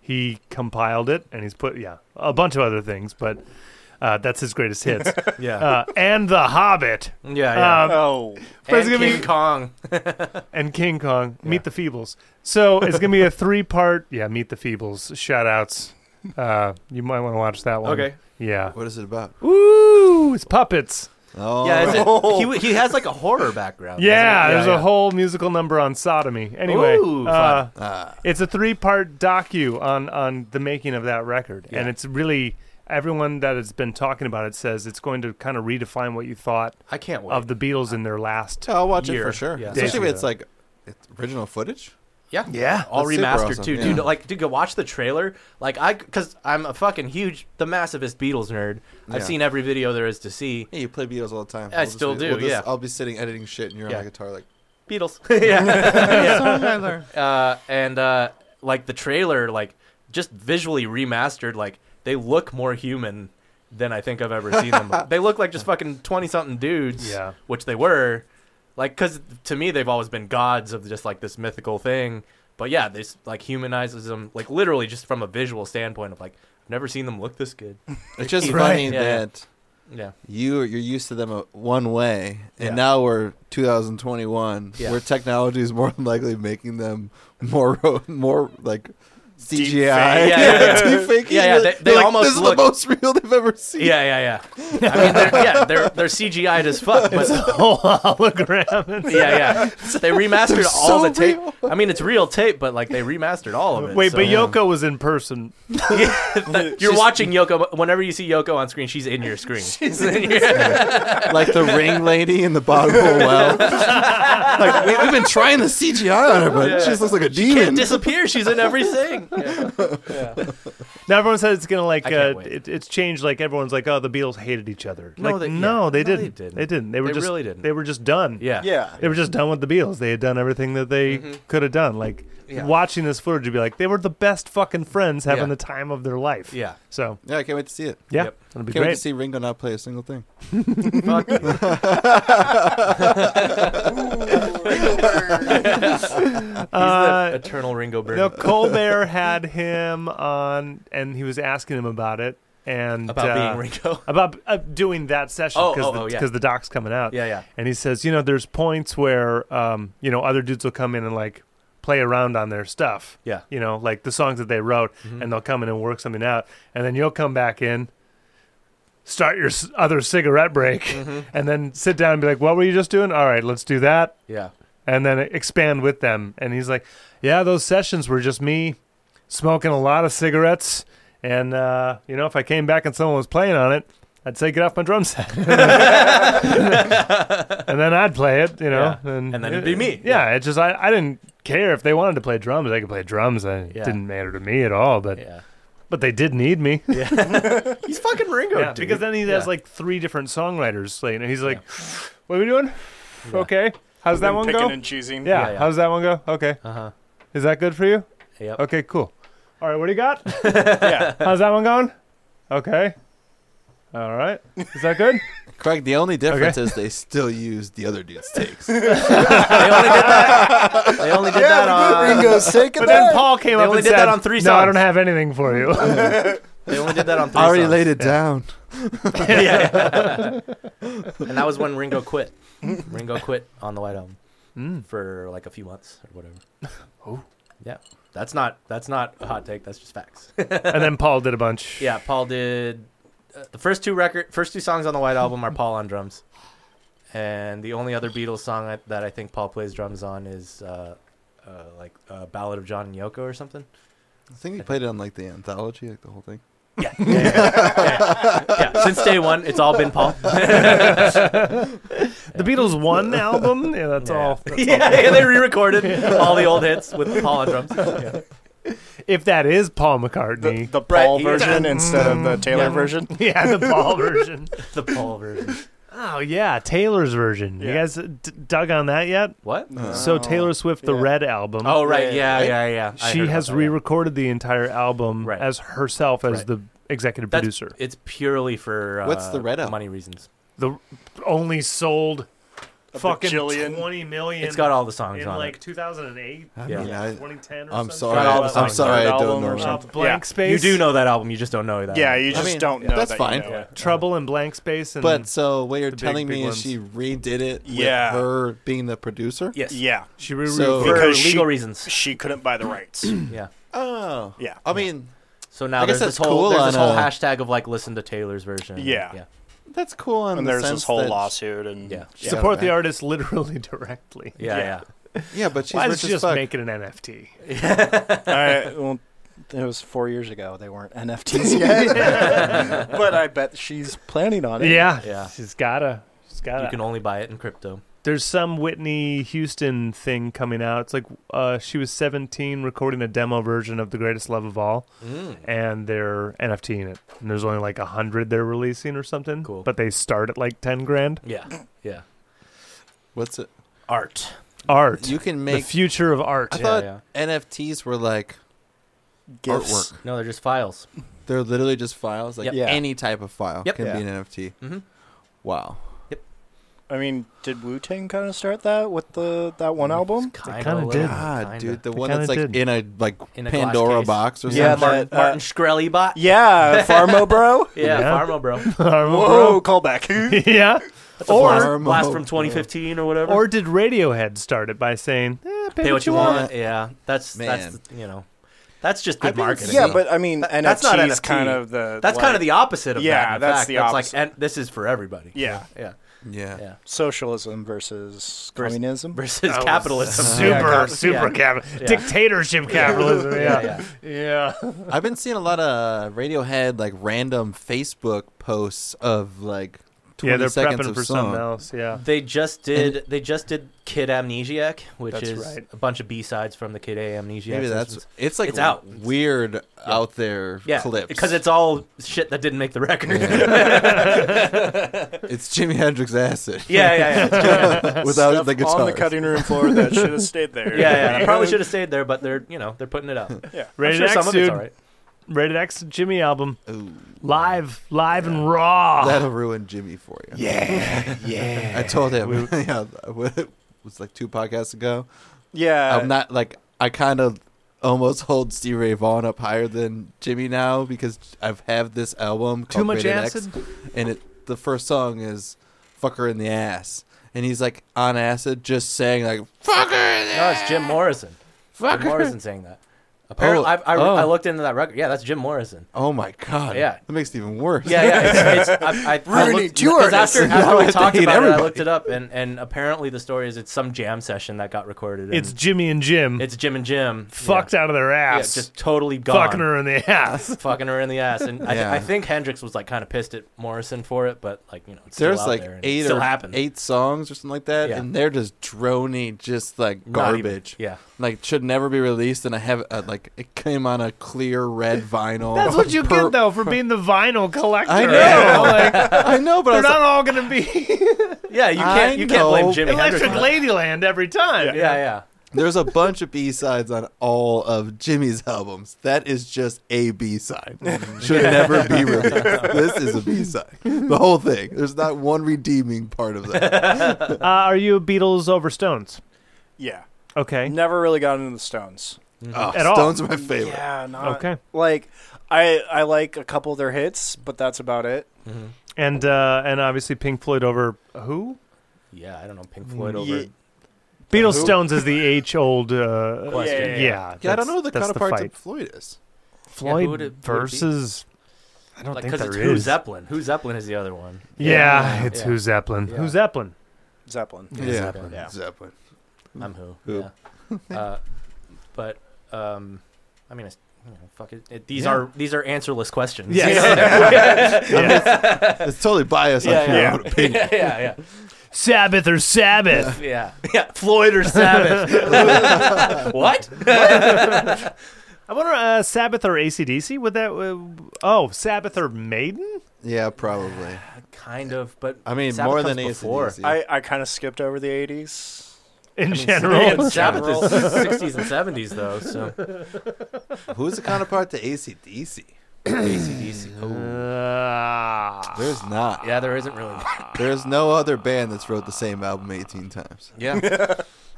[SPEAKER 4] he compiled it and he's put yeah a bunch of other things, but uh, that's his greatest hits.
[SPEAKER 2] yeah,
[SPEAKER 4] uh, and The Hobbit
[SPEAKER 2] yeah. yeah.
[SPEAKER 4] um,
[SPEAKER 5] oh,
[SPEAKER 4] but it's
[SPEAKER 2] and
[SPEAKER 4] gonna be-
[SPEAKER 2] King Kong.
[SPEAKER 4] and King Kong Meet the Feebles. So it's gonna be a three part yeah Meet the Feebles shout outs. Uh, you might want to watch that one.
[SPEAKER 2] Okay.
[SPEAKER 4] Yeah.
[SPEAKER 1] What is it about?
[SPEAKER 4] Ooh, it's puppets.
[SPEAKER 1] Oh,
[SPEAKER 2] Yeah, is it, he he has like a horror background.
[SPEAKER 4] Yeah,
[SPEAKER 2] doesn't he?
[SPEAKER 4] there's a whole musical number on sodomy. Anyway,
[SPEAKER 2] Ooh,
[SPEAKER 4] uh,
[SPEAKER 2] fun.
[SPEAKER 4] it's a three-part docu on on the making of that record, and it's really everyone that has been talking about it says it's going to kind of redefine what you thought
[SPEAKER 2] I can't wait.
[SPEAKER 4] of the Beatles in their last.
[SPEAKER 1] I'll watch it
[SPEAKER 2] Year.
[SPEAKER 1] for sure.
[SPEAKER 2] Yeah.
[SPEAKER 1] Especially if
[SPEAKER 4] Yeah.
[SPEAKER 1] it's like it's original footage.
[SPEAKER 2] yeah, yeah, all
[SPEAKER 1] That's super
[SPEAKER 2] remastered
[SPEAKER 1] awesome,
[SPEAKER 2] too,
[SPEAKER 1] yeah.
[SPEAKER 2] dude. Like, dude, go watch the trailer. Like, I because I'm a fucking huge, the massivest Beatles nerd. I've
[SPEAKER 1] Yeah.
[SPEAKER 2] seen every video there is to see.
[SPEAKER 1] Yeah, you play Beatles all the time.
[SPEAKER 2] I still
[SPEAKER 1] be,
[SPEAKER 2] do,
[SPEAKER 1] just-
[SPEAKER 2] yeah.
[SPEAKER 1] I'll be sitting editing shit, and you're on
[SPEAKER 2] Yeah.
[SPEAKER 1] my guitar <laughs> like.
[SPEAKER 2] Beatles. yeah. yeah. Uh, and uh, like the trailer, like just visually remastered, like they look more human than I think I've ever seen them. they look like just fucking twenty something dudes,
[SPEAKER 4] Yeah.
[SPEAKER 2] which they were. Like, cause to me they've always been gods of just like this mythical thing. But yeah, this like humanizes them, like literally just from a visual standpoint of like I've never seen them look this good.
[SPEAKER 1] It's just
[SPEAKER 4] Right.
[SPEAKER 1] funny
[SPEAKER 2] Yeah, yeah.
[SPEAKER 1] that
[SPEAKER 2] Yeah,
[SPEAKER 1] you you're used to them uh, one way, and
[SPEAKER 2] Yeah.
[SPEAKER 1] now we're 2021,
[SPEAKER 2] Yeah.
[SPEAKER 1] where technology is more <laughs> than likely making them more ro- more like CGI.
[SPEAKER 2] fake. Yeah, yeah,
[SPEAKER 1] <laughs>
[SPEAKER 2] yeah.
[SPEAKER 1] deep faking
[SPEAKER 2] Yeah,
[SPEAKER 1] it.
[SPEAKER 2] yeah, they-
[SPEAKER 1] They're
[SPEAKER 2] they
[SPEAKER 1] like,
[SPEAKER 2] almost
[SPEAKER 1] this is
[SPEAKER 2] look-
[SPEAKER 1] the most real they've ever seen.
[SPEAKER 2] yeah, yeah, yeah. I mean, they're, yeah, they're they're CGI'd as fuck, but <laughs>
[SPEAKER 4] whole hologram.
[SPEAKER 2] yeah, yeah. They remastered all
[SPEAKER 1] so
[SPEAKER 2] the tape.
[SPEAKER 1] real.
[SPEAKER 2] I mean, it's real tape, but like they remastered all of it.
[SPEAKER 4] Wait,
[SPEAKER 2] so-
[SPEAKER 4] but Yoko was in person.
[SPEAKER 2] <laughs>
[SPEAKER 4] <laughs>
[SPEAKER 2] you're watching Yoko. Whenever you see Yoko on screen, she's in your screen. <laughs> She's in your
[SPEAKER 1] like the ring lady in the bottom <laughs> of a well. like we, we've been trying the CGI on her, but
[SPEAKER 2] Yeah.
[SPEAKER 1] she just looks like a
[SPEAKER 2] can't
[SPEAKER 1] demon.
[SPEAKER 2] disappear. She's in everything. Yeah.
[SPEAKER 4] Now everyone says it's gonna like
[SPEAKER 2] I can't
[SPEAKER 4] uh,
[SPEAKER 2] wait.
[SPEAKER 4] it, it's changed. Like everyone's like, oh, the Beatles hated each other.
[SPEAKER 2] No,
[SPEAKER 4] like,
[SPEAKER 2] they-
[SPEAKER 4] no,
[SPEAKER 2] yeah.
[SPEAKER 4] they
[SPEAKER 2] No,
[SPEAKER 4] didn't.
[SPEAKER 2] they didn't.
[SPEAKER 4] They didn't. They were
[SPEAKER 2] They
[SPEAKER 4] just
[SPEAKER 2] really didn't.
[SPEAKER 4] They were just done.
[SPEAKER 2] <laughs> yeah.
[SPEAKER 4] <laughs>
[SPEAKER 5] Yeah.
[SPEAKER 4] They were just done with the Beatles. They had done everything that they could have done. Like
[SPEAKER 2] Mm-hmm. Yeah.
[SPEAKER 4] watching this footage, you'd be like, they were the best fucking friends having
[SPEAKER 2] Yeah.
[SPEAKER 4] the time of their life.
[SPEAKER 2] Yeah.
[SPEAKER 4] So
[SPEAKER 1] yeah, I can't wait to see it.
[SPEAKER 4] yeah,
[SPEAKER 2] Yep.
[SPEAKER 4] it'll be
[SPEAKER 1] Can't wait to
[SPEAKER 4] great.
[SPEAKER 1] see Ringo not play a single thing.
[SPEAKER 2] Fuck you.
[SPEAKER 4] Uh,
[SPEAKER 5] <laughs>
[SPEAKER 2] <laughs> He's the eternal Ringo Bird. <laughs>
[SPEAKER 4] No, Colbert had him on, and he was asking him about it and
[SPEAKER 2] About
[SPEAKER 4] uh,
[SPEAKER 2] being
[SPEAKER 4] <laughs>
[SPEAKER 2] Ringo.
[SPEAKER 4] about uh, doing that session
[SPEAKER 2] Oh,
[SPEAKER 4] because
[SPEAKER 2] oh,
[SPEAKER 4] the,
[SPEAKER 2] oh, yeah.
[SPEAKER 4] 'cause the doc's coming out.
[SPEAKER 2] Yeah, yeah.
[SPEAKER 4] And he says, you know, there's points where, um, you know, other dudes will come in and like play around on their stuff.
[SPEAKER 2] Yeah.
[SPEAKER 4] You know, like the songs that they wrote, and they'll come in and work something out, and then you'll come back in. Start your s- other cigarette break, and then sit down and be like, "What were you just doing? All right, let's do that."
[SPEAKER 2] Yeah.
[SPEAKER 4] and then expand with them. And he's like, "Yeah, those sessions were just me smoking a lot of cigarettes, and uh, you know, if I came back and someone was playing on it, I'd say get off my drum set, <laughs> and then I'd play it, you know,
[SPEAKER 2] Yeah. And then it'd be me.
[SPEAKER 4] Yeah, it's just I, I didn't care if they wanted to play drums, they could play drums. I- It
[SPEAKER 2] Yeah.
[SPEAKER 4] didn't matter to me at all, but
[SPEAKER 2] Yeah.
[SPEAKER 4] but they did need me. <laughs>
[SPEAKER 2] He's fucking Ringo,
[SPEAKER 4] Yeah,
[SPEAKER 2] dude.
[SPEAKER 4] because then he
[SPEAKER 2] Yeah.
[SPEAKER 4] has like three different songwriters. Like, and he's like, "What are we doing? Okay, how's that one
[SPEAKER 5] picking
[SPEAKER 4] go?
[SPEAKER 5] and choosing.
[SPEAKER 4] Yeah.
[SPEAKER 2] Yeah, yeah.
[SPEAKER 4] How does that one go? Okay. Uh
[SPEAKER 2] Uh-huh.
[SPEAKER 4] Is that good for you?
[SPEAKER 2] Yep. <laughs>
[SPEAKER 4] Okay. Cool. All right. What do you got?
[SPEAKER 5] Yeah.
[SPEAKER 4] How's that one going? Okay. All right. Is that good?
[SPEAKER 1] Craig, the only difference is they still use the other dude's <laughs> takes.
[SPEAKER 2] they only did that. They only
[SPEAKER 4] <laughs>
[SPEAKER 2] did that on.
[SPEAKER 5] Ringo's taking
[SPEAKER 4] But then Paul came
[SPEAKER 2] They
[SPEAKER 4] up
[SPEAKER 2] only
[SPEAKER 4] and
[SPEAKER 2] did
[SPEAKER 4] said,
[SPEAKER 2] that on three
[SPEAKER 4] "No, I don't
[SPEAKER 2] songs."
[SPEAKER 4] have anything for
[SPEAKER 2] <laughs>
[SPEAKER 4] you."
[SPEAKER 2] They only did that on. Three
[SPEAKER 1] I already
[SPEAKER 2] songs.
[SPEAKER 1] laid it down.
[SPEAKER 2] yeah. and that was when Ringo quit. Ringo quit on the White Album Mm. for like a few months or whatever. Oh, yeah. That's not that's not a hot take. That's just facts.
[SPEAKER 4] and then Paul did a bunch. <laughs>
[SPEAKER 2] yeah, Paul did uh, the first two record first two songs on the White Album are Paul on drums, and the only other Beatles song I, that I think Paul plays drums on is uh, uh, like uh, Ballad of John and Yoko or something.
[SPEAKER 1] I think he played it on like the anthology, like the whole thing.
[SPEAKER 2] Yeah. Yeah, yeah, yeah. yeah. yeah. Since day one, it's all been Paul.
[SPEAKER 4] The Beatles one album. Yeah, that's all. that's
[SPEAKER 2] <laughs>
[SPEAKER 4] all.
[SPEAKER 2] yeah, yeah, they re-recorded all the old hits with Paul on drums. Yeah.
[SPEAKER 4] If that is Paul McCartney.
[SPEAKER 5] the Paul
[SPEAKER 2] Right, yeah.
[SPEAKER 5] version instead of the Taylor
[SPEAKER 2] Yeah.
[SPEAKER 5] version.
[SPEAKER 4] <laughs> yeah, the
[SPEAKER 2] <laughs>
[SPEAKER 4] Paul version.
[SPEAKER 2] The Paul version.
[SPEAKER 4] Oh yeah, Taylor's version. You
[SPEAKER 5] Yeah.
[SPEAKER 4] guys d- dug on that yet?
[SPEAKER 2] What?
[SPEAKER 4] so Taylor Swift, the
[SPEAKER 5] yeah.
[SPEAKER 4] Red album.
[SPEAKER 2] Oh right,
[SPEAKER 5] Yeah,
[SPEAKER 2] yeah, yeah, yeah. I heard
[SPEAKER 4] she
[SPEAKER 2] about
[SPEAKER 4] has
[SPEAKER 2] that, yeah.
[SPEAKER 4] re-recorded the entire album
[SPEAKER 2] Right.
[SPEAKER 4] as herself as
[SPEAKER 2] Right.
[SPEAKER 4] the executive
[SPEAKER 2] That's-
[SPEAKER 4] producer.
[SPEAKER 2] It's purely for uh,
[SPEAKER 1] What's the red album?
[SPEAKER 2] money reasons.
[SPEAKER 4] The only sold fucking
[SPEAKER 5] bajillion.
[SPEAKER 4] 20 million
[SPEAKER 2] It's got all the songs
[SPEAKER 4] in
[SPEAKER 2] on
[SPEAKER 4] like
[SPEAKER 2] it.
[SPEAKER 4] 2008,
[SPEAKER 1] I
[SPEAKER 2] Yeah.
[SPEAKER 1] mean, I,
[SPEAKER 4] 2010 or
[SPEAKER 1] I'm
[SPEAKER 4] something.
[SPEAKER 1] sorry.
[SPEAKER 2] all the
[SPEAKER 1] I'm
[SPEAKER 2] songs.
[SPEAKER 1] sorry. I
[SPEAKER 5] Album
[SPEAKER 1] don't know.
[SPEAKER 5] or
[SPEAKER 1] what
[SPEAKER 4] Uh,
[SPEAKER 1] I'm-
[SPEAKER 5] something.
[SPEAKER 4] blank
[SPEAKER 2] You
[SPEAKER 4] space.
[SPEAKER 2] do know that album, you just don't know that.
[SPEAKER 5] Yeah,
[SPEAKER 2] album.
[SPEAKER 5] you just
[SPEAKER 1] I mean,
[SPEAKER 5] don't know.
[SPEAKER 1] that's
[SPEAKER 5] that
[SPEAKER 1] fine.
[SPEAKER 5] You know
[SPEAKER 2] Yeah.
[SPEAKER 5] it.
[SPEAKER 4] Trouble in Blank Space and
[SPEAKER 1] But so what you're
[SPEAKER 4] big,
[SPEAKER 1] telling
[SPEAKER 4] big
[SPEAKER 1] me
[SPEAKER 4] ones.
[SPEAKER 1] is she redid it with
[SPEAKER 5] Yeah.
[SPEAKER 1] her being the producer?
[SPEAKER 2] Yes.
[SPEAKER 5] Yeah.
[SPEAKER 4] she re-
[SPEAKER 1] So-
[SPEAKER 2] For
[SPEAKER 5] Because she-
[SPEAKER 1] <clears throat>
[SPEAKER 2] legal reasons.
[SPEAKER 5] She couldn't buy the <clears throat> rights.
[SPEAKER 2] Yeah.
[SPEAKER 1] Oh.
[SPEAKER 5] Yeah.
[SPEAKER 1] I mean,
[SPEAKER 2] So now
[SPEAKER 1] I guess
[SPEAKER 2] there's this
[SPEAKER 1] that's
[SPEAKER 2] whole
[SPEAKER 1] cool
[SPEAKER 2] there's this
[SPEAKER 1] on
[SPEAKER 2] whole
[SPEAKER 1] a-
[SPEAKER 2] hashtag of like listen to Taylor's version.
[SPEAKER 5] Yeah.
[SPEAKER 2] Yeah.
[SPEAKER 1] that's cool on
[SPEAKER 5] and
[SPEAKER 1] the
[SPEAKER 5] there's
[SPEAKER 1] sense
[SPEAKER 5] this whole
[SPEAKER 1] that-
[SPEAKER 5] lawsuit and
[SPEAKER 2] Yeah.
[SPEAKER 1] Yeah.
[SPEAKER 5] <laughs>
[SPEAKER 4] support the artist literally <laughs> directly.
[SPEAKER 2] Yeah.
[SPEAKER 5] Yeah.
[SPEAKER 2] yeah.
[SPEAKER 1] Yeah, but she's
[SPEAKER 4] Why
[SPEAKER 1] rich
[SPEAKER 4] does she
[SPEAKER 1] as
[SPEAKER 4] just
[SPEAKER 1] fuck.
[SPEAKER 4] make it an NFT?
[SPEAKER 5] I, well, it was four years ago. They weren't <laughs> NFTs <laughs> yet, but I bet she's planning on it.
[SPEAKER 4] Yeah,
[SPEAKER 2] Yeah.
[SPEAKER 4] she's gotta. She's
[SPEAKER 2] <laughs>
[SPEAKER 4] gotta.
[SPEAKER 2] You can only buy it in crypto.
[SPEAKER 4] There's some Whitney Houston thing coming out. It's like uh, she was 17 recording a demo version of The Greatest Love of All,
[SPEAKER 1] Mm.
[SPEAKER 4] and they're NFTing it. And there's only like 100 they're releasing or something.
[SPEAKER 2] Cool.
[SPEAKER 4] But they start at like 10 grand.
[SPEAKER 2] Yeah. Yeah.
[SPEAKER 1] What's it?
[SPEAKER 2] Art.
[SPEAKER 4] Art.
[SPEAKER 1] You can
[SPEAKER 4] the
[SPEAKER 1] make
[SPEAKER 2] <laughs>
[SPEAKER 4] future of art. <laughs>
[SPEAKER 1] I thought
[SPEAKER 2] yeah.
[SPEAKER 1] NFTs were like
[SPEAKER 5] gifts.
[SPEAKER 2] No, they're just files.
[SPEAKER 1] They're literally just files. Like
[SPEAKER 2] Yep.
[SPEAKER 5] Yeah.
[SPEAKER 1] any type of file
[SPEAKER 2] Yep.
[SPEAKER 1] can
[SPEAKER 5] Yeah.
[SPEAKER 1] be an NFT.
[SPEAKER 2] Mhm.
[SPEAKER 1] Wow.
[SPEAKER 5] I mean, did Wu Tang kind of start that with the that
[SPEAKER 2] Mm.
[SPEAKER 5] one album?
[SPEAKER 2] Kind
[SPEAKER 4] kinda did.
[SPEAKER 1] God, dude, the one
[SPEAKER 4] kinda
[SPEAKER 1] that's like
[SPEAKER 4] did.
[SPEAKER 1] in a like
[SPEAKER 2] In a glass
[SPEAKER 1] Pandora
[SPEAKER 2] case.
[SPEAKER 1] box or something.
[SPEAKER 5] Yeah,
[SPEAKER 2] Martin,
[SPEAKER 5] that, uh,
[SPEAKER 2] Martin Shkreli bot.
[SPEAKER 5] <laughs> Yeah, Farmo Bro.
[SPEAKER 2] Yeah,
[SPEAKER 4] Yeah.
[SPEAKER 2] Farmo bro.
[SPEAKER 5] Whoa, callback.
[SPEAKER 4] <laughs> yeah.
[SPEAKER 2] That's a
[SPEAKER 4] Or-
[SPEAKER 2] blast, blast
[SPEAKER 1] Farmo.
[SPEAKER 2] from 2015 or whatever.
[SPEAKER 4] Or did Radiohead start it by saying, eh, pay,
[SPEAKER 2] pay what you
[SPEAKER 1] want.
[SPEAKER 2] want. Yeah, that's
[SPEAKER 1] Man.
[SPEAKER 2] that's you know, that's just
[SPEAKER 1] I
[SPEAKER 2] good
[SPEAKER 1] think-
[SPEAKER 2] marketing.
[SPEAKER 5] yeah, but I mean, NFTs
[SPEAKER 2] that's not NFT.
[SPEAKER 5] kind of the
[SPEAKER 2] that's kind of
[SPEAKER 5] like,
[SPEAKER 2] the opposite of
[SPEAKER 5] Yeah,
[SPEAKER 2] that. in
[SPEAKER 5] that's
[SPEAKER 2] fact.
[SPEAKER 5] the
[SPEAKER 2] that's
[SPEAKER 5] opposite.
[SPEAKER 2] like and this is for everybody. <laughs>
[SPEAKER 5] yeah
[SPEAKER 2] yeah.
[SPEAKER 1] Yeah.
[SPEAKER 2] Yeah.
[SPEAKER 5] socialism versus communism.
[SPEAKER 2] Versus
[SPEAKER 4] was <laughs>
[SPEAKER 2] capitalism.
[SPEAKER 5] Yeah,
[SPEAKER 4] super,
[SPEAKER 5] cap-
[SPEAKER 4] super capital, dictatorship capitalism.
[SPEAKER 2] Yeah,
[SPEAKER 4] Yeah.
[SPEAKER 2] yeah.
[SPEAKER 4] Yeah.
[SPEAKER 1] I've been seeing a lot of Radiohead like random Facebook posts of like
[SPEAKER 4] Yeah,
[SPEAKER 1] 20
[SPEAKER 4] they're
[SPEAKER 1] seconds
[SPEAKER 4] prepping
[SPEAKER 1] of
[SPEAKER 4] for
[SPEAKER 1] song.
[SPEAKER 4] something else. Yeah.
[SPEAKER 2] They just did. they just did Kid Amnesiac, which
[SPEAKER 4] That's
[SPEAKER 2] is
[SPEAKER 4] right.
[SPEAKER 2] a bunch of B sides from the Kid A Amnesiac.
[SPEAKER 1] Maybe that's
[SPEAKER 2] sessions.
[SPEAKER 1] it's like
[SPEAKER 2] It's out.
[SPEAKER 1] weird out there
[SPEAKER 2] yeah,
[SPEAKER 1] clips
[SPEAKER 2] because it's all shit that didn't make the record. Yeah,
[SPEAKER 1] Yeah. it's Jimi Hendrix acid
[SPEAKER 2] <laughs> yeah, yeah.
[SPEAKER 1] <laughs>
[SPEAKER 2] yeah.
[SPEAKER 1] without the
[SPEAKER 5] on the
[SPEAKER 1] guitar.
[SPEAKER 5] cutting room floor that should have stayed there. <laughs>
[SPEAKER 2] yeah,
[SPEAKER 1] <laughs>
[SPEAKER 2] yeah. I probably should have stayed there, but they're you know they're putting it out. I'm
[SPEAKER 5] Yeah.
[SPEAKER 4] Rated
[SPEAKER 2] sure
[SPEAKER 4] X,
[SPEAKER 2] some of it's
[SPEAKER 4] dude.
[SPEAKER 2] all right.
[SPEAKER 4] Rated X Jimmy album.
[SPEAKER 1] Ooh,
[SPEAKER 4] Live, live and raw.
[SPEAKER 1] that'll ruin Jimmy for you.
[SPEAKER 5] Yeah, yeah.
[SPEAKER 1] <laughs> I told him. yeah, it was like two podcasts ago.
[SPEAKER 5] Yeah,
[SPEAKER 2] Uh,
[SPEAKER 1] I'm not like I kind of almost hold Steve Ray Vaughan up higher than Jimmy now because I've had this album
[SPEAKER 4] Too
[SPEAKER 1] called
[SPEAKER 4] much
[SPEAKER 1] Rated X,
[SPEAKER 4] acid?
[SPEAKER 1] and it the first song is "Fucker in the Ass," and he's like on acid, just saying like "Fucker in the
[SPEAKER 2] No,
[SPEAKER 1] ass."
[SPEAKER 2] it's Jim Morrison. Jim Morrison saying that. Apparently, I, I,
[SPEAKER 1] oh.
[SPEAKER 2] I looked into that record. Yeah, that's Jim Morrison.
[SPEAKER 1] Oh my god!
[SPEAKER 2] Yeah.
[SPEAKER 1] that makes it even worse.
[SPEAKER 2] Yeah, yeah. It's, it's, I, I, I
[SPEAKER 5] Ruining
[SPEAKER 2] looked,
[SPEAKER 5] two
[SPEAKER 2] 'cause after,
[SPEAKER 1] artists.
[SPEAKER 2] after
[SPEAKER 1] Now <laughs> I
[SPEAKER 2] we
[SPEAKER 1] have to
[SPEAKER 2] talked
[SPEAKER 1] hate
[SPEAKER 2] about it, I
[SPEAKER 1] everybody.
[SPEAKER 2] looked it up, and, and apparently the story is it's some jam session that got recorded. and
[SPEAKER 4] It's Jimmy and Jim.
[SPEAKER 2] it's Jim and Jim
[SPEAKER 4] fucked
[SPEAKER 2] yeah.
[SPEAKER 4] out of their
[SPEAKER 2] Yeah,
[SPEAKER 4] ass.
[SPEAKER 2] just totally gone.
[SPEAKER 4] fucking her in the ass.
[SPEAKER 2] Fucking her in the ass, and I, th-
[SPEAKER 1] Yeah.
[SPEAKER 2] I think Hendrix was like kind of pissed at Morrison for it, but like you know,
[SPEAKER 1] <laughs>
[SPEAKER 2] it's
[SPEAKER 1] There's
[SPEAKER 2] still out
[SPEAKER 1] like
[SPEAKER 2] there and it
[SPEAKER 1] eight
[SPEAKER 2] still
[SPEAKER 1] or
[SPEAKER 2] happens.
[SPEAKER 1] eight songs or something like that,
[SPEAKER 2] Yeah.
[SPEAKER 1] and they're just drony, just like
[SPEAKER 2] Not even-
[SPEAKER 1] garbage.
[SPEAKER 2] yeah,
[SPEAKER 1] like should never be released and i have uh, like it came on a clear red vinyl
[SPEAKER 4] That's what you
[SPEAKER 1] Per-
[SPEAKER 4] get though for being the vinyl collector.
[SPEAKER 1] I know.
[SPEAKER 4] You know, like,
[SPEAKER 1] <laughs> i know but I
[SPEAKER 4] they're
[SPEAKER 1] was
[SPEAKER 4] not all gonna be
[SPEAKER 2] yeah. You
[SPEAKER 1] I
[SPEAKER 2] can't you can't blame
[SPEAKER 1] know.
[SPEAKER 2] Jimmy Hendrix.
[SPEAKER 4] <laughs> Electric
[SPEAKER 2] for that.
[SPEAKER 4] Ladyland every
[SPEAKER 2] <laughs>
[SPEAKER 4] time.
[SPEAKER 2] Yeah, yeah.
[SPEAKER 1] like- there's a bunch of b-sides on all of jimmy's albums that is just a b-side should never be released this is a b-side the whole thing there's not one redeeming part of that
[SPEAKER 4] Uh, are you Beatles over Stones?
[SPEAKER 5] yeah.
[SPEAKER 4] Okay.
[SPEAKER 5] Never really got into the Stones.
[SPEAKER 1] oh,
[SPEAKER 4] At all.
[SPEAKER 1] stones are my favorite
[SPEAKER 5] Yeah, not
[SPEAKER 4] Okay.
[SPEAKER 5] Like, I I like a couple of their hits, but that's about it.
[SPEAKER 4] And uh, and obviously Pink Floyd over who?
[SPEAKER 2] Yeah, I don't know. Pink Floyd over.
[SPEAKER 5] Ye-
[SPEAKER 4] Beatles
[SPEAKER 1] Who?
[SPEAKER 4] Stones is the age old. Uh,
[SPEAKER 2] Question.
[SPEAKER 4] yeah,
[SPEAKER 5] Yeah, yeah,
[SPEAKER 1] yeah i don't
[SPEAKER 4] that's-
[SPEAKER 1] know who the
[SPEAKER 4] that's
[SPEAKER 1] counterparts
[SPEAKER 4] fight.
[SPEAKER 1] of floyd is
[SPEAKER 4] Floyd
[SPEAKER 2] would it- would it be?
[SPEAKER 4] versus. I don't
[SPEAKER 2] Like,
[SPEAKER 4] think
[SPEAKER 2] because
[SPEAKER 4] there
[SPEAKER 2] it's
[SPEAKER 4] is.
[SPEAKER 2] Who Zeppelin. Who Zeppelin is the other one.
[SPEAKER 4] Yeah, it's
[SPEAKER 2] Yeah.
[SPEAKER 4] Who Zeppelin.
[SPEAKER 2] Yeah.
[SPEAKER 4] Who Zeppelin?
[SPEAKER 5] Zeppelin.
[SPEAKER 1] yeah,
[SPEAKER 2] Zeppelin.
[SPEAKER 5] Yeah.
[SPEAKER 1] zeppelin
[SPEAKER 2] I'm who.
[SPEAKER 1] Who.
[SPEAKER 2] Yeah. <laughs> uh, but um, I mean, it's, you know, fuck it. it these
[SPEAKER 1] Yeah.
[SPEAKER 2] are these are answerless questions. <laughs>
[SPEAKER 4] Yes.
[SPEAKER 1] it's totally biased on
[SPEAKER 2] Yeah,
[SPEAKER 1] your
[SPEAKER 2] yeah.
[SPEAKER 1] own opinion
[SPEAKER 2] <laughs>
[SPEAKER 1] <laughs>
[SPEAKER 2] yeah, yeah,
[SPEAKER 4] Sabbath or Sabbath?
[SPEAKER 2] yeah, yeah, yeah. Floyd or <laughs> Sabbath? what?
[SPEAKER 4] I wonder, uh, Sabbath or ACDC? Would that? Uh, oh, Sabbath or Maiden?
[SPEAKER 1] yeah probably
[SPEAKER 2] <laughs> Kind of, but
[SPEAKER 1] i mean
[SPEAKER 2] Sabbath
[SPEAKER 1] more than
[SPEAKER 2] comes before.
[SPEAKER 1] AC/DC.
[SPEAKER 5] I, I kind of skipped over the 80s.
[SPEAKER 4] In
[SPEAKER 2] Man,
[SPEAKER 4] general,
[SPEAKER 2] Sabbath is 60s and 70s though, so
[SPEAKER 1] Who's the counterpart to ACDC?
[SPEAKER 2] ACDC. Oh.
[SPEAKER 4] <laughs> uh,
[SPEAKER 1] There's not.
[SPEAKER 2] Yeah, there isn't really.
[SPEAKER 1] There's no other band that's wrote the same album 18
[SPEAKER 4] <laughs>
[SPEAKER 1] times.
[SPEAKER 2] Yeah,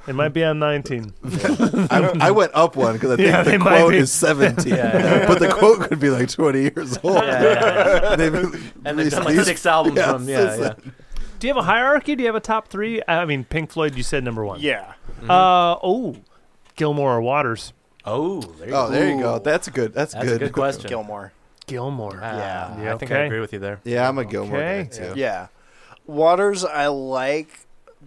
[SPEAKER 4] it might be on nineteen.
[SPEAKER 1] I, I went up one because I think
[SPEAKER 4] Yeah,
[SPEAKER 1] the
[SPEAKER 4] they might
[SPEAKER 1] quote
[SPEAKER 4] be.
[SPEAKER 1] is 17.
[SPEAKER 2] Yeah, yeah.
[SPEAKER 1] But the quote could be like 20 years old.
[SPEAKER 2] yeah,
[SPEAKER 1] <laughs>
[SPEAKER 2] yeah.
[SPEAKER 1] They've
[SPEAKER 2] and they've
[SPEAKER 1] released
[SPEAKER 2] done like
[SPEAKER 1] these-
[SPEAKER 2] six albums
[SPEAKER 1] yeah,
[SPEAKER 2] from yeah,
[SPEAKER 1] since
[SPEAKER 2] yeah.
[SPEAKER 4] Do you have a hierarchy? Do you have a top three? I mean, Pink Floyd. You said number one.
[SPEAKER 5] Yeah.
[SPEAKER 2] Mm-hmm.
[SPEAKER 4] Uh oh, Gilmore or Waters?
[SPEAKER 2] Oh, there you
[SPEAKER 1] Oh,
[SPEAKER 2] go.
[SPEAKER 1] there you go. That's good. That's,
[SPEAKER 2] That's
[SPEAKER 1] good.
[SPEAKER 2] a good question.
[SPEAKER 5] Gilmore.
[SPEAKER 4] Gilmore.
[SPEAKER 2] Ah,
[SPEAKER 4] Yeah,
[SPEAKER 2] I think
[SPEAKER 4] okay.
[SPEAKER 2] I agree with you there.
[SPEAKER 1] Yeah, I'm a Gilmore guy,
[SPEAKER 4] Okay.
[SPEAKER 1] too.
[SPEAKER 5] Yeah. Waters I like,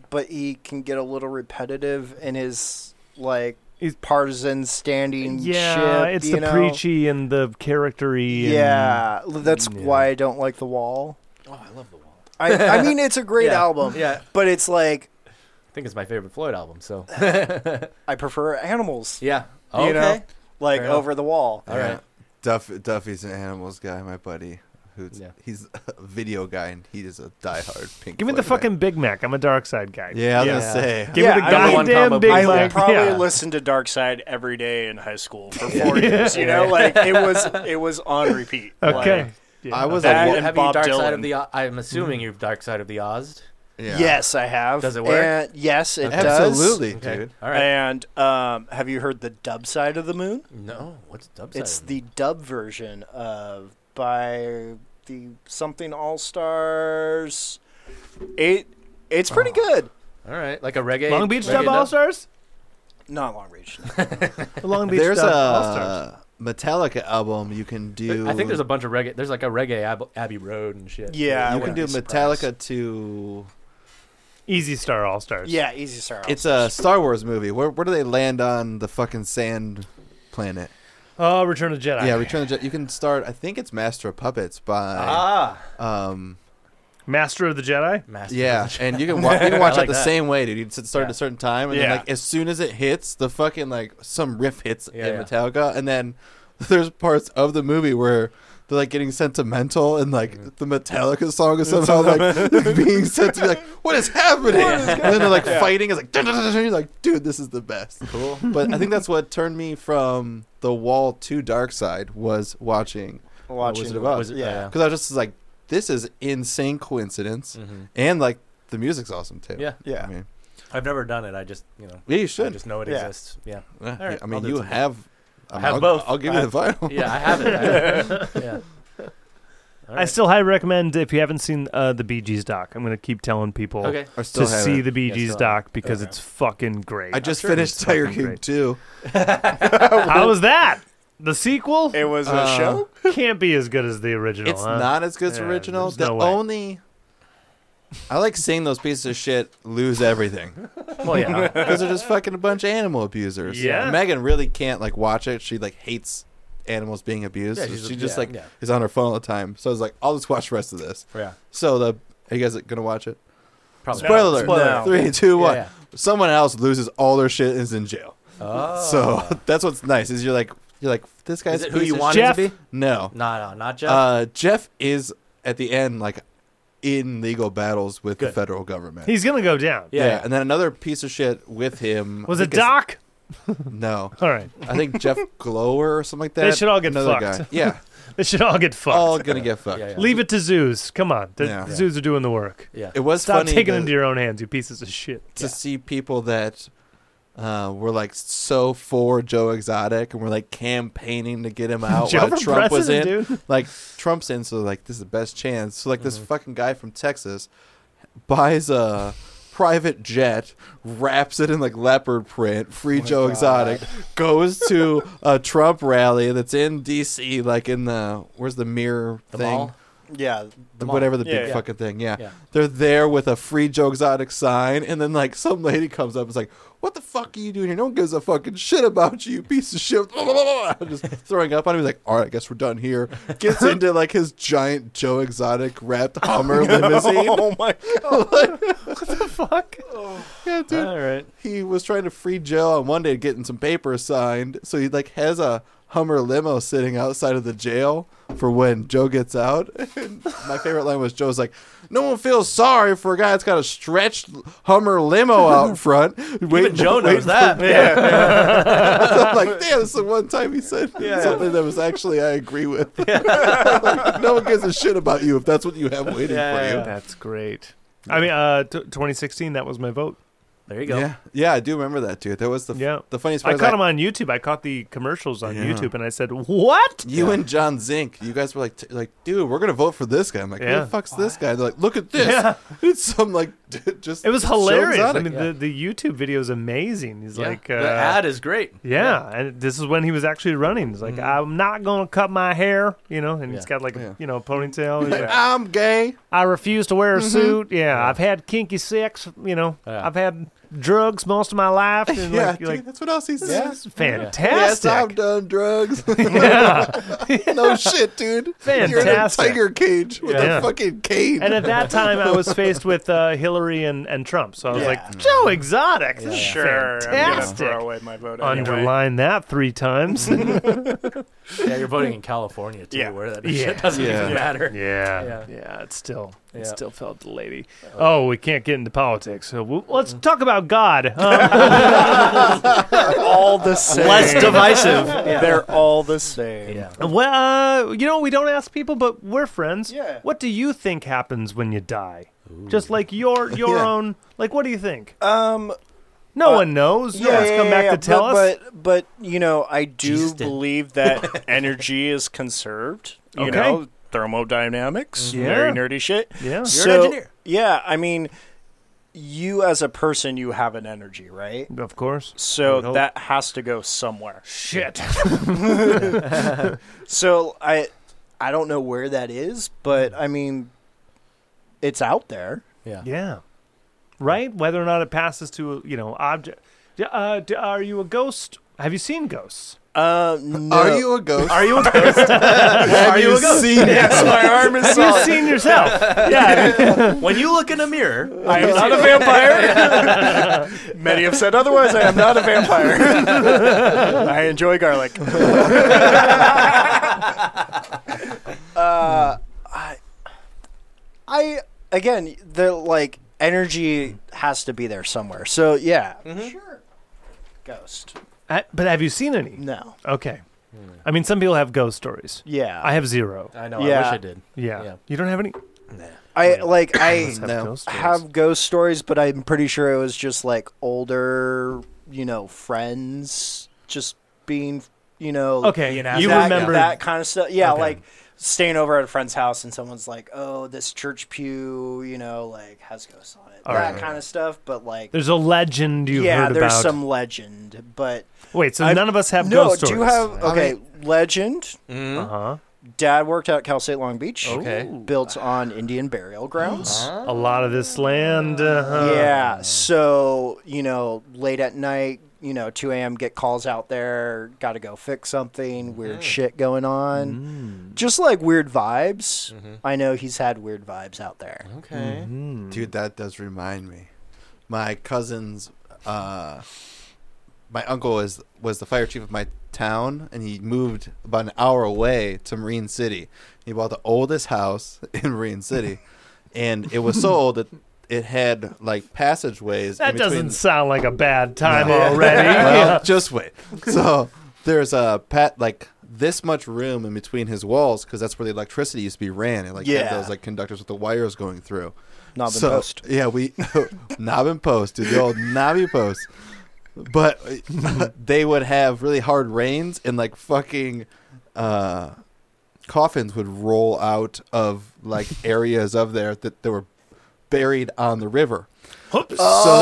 [SPEAKER 5] but he can get a little repetitive in his like
[SPEAKER 4] He's-
[SPEAKER 5] partisan standing
[SPEAKER 4] Yeah,
[SPEAKER 5] ship,
[SPEAKER 4] it's
[SPEAKER 5] you
[SPEAKER 4] the
[SPEAKER 5] know?
[SPEAKER 4] preachy and the charactery. and- Mm,
[SPEAKER 5] Yeah, l- that's
[SPEAKER 4] Yeah.
[SPEAKER 5] why I don't like The Wall.
[SPEAKER 2] Oh, I love the wall.
[SPEAKER 5] I, I
[SPEAKER 4] <laughs>
[SPEAKER 5] mean, it's a great
[SPEAKER 2] Yeah.
[SPEAKER 5] album,
[SPEAKER 2] Yeah,
[SPEAKER 5] but it's like
[SPEAKER 2] I think it's my favorite Floyd album. <laughs> So
[SPEAKER 5] I prefer Animals,
[SPEAKER 2] yeah,
[SPEAKER 5] you know, like
[SPEAKER 2] Fair enough.
[SPEAKER 5] over The Wall.
[SPEAKER 2] All right.
[SPEAKER 1] Duff, Duffy's an animals guy, my buddy. who's
[SPEAKER 2] Yeah.
[SPEAKER 1] he's a video guy and he is a diehard Pink.
[SPEAKER 4] Give me the
[SPEAKER 1] Floyd fan.
[SPEAKER 4] fucking Big Mac. I'm a dark side guy.
[SPEAKER 1] Yeah, I was
[SPEAKER 2] Yeah.
[SPEAKER 1] gonna say.
[SPEAKER 4] Give
[SPEAKER 5] Yeah,
[SPEAKER 4] me the
[SPEAKER 5] I don't want
[SPEAKER 4] goddamn
[SPEAKER 2] combo
[SPEAKER 4] Big
[SPEAKER 5] I
[SPEAKER 2] Big
[SPEAKER 4] Mac.
[SPEAKER 5] probably
[SPEAKER 4] Yeah.
[SPEAKER 5] listened to Dark Side every day in high school
[SPEAKER 4] <laughs>
[SPEAKER 5] for four years. You know, like it was it was on repeat.
[SPEAKER 4] Okay.
[SPEAKER 5] Like,
[SPEAKER 4] Yeah.
[SPEAKER 1] I was
[SPEAKER 5] That
[SPEAKER 1] a,
[SPEAKER 5] and
[SPEAKER 2] have
[SPEAKER 5] Bob
[SPEAKER 2] you dark side
[SPEAKER 5] Dylan.
[SPEAKER 2] of the? O- I'm assuming you've dark side of the Oz.
[SPEAKER 1] yeah.
[SPEAKER 5] Yes, I have.
[SPEAKER 2] Does it work?
[SPEAKER 5] And- yes, it does.
[SPEAKER 1] absolutely, dude.
[SPEAKER 2] All right.
[SPEAKER 5] And um, have you heard the dub side of the moon?
[SPEAKER 2] no, what's dub side?
[SPEAKER 5] It's
[SPEAKER 2] of
[SPEAKER 5] the dub version of by the something All Stars. It it's pretty good.
[SPEAKER 2] All right, like a reggae.
[SPEAKER 4] Long Beach
[SPEAKER 2] reggae
[SPEAKER 4] Dub All Stars?
[SPEAKER 5] Not long reach.
[SPEAKER 4] The Long Beach
[SPEAKER 1] There's
[SPEAKER 4] Dub All Stars.
[SPEAKER 1] a Metallica album you can do.
[SPEAKER 2] I think there's a bunch of reggae. There's like a reggae Ab- Abbey Road and shit.
[SPEAKER 5] Yeah, I
[SPEAKER 1] You can
[SPEAKER 5] wouldn't
[SPEAKER 1] do
[SPEAKER 5] be surprised.
[SPEAKER 1] Metallica to.
[SPEAKER 4] Easy Star All Stars.
[SPEAKER 5] Yeah, easy star.
[SPEAKER 1] It's a Star Wars movie. Where where do they land on the fucking sand planet?
[SPEAKER 4] Oh, Return of the Jedi.
[SPEAKER 1] Yeah, Return of the Jedi. You can start. I think it's Master of Puppets by.
[SPEAKER 2] Ah,
[SPEAKER 1] Um,
[SPEAKER 4] Master of the Jedi.
[SPEAKER 2] Master <laughs>
[SPEAKER 1] yeah,
[SPEAKER 2] Puppet.
[SPEAKER 1] and you can watch, you can watch
[SPEAKER 2] I like
[SPEAKER 1] it the
[SPEAKER 2] that.
[SPEAKER 1] same way, dude. You s- start at a
[SPEAKER 2] Yeah.
[SPEAKER 1] certain time, and
[SPEAKER 5] Yeah.
[SPEAKER 1] then like as soon as it hits, the fucking like some riff hits
[SPEAKER 2] Yeah,
[SPEAKER 1] in
[SPEAKER 2] yeah.
[SPEAKER 1] Metallica, and then <laughs> there's parts of the movie where. They're like getting sentimental, and like
[SPEAKER 2] Mm-hmm.
[SPEAKER 1] the Metallica song is somehow
[SPEAKER 2] <laughs>
[SPEAKER 1] like being sent to be like, "What is happening?" and then they're like fighting. It's like, "Dun, dun, dun, dun," you're like, dude, this is the best. Cool. But I think that's what turned me from the wall to Dark Side was watching
[SPEAKER 5] watching.
[SPEAKER 1] Wizard of Oz.
[SPEAKER 2] Was it-
[SPEAKER 5] Yeah.
[SPEAKER 1] because I was just like, this is insane coincidence,
[SPEAKER 2] Mm-hmm.
[SPEAKER 1] and like the music's awesome too.
[SPEAKER 2] Mm. Yeah.
[SPEAKER 5] Yeah.
[SPEAKER 1] I mean,
[SPEAKER 2] I've never done it. I just you know,
[SPEAKER 1] yeah, you
[SPEAKER 2] I
[SPEAKER 1] should.
[SPEAKER 2] just know it
[SPEAKER 5] Yeah.
[SPEAKER 2] exists. Yeah,
[SPEAKER 1] Yeah,
[SPEAKER 2] all right,
[SPEAKER 1] I
[SPEAKER 2] I'll
[SPEAKER 1] mean,
[SPEAKER 2] do
[SPEAKER 1] you
[SPEAKER 2] it.
[SPEAKER 1] have. I
[SPEAKER 2] have
[SPEAKER 1] will
[SPEAKER 2] both.
[SPEAKER 1] I'll give you the vinyl.
[SPEAKER 2] <laughs> yeah, I have it. I have it. yeah. All
[SPEAKER 4] I
[SPEAKER 2] right.
[SPEAKER 4] still highly recommend if you haven't seen uh, the Bee Gees doc. I'm going to keep telling people
[SPEAKER 2] okay.
[SPEAKER 1] <laughs> I
[SPEAKER 4] to
[SPEAKER 1] still have
[SPEAKER 4] see
[SPEAKER 1] it.
[SPEAKER 4] the Bee
[SPEAKER 2] Yeah,
[SPEAKER 4] Gees
[SPEAKER 2] still have
[SPEAKER 4] doc because
[SPEAKER 5] Okay.
[SPEAKER 4] it's fucking great.
[SPEAKER 1] I just
[SPEAKER 2] <laughs>
[SPEAKER 4] sure
[SPEAKER 1] finished
[SPEAKER 4] it's
[SPEAKER 1] Tiger
[SPEAKER 4] fucking
[SPEAKER 1] King
[SPEAKER 4] great.
[SPEAKER 1] too.
[SPEAKER 4] <laughs> How
[SPEAKER 2] <laughs>
[SPEAKER 4] was that? The sequel
[SPEAKER 5] It was a
[SPEAKER 1] Uh,
[SPEAKER 5] show.
[SPEAKER 4] can't be as good as the original.
[SPEAKER 1] It's
[SPEAKER 4] huh?
[SPEAKER 1] not as good as
[SPEAKER 4] Yeah,
[SPEAKER 1] original.
[SPEAKER 4] there's
[SPEAKER 1] The
[SPEAKER 4] no way.
[SPEAKER 1] only. I like seeing those pieces of shit lose everything
[SPEAKER 2] Well, <laughs> yeah.
[SPEAKER 1] because they're just fucking a bunch of animal abusers.
[SPEAKER 4] Yeah.
[SPEAKER 1] Megan really can't like watch it. She like hates animals being abused.
[SPEAKER 2] Yeah,
[SPEAKER 1] so
[SPEAKER 2] she's a-
[SPEAKER 1] she just
[SPEAKER 2] yeah,
[SPEAKER 1] like
[SPEAKER 2] yeah.
[SPEAKER 1] is on her phone all the time. So I was like, I'll just watch the rest of this.
[SPEAKER 2] yeah.
[SPEAKER 1] So the are you guys gonna watch it?
[SPEAKER 2] Probably.
[SPEAKER 1] Spoiler alert!
[SPEAKER 5] Spoiler. No.
[SPEAKER 1] Three, two, one.
[SPEAKER 2] Yeah,
[SPEAKER 1] Someone else loses all their shit and is in jail.
[SPEAKER 2] Oh.
[SPEAKER 1] <laughs> So that's what's nice is you're like you're like this guy's
[SPEAKER 2] is it who
[SPEAKER 1] piece
[SPEAKER 2] you
[SPEAKER 1] of
[SPEAKER 2] want
[SPEAKER 4] Jeff.
[SPEAKER 2] it to be?
[SPEAKER 1] shit." No,
[SPEAKER 2] No, no, not Jeff.
[SPEAKER 1] Uh, Jeff is at the end like in legal battles with the
[SPEAKER 2] Good.
[SPEAKER 1] federal government.
[SPEAKER 4] He's going to go down.
[SPEAKER 1] yeah.
[SPEAKER 2] Yeah.
[SPEAKER 1] and then another piece of shit with him
[SPEAKER 4] Was
[SPEAKER 1] I
[SPEAKER 4] it
[SPEAKER 1] think it's-
[SPEAKER 4] doc?
[SPEAKER 1] No,
[SPEAKER 4] All right,
[SPEAKER 1] I think
[SPEAKER 4] <laughs>
[SPEAKER 1] Jeff Glower or something like that.
[SPEAKER 4] They should all get
[SPEAKER 1] another
[SPEAKER 4] fucked. <laughs>
[SPEAKER 1] guy. Yeah,
[SPEAKER 4] they should all get fucked.
[SPEAKER 1] all gonna get fucked.
[SPEAKER 2] yeah, yeah.
[SPEAKER 4] Leave it to zoos. Come on, the
[SPEAKER 1] Oh, Yeah.
[SPEAKER 4] zoos are doing the work.
[SPEAKER 2] yeah.
[SPEAKER 1] It was
[SPEAKER 4] Stop
[SPEAKER 1] funny
[SPEAKER 4] taking it
[SPEAKER 1] to-
[SPEAKER 4] into your own hands, you pieces of shit.
[SPEAKER 1] to see people that uh, were like so for Joe Exotic and were like campaigning to get him out
[SPEAKER 4] <laughs> Joe
[SPEAKER 1] while
[SPEAKER 4] for
[SPEAKER 1] uh, Trump was in.
[SPEAKER 4] president, dude.
[SPEAKER 1] Like Trump's in, so like this is the best chance. So like this
[SPEAKER 2] Mm-hmm.
[SPEAKER 1] fucking guy from Texas buys a private jet, wraps it in like leopard print, free
[SPEAKER 2] Oh
[SPEAKER 1] Joe Exotic, goes to a Trump rally that's in D.C. Like in the where's the mirror
[SPEAKER 2] The
[SPEAKER 1] thing.
[SPEAKER 2] mall?
[SPEAKER 5] Yeah,
[SPEAKER 1] The,
[SPEAKER 2] mall.
[SPEAKER 1] whatever the
[SPEAKER 5] Yeah,
[SPEAKER 1] big
[SPEAKER 5] yeah.
[SPEAKER 1] fucking thing, yeah.
[SPEAKER 2] Yeah.
[SPEAKER 1] They're there with a free Joe Exotic sign, and then like some lady comes up and is like, What the fuck are you doing here? No one gives a fucking shit about you, you piece of shit. <laughs> Just throwing up on him. He's like, All right, I guess we're done here. Gets
[SPEAKER 5] <laughs>
[SPEAKER 1] into like his giant Joe Exotic wrapped Hummer limousine.
[SPEAKER 5] oh my!
[SPEAKER 4] Fuck.
[SPEAKER 1] Yeah, dude.
[SPEAKER 2] All <laughs> right.
[SPEAKER 1] He was trying to free Joe on one day getting some papers signed, so he like has a Hummer limo sitting outside of the jail for when Joe gets out. <laughs> And my favorite line was Joe's like, "No one feels sorry for a guy that's got a stretched Hummer limo
[SPEAKER 2] <laughs>
[SPEAKER 1] out front." Wait,
[SPEAKER 2] Even Joe knows that.
[SPEAKER 1] <laughs> I'm like, damn, this is the one time he said something that was actually I agree
[SPEAKER 2] <laughs>
[SPEAKER 1] with. <laughs> Like, no one gives a shit about you if that's what you have waiting
[SPEAKER 2] Yeah,
[SPEAKER 1] for you.
[SPEAKER 2] yeah.
[SPEAKER 4] That's great. I mean, uh, t- 2016. That was my vote.
[SPEAKER 2] There you go.
[SPEAKER 1] Yeah, yeah, I do remember that too. That was the
[SPEAKER 4] Yeah.
[SPEAKER 1] the funniest part.
[SPEAKER 4] I
[SPEAKER 1] is
[SPEAKER 4] caught him on YouTube. I caught the commercials on
[SPEAKER 1] Yeah.
[SPEAKER 4] YouTube, and I said, "What?
[SPEAKER 1] You and John Zink, you guys were like, t- like, dude, we're gonna vote for this guy. I'm like, who
[SPEAKER 4] Yeah.
[SPEAKER 1] the fuck's this guy? They're like, look at this.
[SPEAKER 4] Yeah.
[SPEAKER 1] <laughs> It's some like, just
[SPEAKER 4] It was
[SPEAKER 1] so
[SPEAKER 4] hilarious. I
[SPEAKER 1] exotic.
[SPEAKER 4] mean, the, the YouTube video is amazing. He's
[SPEAKER 2] Yeah.
[SPEAKER 4] like, uh,
[SPEAKER 2] the ad is great.
[SPEAKER 4] yeah, and this is when he was actually running. He's like, I'm not gonna cut my hair, you know, and he's
[SPEAKER 2] Mm-hmm. Yeah.
[SPEAKER 4] got like
[SPEAKER 1] Yeah.
[SPEAKER 4] a you know ponytail. He's
[SPEAKER 1] Like,
[SPEAKER 4] like,
[SPEAKER 1] I'm gay. Mm-hmm.
[SPEAKER 4] I refuse to wear a suit. Yeah, I've had kinky sex. You know,
[SPEAKER 2] Yeah.
[SPEAKER 4] I've had drugs most of my life.
[SPEAKER 1] <laughs>
[SPEAKER 4] And
[SPEAKER 1] yeah,
[SPEAKER 4] like,
[SPEAKER 1] dude,
[SPEAKER 4] you're like,
[SPEAKER 1] that's what else he says.
[SPEAKER 4] this is
[SPEAKER 1] Yes,
[SPEAKER 4] fantastic.
[SPEAKER 1] I've done drugs.
[SPEAKER 4] <laughs> Yeah.
[SPEAKER 1] <laughs> no shit, dude. You're in a
[SPEAKER 4] Fantastic.
[SPEAKER 1] tiger cage with
[SPEAKER 4] Yeah.
[SPEAKER 1] a fucking cane.
[SPEAKER 4] And at that time, I was faced with uh, Hillary and, and Trump. So I was like, Joe Exotic. This is
[SPEAKER 5] Sure,
[SPEAKER 4] Fantastic.
[SPEAKER 5] I'm gonna throw away my vote <laughs> anyway.
[SPEAKER 4] Underline that three
[SPEAKER 5] <laughs>
[SPEAKER 4] times. <laughs>
[SPEAKER 2] Yeah, you're voting in California too,
[SPEAKER 5] Yeah.
[SPEAKER 2] where that
[SPEAKER 4] Yeah.
[SPEAKER 2] shit doesn't
[SPEAKER 1] Yeah.
[SPEAKER 2] even matter.
[SPEAKER 4] Yeah.
[SPEAKER 2] Yeah.
[SPEAKER 4] Yeah, it still it
[SPEAKER 2] Yeah.
[SPEAKER 4] still felt the lady. Oh, we can't get into politics. So we'll,
[SPEAKER 5] Mm.
[SPEAKER 4] let's talk about
[SPEAKER 5] <laughs>
[SPEAKER 4] God. Um,
[SPEAKER 5] All the same.
[SPEAKER 6] Less
[SPEAKER 5] <laughs>
[SPEAKER 6] divisive.
[SPEAKER 5] They're all the same.
[SPEAKER 2] Yeah.
[SPEAKER 4] well, uh, you know, we don't ask people, but we're friends.
[SPEAKER 5] Yeah.
[SPEAKER 4] What do you think happens when you die? Just like your
[SPEAKER 5] <laughs>
[SPEAKER 4] your
[SPEAKER 1] Yeah.
[SPEAKER 4] own like what do you think?
[SPEAKER 5] Um.
[SPEAKER 4] No
[SPEAKER 5] Uh,
[SPEAKER 4] one knows.
[SPEAKER 5] Yeah,
[SPEAKER 4] no one's
[SPEAKER 5] yeah,
[SPEAKER 4] come
[SPEAKER 5] yeah,
[SPEAKER 4] back
[SPEAKER 5] yeah,
[SPEAKER 4] to tell
[SPEAKER 5] but,
[SPEAKER 4] us.
[SPEAKER 5] But but you know, I do
[SPEAKER 2] Jesus did.
[SPEAKER 5] believe that energy is conserved. You
[SPEAKER 4] Okay. Mhm.
[SPEAKER 5] know, thermodynamics,
[SPEAKER 4] Yeah.
[SPEAKER 5] very nerdy shit.
[SPEAKER 4] yeah.
[SPEAKER 5] so, Yeah, I mean, you as a person, you have an energy, right?
[SPEAKER 4] Of course.
[SPEAKER 5] So
[SPEAKER 4] would hope.
[SPEAKER 5] that has to go somewhere.
[SPEAKER 4] Shit.
[SPEAKER 5] So I, I don't know where that is, but I mean, it's out there.
[SPEAKER 2] Yeah.
[SPEAKER 4] yeah. Right? Whether or not it passes to, you know, object. Yeah, Uh, d- are you a ghost? Have you seen
[SPEAKER 5] <laughs>
[SPEAKER 4] ghosts?
[SPEAKER 5] Uh, no.
[SPEAKER 1] Are you a ghost?
[SPEAKER 4] Are you a ghost?
[SPEAKER 1] Have you,
[SPEAKER 4] <laughs>
[SPEAKER 1] seen
[SPEAKER 5] <laughs> Yes, my arm is
[SPEAKER 4] Have you seen yourself?
[SPEAKER 5] <laughs>
[SPEAKER 4] Yeah.
[SPEAKER 2] When you look in a mirror,
[SPEAKER 5] I am not a vampire. <laughs> Many have said otherwise. I am not a vampire. <laughs> I enjoy garlic. uh, I, I again, the like energy has to be there somewhere. So yeah, sure. Ghost.
[SPEAKER 4] I- Uh, but have you seen any?
[SPEAKER 5] No. Hmm.
[SPEAKER 4] Okay. I mean, some people have ghost stories.
[SPEAKER 5] Yeah.
[SPEAKER 4] I have zero.
[SPEAKER 2] I know. I
[SPEAKER 5] Uh, Yeah.
[SPEAKER 2] wish I did.
[SPEAKER 4] Yeah.
[SPEAKER 2] Yeah.
[SPEAKER 4] You don't have any? <coughs>
[SPEAKER 5] I like I
[SPEAKER 4] Have
[SPEAKER 1] No.
[SPEAKER 4] ghost stories.
[SPEAKER 5] have ghost stories, but I'm pretty sure it was just like older, you know, friends just being, you know,
[SPEAKER 4] Okay.
[SPEAKER 2] You know,
[SPEAKER 4] you
[SPEAKER 5] that,
[SPEAKER 4] remember.
[SPEAKER 5] that kind of stuff. Yeah,
[SPEAKER 4] Okay.
[SPEAKER 5] like staying over at a friend's house and someone's like, "Oh, this church pew, you know, like has ghosts on it."
[SPEAKER 4] All
[SPEAKER 5] that
[SPEAKER 4] right.
[SPEAKER 5] kind of stuff, but like
[SPEAKER 4] There's a legend you've
[SPEAKER 5] yeah,
[SPEAKER 4] heard
[SPEAKER 5] there's
[SPEAKER 4] about.
[SPEAKER 5] some legend, but
[SPEAKER 4] Wait, so
[SPEAKER 5] I've-
[SPEAKER 4] none of us have
[SPEAKER 5] no,
[SPEAKER 4] ghost
[SPEAKER 5] do
[SPEAKER 4] stories.
[SPEAKER 5] you have okay,
[SPEAKER 1] I
[SPEAKER 5] legend?
[SPEAKER 2] Mm-hmm.
[SPEAKER 4] Uh-huh.
[SPEAKER 5] Dad worked at Cal State Long Beach.
[SPEAKER 2] Okay.
[SPEAKER 5] Built on Indian burial grounds.
[SPEAKER 4] A lot of this land. Uh-huh.
[SPEAKER 5] Yeah. So, you know, late at night, you know, 2 a.m., get calls out there, got to go fix something, weird shit going on.
[SPEAKER 4] Mm.
[SPEAKER 5] Just like weird vibes. I know he's had weird vibes out there.
[SPEAKER 6] Okay.
[SPEAKER 4] Mm-hmm.
[SPEAKER 1] Dude, that does remind me. My cousin's, uh, my uncle is was the fire chief of my town, and he moved about an hour away to Marine City. He bought the oldest house <laughs> in Marine City, and it was so old that it had like passageways.
[SPEAKER 4] That
[SPEAKER 1] in between-
[SPEAKER 4] doesn't sound like a bad time
[SPEAKER 1] No.
[SPEAKER 5] <laughs>
[SPEAKER 1] <laughs>
[SPEAKER 4] already.
[SPEAKER 1] well, just wait. So there's a pat like this much room in between his walls because that's where the electricity used to be ran. It like had
[SPEAKER 5] Yeah.
[SPEAKER 1] those like conductors with the wires going through.
[SPEAKER 5] Knob and
[SPEAKER 1] So-
[SPEAKER 5] post.
[SPEAKER 1] <laughs> Yeah, we knob and post, dude. The old knobby post. But <laughs> they would have really hard rains and like fucking uh, coffins would roll out of like areas of there that they were buried on the river.
[SPEAKER 4] Oops.
[SPEAKER 1] so
[SPEAKER 4] yeah,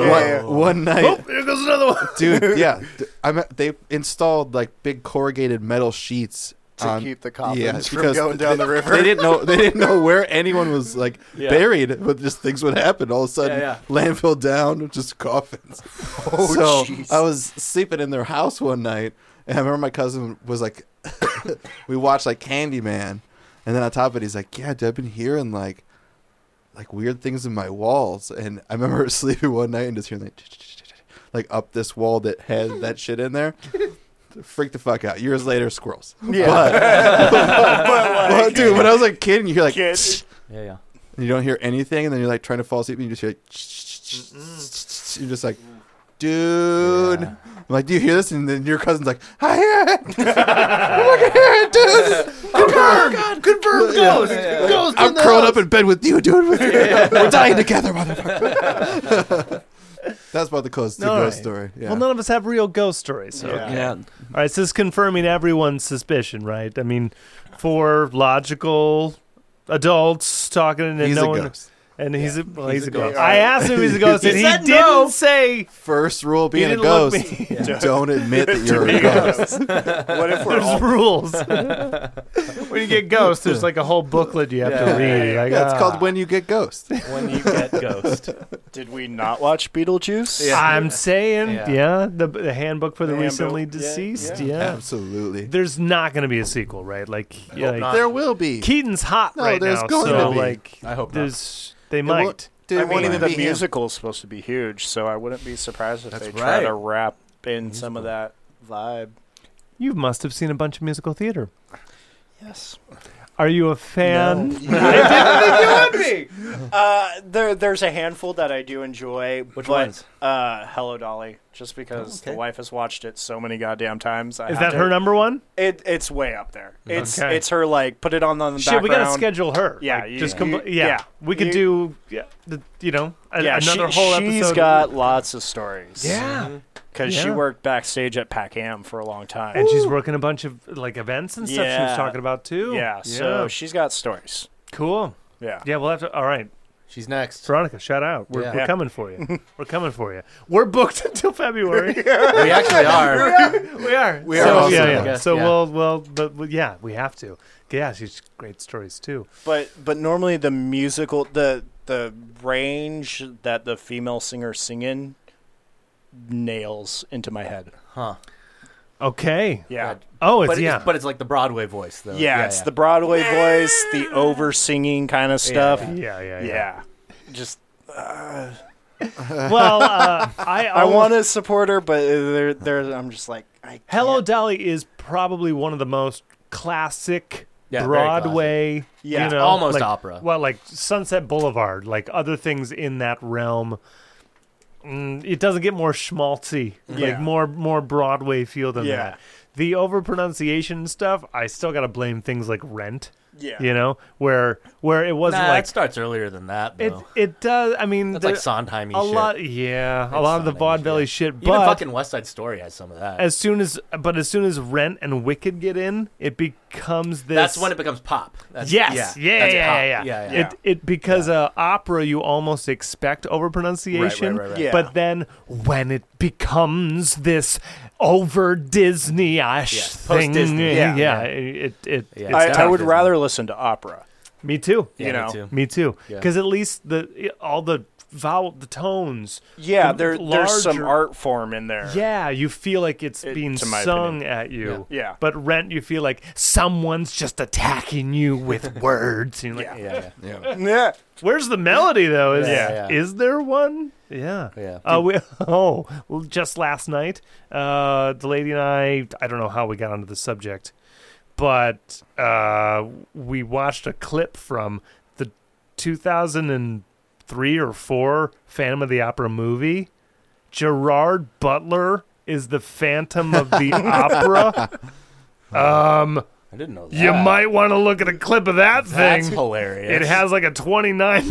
[SPEAKER 1] then one,
[SPEAKER 5] yeah.
[SPEAKER 1] one night,
[SPEAKER 4] Oh, here goes another one.
[SPEAKER 1] dude yeah D- i'm they installed like big corrugated metal sheets
[SPEAKER 6] To
[SPEAKER 1] on-
[SPEAKER 6] keep the coffins
[SPEAKER 1] um, yeah,
[SPEAKER 6] from
[SPEAKER 1] because
[SPEAKER 6] going down
[SPEAKER 1] they-
[SPEAKER 6] the
[SPEAKER 1] <laughs>
[SPEAKER 6] river.
[SPEAKER 1] they didn't know they didn't know where anyone was like buried but just things would happen all of a sudden
[SPEAKER 2] Yeah,
[SPEAKER 1] landfill down just coffins so i was sleeping in their house one night and i remember my cousin was like <coughs> we watched like candyman and then on top of it he's like yeah dude, i've been hearing like like weird things in my walls. And I remember <laughs> sleeping one night and just hearing like, <sniffs> like up this wall that had that shit in there. Freak the fuck out. Years later, squirrels. Yeah. But, <laughs> well, dude, when I was a kid, and you hear like,
[SPEAKER 5] Kid.
[SPEAKER 2] Mm-hmm. Yeah, yeah.
[SPEAKER 1] <sniffs> and you don't hear anything, and then you're like <sniffs> trying to fall asleep, and you just hear like, you're just like, dude.
[SPEAKER 2] Yeah.
[SPEAKER 1] I'm like, do you hear this? And then your cousin's like, I hear it. <laughs> I'm like, I hear it, dude. Good burn. Good <laughs> burn. Ghost. I'm curled up in bed with you, dude. We're dying together, motherfucker. <laughs> That's about the closest to
[SPEAKER 4] All
[SPEAKER 1] ghost
[SPEAKER 4] right.
[SPEAKER 1] story. Yeah.
[SPEAKER 4] Well, none of us have real ghost stories. So.
[SPEAKER 5] Yeah.
[SPEAKER 4] All right, so this is confirming everyone's suspicion, right? I mean, for logical adults talking and
[SPEAKER 1] He's
[SPEAKER 4] no
[SPEAKER 1] a
[SPEAKER 4] one,
[SPEAKER 1] ghost.
[SPEAKER 4] and he's a, well, he's,
[SPEAKER 1] a
[SPEAKER 4] a ghost.
[SPEAKER 1] ghost.
[SPEAKER 4] I asked him if he's a ghost, and he,
[SPEAKER 2] said
[SPEAKER 4] didn't
[SPEAKER 2] no.
[SPEAKER 4] say.
[SPEAKER 1] First rule being a
[SPEAKER 4] didn't look
[SPEAKER 1] ghost: <laughs>
[SPEAKER 4] <laughs>
[SPEAKER 1] don't admit that you're a ghost.
[SPEAKER 5] What if we're all
[SPEAKER 4] There's rules. when you get ghosts, there's like a whole booklet you have to
[SPEAKER 2] Yeah.
[SPEAKER 4] read. Like,
[SPEAKER 1] That's
[SPEAKER 4] ah.
[SPEAKER 1] called when you get
[SPEAKER 4] <laughs>
[SPEAKER 1] ghost.
[SPEAKER 2] when you get ghost.
[SPEAKER 5] <laughs> Did we not watch Beetlejuice?
[SPEAKER 4] I'm saying, yeah,
[SPEAKER 2] Yeah.
[SPEAKER 4] the, the handbook for the,
[SPEAKER 5] The handbook.
[SPEAKER 4] recently
[SPEAKER 5] Yeah,
[SPEAKER 4] deceased. Yeah,
[SPEAKER 1] Absolutely.
[SPEAKER 4] there's not going to be a sequel, right? Like, yeah, like-
[SPEAKER 2] not.
[SPEAKER 1] There will be.
[SPEAKER 4] Keaton's hot
[SPEAKER 1] No,
[SPEAKER 4] right
[SPEAKER 1] there's
[SPEAKER 4] now,
[SPEAKER 1] going
[SPEAKER 4] so
[SPEAKER 1] to be.
[SPEAKER 4] like,
[SPEAKER 2] I hope not.
[SPEAKER 4] there's they
[SPEAKER 1] It won't-
[SPEAKER 4] might.
[SPEAKER 1] dude,
[SPEAKER 5] I
[SPEAKER 1] it won't
[SPEAKER 5] mean,
[SPEAKER 1] even
[SPEAKER 5] the
[SPEAKER 1] be him.
[SPEAKER 5] musical is supposed to be huge, so I wouldn't be surprised if
[SPEAKER 2] That's
[SPEAKER 5] they try to
[SPEAKER 2] right.
[SPEAKER 5] wrap in some of that vibe.
[SPEAKER 4] You must have seen a bunch of musical theater.
[SPEAKER 5] Yes.
[SPEAKER 4] Are you
[SPEAKER 2] <laughs>
[SPEAKER 4] a
[SPEAKER 5] <laughs>
[SPEAKER 4] fan?
[SPEAKER 5] Uh, there, there's a handful that I do enjoy.
[SPEAKER 2] Which
[SPEAKER 5] but,
[SPEAKER 2] ones?
[SPEAKER 5] Uh, Hello Dolly, just because
[SPEAKER 2] Oh, okay.
[SPEAKER 5] the wife has watched it so many goddamn times. I
[SPEAKER 4] Is
[SPEAKER 5] have
[SPEAKER 4] that
[SPEAKER 5] to-
[SPEAKER 4] her number one?
[SPEAKER 5] It, it's way up there. It's
[SPEAKER 4] Okay.
[SPEAKER 5] it's her like put it on on the
[SPEAKER 4] Shit, we gotta
[SPEAKER 5] background.
[SPEAKER 4] schedule her.
[SPEAKER 5] Yeah,
[SPEAKER 4] Like,
[SPEAKER 5] you-
[SPEAKER 4] just
[SPEAKER 5] you-
[SPEAKER 4] compl- yeah.
[SPEAKER 5] yeah.
[SPEAKER 4] We could
[SPEAKER 5] You-
[SPEAKER 4] do, yeah, the, you know, a,
[SPEAKER 5] yeah,
[SPEAKER 4] another
[SPEAKER 5] she,
[SPEAKER 4] whole episode. Mm-hmm.
[SPEAKER 5] She's got lots of stories.
[SPEAKER 4] yeah,
[SPEAKER 5] because she
[SPEAKER 4] Yeah.
[SPEAKER 5] worked backstage at PacAm for a long time.
[SPEAKER 4] and she's working a bunch of like events and stuff. She was
[SPEAKER 5] Yeah.
[SPEAKER 4] talking about too.
[SPEAKER 5] yeah, so she's got stories.
[SPEAKER 4] cool.
[SPEAKER 5] Yeah.
[SPEAKER 4] Yeah, we'll have to. All right,
[SPEAKER 2] She's next.
[SPEAKER 4] Veronica, shout out. We're,
[SPEAKER 2] Yeah.
[SPEAKER 4] we're coming for
[SPEAKER 5] <laughs>
[SPEAKER 4] you. we're coming for you. We're booked <laughs> until February.
[SPEAKER 2] we <laughs> actually are.
[SPEAKER 4] we are.
[SPEAKER 1] We are
[SPEAKER 4] So,
[SPEAKER 1] also
[SPEAKER 4] yeah, yeah.
[SPEAKER 2] booked.
[SPEAKER 4] So
[SPEAKER 2] Yeah.
[SPEAKER 4] we'll, well, but but yeah, we have to. Yeah, she's great stories too.
[SPEAKER 5] But but normally the musical the the range that the female singer singing nails into my head.
[SPEAKER 2] Huh.
[SPEAKER 4] Okay.
[SPEAKER 5] Yeah.
[SPEAKER 4] Oh, it's
[SPEAKER 2] But,
[SPEAKER 4] yeah.
[SPEAKER 2] it's, but it's like the Broadway voice, though.
[SPEAKER 5] uh, Yeah, it's the Broadway voice, the over singing kind of stuff.
[SPEAKER 4] yeah,
[SPEAKER 5] Yeah.
[SPEAKER 4] yeah, yeah.
[SPEAKER 5] Just uh, <laughs>
[SPEAKER 4] Well, uh, I
[SPEAKER 5] I
[SPEAKER 4] almost-
[SPEAKER 5] want to support her, but there there I'm just like I
[SPEAKER 4] Hello
[SPEAKER 5] can't.
[SPEAKER 4] Dolly is probably one of the most classic
[SPEAKER 2] Yeah, very
[SPEAKER 4] Broadway.
[SPEAKER 5] Yeah,
[SPEAKER 4] you know,
[SPEAKER 2] almost
[SPEAKER 4] like-
[SPEAKER 2] opera.
[SPEAKER 4] Well, like Sunset Boulevard, like other things in that realm. Mm, it doesn't get more schmaltzy,
[SPEAKER 5] Yeah.
[SPEAKER 4] like more more Broadway feel than
[SPEAKER 5] Yeah.
[SPEAKER 4] that. The overpronunciation stuff, I still gotta blame things like Rent.
[SPEAKER 5] Yeah.
[SPEAKER 4] You know, where where it wasn't
[SPEAKER 2] Nah,
[SPEAKER 4] like
[SPEAKER 2] it starts earlier than that, though.
[SPEAKER 4] it it does. I mean,
[SPEAKER 2] That's
[SPEAKER 4] there-
[SPEAKER 2] like Sondheim
[SPEAKER 4] a
[SPEAKER 2] shit.
[SPEAKER 4] lot. Yeah, a lot of the
[SPEAKER 2] Sondheim-y
[SPEAKER 4] vaudeville
[SPEAKER 2] shit.
[SPEAKER 4] shit.
[SPEAKER 2] Even
[SPEAKER 4] but
[SPEAKER 2] fucking West Side Story has some of that.
[SPEAKER 4] as soon as but as soon as rent and wicked get in it becomes this
[SPEAKER 2] That's when it becomes pop. That's,
[SPEAKER 4] yes yeah yeah
[SPEAKER 2] That's
[SPEAKER 4] yeah, yeah,
[SPEAKER 2] pop. yeah,
[SPEAKER 4] it it because uh opera you almost expect overpronunciation
[SPEAKER 2] right, right, right.
[SPEAKER 5] Yeah.
[SPEAKER 4] but then when it becomes this over disney ish
[SPEAKER 2] Yeah,
[SPEAKER 4] thing
[SPEAKER 2] post-Disney.
[SPEAKER 4] yeah,
[SPEAKER 5] Yeah.
[SPEAKER 4] yeah, it it,
[SPEAKER 2] Yeah.
[SPEAKER 4] it-
[SPEAKER 2] It's
[SPEAKER 5] I, I
[SPEAKER 2] tough,
[SPEAKER 5] would
[SPEAKER 2] isn't it?
[SPEAKER 5] rather listen to opera.
[SPEAKER 4] me too
[SPEAKER 2] Yeah,
[SPEAKER 5] you
[SPEAKER 2] me
[SPEAKER 5] know.
[SPEAKER 2] too.
[SPEAKER 4] me too
[SPEAKER 2] Yeah.
[SPEAKER 4] because at least the all the vowel the tones
[SPEAKER 5] Yeah,
[SPEAKER 4] the
[SPEAKER 5] there there's some
[SPEAKER 4] larger-
[SPEAKER 5] art form in there.
[SPEAKER 4] Yeah, you feel like it's
[SPEAKER 5] It-
[SPEAKER 4] being
[SPEAKER 5] to my
[SPEAKER 4] sung at you.
[SPEAKER 5] Yeah. Yeah.
[SPEAKER 4] But rent, you feel like someone's just attacking you with words. And you're like,
[SPEAKER 2] yeah, yeah.
[SPEAKER 1] Yeah.
[SPEAKER 5] Yeah.
[SPEAKER 4] where's the melody though? Is
[SPEAKER 2] Yeah, yeah.
[SPEAKER 4] is there one? Yeah.
[SPEAKER 2] Yeah.
[SPEAKER 4] Uh, we, <laughs> oh, well, just last night, uh, the lady and I, I don't know how we got onto the subject, but uh, we watched a clip from the 2003 or 4 Phantom of the Opera movie. Gerard Butler is the Phantom of the Opera.
[SPEAKER 2] I didn't know that.
[SPEAKER 4] You might want to look at a clip of that
[SPEAKER 2] That's
[SPEAKER 4] thing.
[SPEAKER 2] hilarious.
[SPEAKER 4] It has like a 29%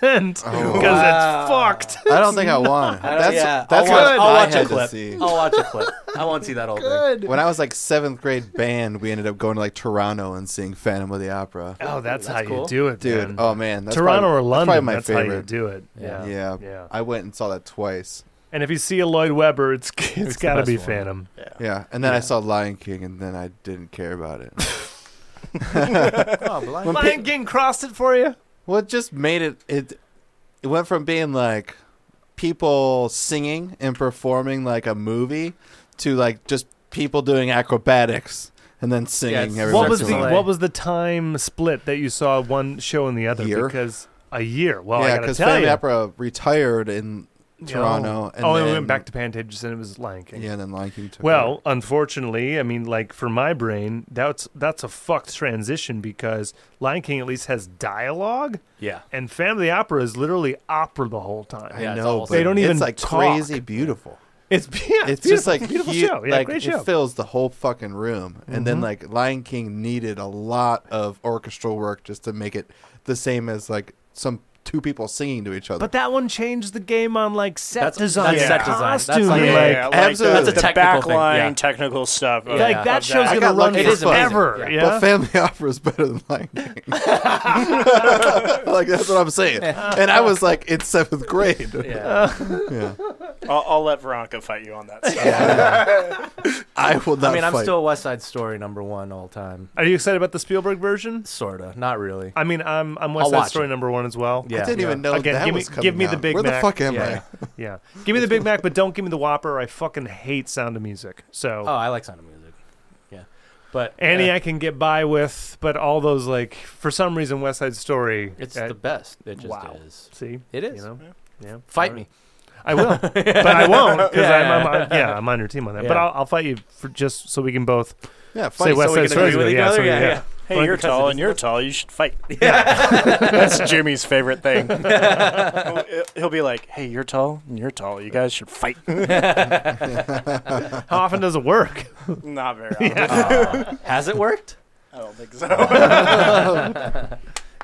[SPEAKER 4] <laughs> because it's fucked.
[SPEAKER 1] I don't think I want. That's
[SPEAKER 2] yeah,
[SPEAKER 4] Oh,
[SPEAKER 1] that's
[SPEAKER 2] I'll
[SPEAKER 1] what
[SPEAKER 2] watch, I'll
[SPEAKER 1] I
[SPEAKER 2] watch
[SPEAKER 1] had
[SPEAKER 2] a clip.
[SPEAKER 1] to see.
[SPEAKER 2] I'll watch a clip. I won't see that whole thing.
[SPEAKER 1] When I was like seventh grade band, we ended up going to like Toronto and seeing Phantom of the Opera.
[SPEAKER 4] <laughs> Oh, that's, how
[SPEAKER 2] cool.
[SPEAKER 4] you do it,
[SPEAKER 1] Dude,
[SPEAKER 4] man.
[SPEAKER 1] oh man, that's
[SPEAKER 4] Toronto
[SPEAKER 1] probably-
[SPEAKER 4] or London.
[SPEAKER 1] That's
[SPEAKER 4] That's,
[SPEAKER 1] probably my
[SPEAKER 4] how you
[SPEAKER 1] favorite.
[SPEAKER 4] do it. Yeah.
[SPEAKER 1] yeah.
[SPEAKER 4] Yeah.
[SPEAKER 1] I went and saw that twice.
[SPEAKER 4] And if you see a Lloyd Webber, it's <laughs> it's
[SPEAKER 2] the
[SPEAKER 4] got to
[SPEAKER 2] best
[SPEAKER 4] be
[SPEAKER 2] one.
[SPEAKER 4] Phantom.
[SPEAKER 1] Yeah, and then I saw Lion King, and then I didn't care about it. <laughs>
[SPEAKER 2] Oh, blind.
[SPEAKER 4] Lion King crossed it for you.
[SPEAKER 1] Well, it just made it it it went from being like people singing and performing like a movie to like just people doing acrobatics and then singing
[SPEAKER 2] it's-
[SPEAKER 1] every once
[SPEAKER 4] What was
[SPEAKER 1] in
[SPEAKER 4] the
[SPEAKER 1] a while.
[SPEAKER 4] what was the time split that you saw one show and the other?
[SPEAKER 1] Year.
[SPEAKER 4] Because a year. Well, Oh, I
[SPEAKER 1] yeah,
[SPEAKER 4] gotta
[SPEAKER 1] because
[SPEAKER 4] tell
[SPEAKER 1] Family
[SPEAKER 4] you,
[SPEAKER 1] Opera retired in Toronto, and
[SPEAKER 4] oh, and
[SPEAKER 1] then,
[SPEAKER 4] we went back to Pantages, and it was Lion King.
[SPEAKER 1] yeah, and then Lion King took
[SPEAKER 4] Well,
[SPEAKER 1] over.
[SPEAKER 4] unfortunately, I mean, like for my brain, that's that's a fucked transition because Lion King at least has dialogue,
[SPEAKER 2] Yeah.
[SPEAKER 4] and Family Opera is literally opera the whole time.
[SPEAKER 1] I
[SPEAKER 2] yeah, it's
[SPEAKER 1] know,
[SPEAKER 2] all-
[SPEAKER 1] but
[SPEAKER 4] They don't even
[SPEAKER 1] it's like
[SPEAKER 4] talk.
[SPEAKER 1] crazy beautiful.
[SPEAKER 4] It's yeah,
[SPEAKER 1] It's just like
[SPEAKER 4] beautiful
[SPEAKER 1] you-
[SPEAKER 4] show. Yeah,
[SPEAKER 1] like
[SPEAKER 4] great show. Mm-hmm.
[SPEAKER 1] it fills the whole fucking room, and then like Lion King needed a lot of orchestral work just to make it the same as like some two people singing to each other.
[SPEAKER 4] But that one changed the game on like set
[SPEAKER 2] That's-
[SPEAKER 4] design,
[SPEAKER 2] that's set
[SPEAKER 4] and
[SPEAKER 2] design. That's
[SPEAKER 4] costume,
[SPEAKER 2] like-
[SPEAKER 4] like,
[SPEAKER 1] Yeah,
[SPEAKER 5] yeah, like the,
[SPEAKER 1] absolutely.
[SPEAKER 5] the
[SPEAKER 2] That's a technical
[SPEAKER 5] back
[SPEAKER 2] thing,
[SPEAKER 5] line
[SPEAKER 2] yeah.
[SPEAKER 5] technical stuff. of-
[SPEAKER 4] like
[SPEAKER 2] Yeah,
[SPEAKER 4] that
[SPEAKER 2] of
[SPEAKER 4] show's
[SPEAKER 1] that. I
[SPEAKER 4] gonna
[SPEAKER 1] got
[SPEAKER 4] run
[SPEAKER 1] lucky as fuck.
[SPEAKER 4] forever.
[SPEAKER 2] Yeah.
[SPEAKER 4] Yeah.
[SPEAKER 1] But Family <laughs> Opera is better than Lion
[SPEAKER 2] <laughs>
[SPEAKER 1] King. <laughs> like that's what I'm saying. And I was like in seventh grade. <laughs>
[SPEAKER 4] <laughs>
[SPEAKER 2] Yeah.
[SPEAKER 5] I'll, I'll let Veronica fight you on that. Stuff.
[SPEAKER 1] I will not.
[SPEAKER 2] I mean, I'm
[SPEAKER 1] fight.
[SPEAKER 2] still West Side Story number one all time.
[SPEAKER 4] Are you excited about the Spielberg version?
[SPEAKER 2] Sorta, not really.
[SPEAKER 4] I mean, I'm I'm
[SPEAKER 2] I'll
[SPEAKER 4] West
[SPEAKER 2] watch
[SPEAKER 4] Side Story
[SPEAKER 2] it.
[SPEAKER 4] number one as well.
[SPEAKER 1] I
[SPEAKER 2] Yeah.
[SPEAKER 1] didn't even know
[SPEAKER 4] Again,
[SPEAKER 1] that
[SPEAKER 4] give me-
[SPEAKER 1] was coming
[SPEAKER 4] give me the
[SPEAKER 1] out.
[SPEAKER 4] Big
[SPEAKER 1] Where
[SPEAKER 4] Mac.
[SPEAKER 1] the fuck am
[SPEAKER 2] Yeah.
[SPEAKER 4] Yeah. Give me the Big Mac, but don't give me the Whopper. I fucking hate Sound of Music. So
[SPEAKER 2] Oh, I like Sound of Music. Yeah, but
[SPEAKER 4] Annie,
[SPEAKER 2] uh,
[SPEAKER 4] I can get by with, but all those like for some reason West Side Story.
[SPEAKER 2] it's
[SPEAKER 4] uh,
[SPEAKER 2] the best. It just
[SPEAKER 4] wow.
[SPEAKER 2] is.
[SPEAKER 4] see.
[SPEAKER 2] It is.
[SPEAKER 4] You know. Yeah.
[SPEAKER 2] Fight me. <laughs>
[SPEAKER 4] I will, but I won't because
[SPEAKER 2] Yeah.
[SPEAKER 4] I'm, I'm, I'm
[SPEAKER 2] <laughs>
[SPEAKER 4] yeah I'm on your team on that. But
[SPEAKER 2] Yeah.
[SPEAKER 4] I'll, I'll fight you for just so we can both
[SPEAKER 1] I? Yeah,
[SPEAKER 4] say
[SPEAKER 1] funny.
[SPEAKER 4] West
[SPEAKER 1] so we
[SPEAKER 4] Side
[SPEAKER 1] can
[SPEAKER 4] Story.
[SPEAKER 1] agree with
[SPEAKER 4] together.
[SPEAKER 2] each other?
[SPEAKER 4] so we-
[SPEAKER 2] Yeah, yeah.
[SPEAKER 5] Hey, you're
[SPEAKER 2] because
[SPEAKER 5] tall
[SPEAKER 2] of
[SPEAKER 5] and you're tall. You should <laughs> fight. <laughs> That's Jimmy's favorite <laughs> thing. He'll- He'll be like, "Hey, you're tall and you're tall. You guys should fight."
[SPEAKER 4] How often does it work?
[SPEAKER 5] <laughs> Not <laughs> very. often.
[SPEAKER 2] <laughs> Has it worked?
[SPEAKER 5] I don't think so.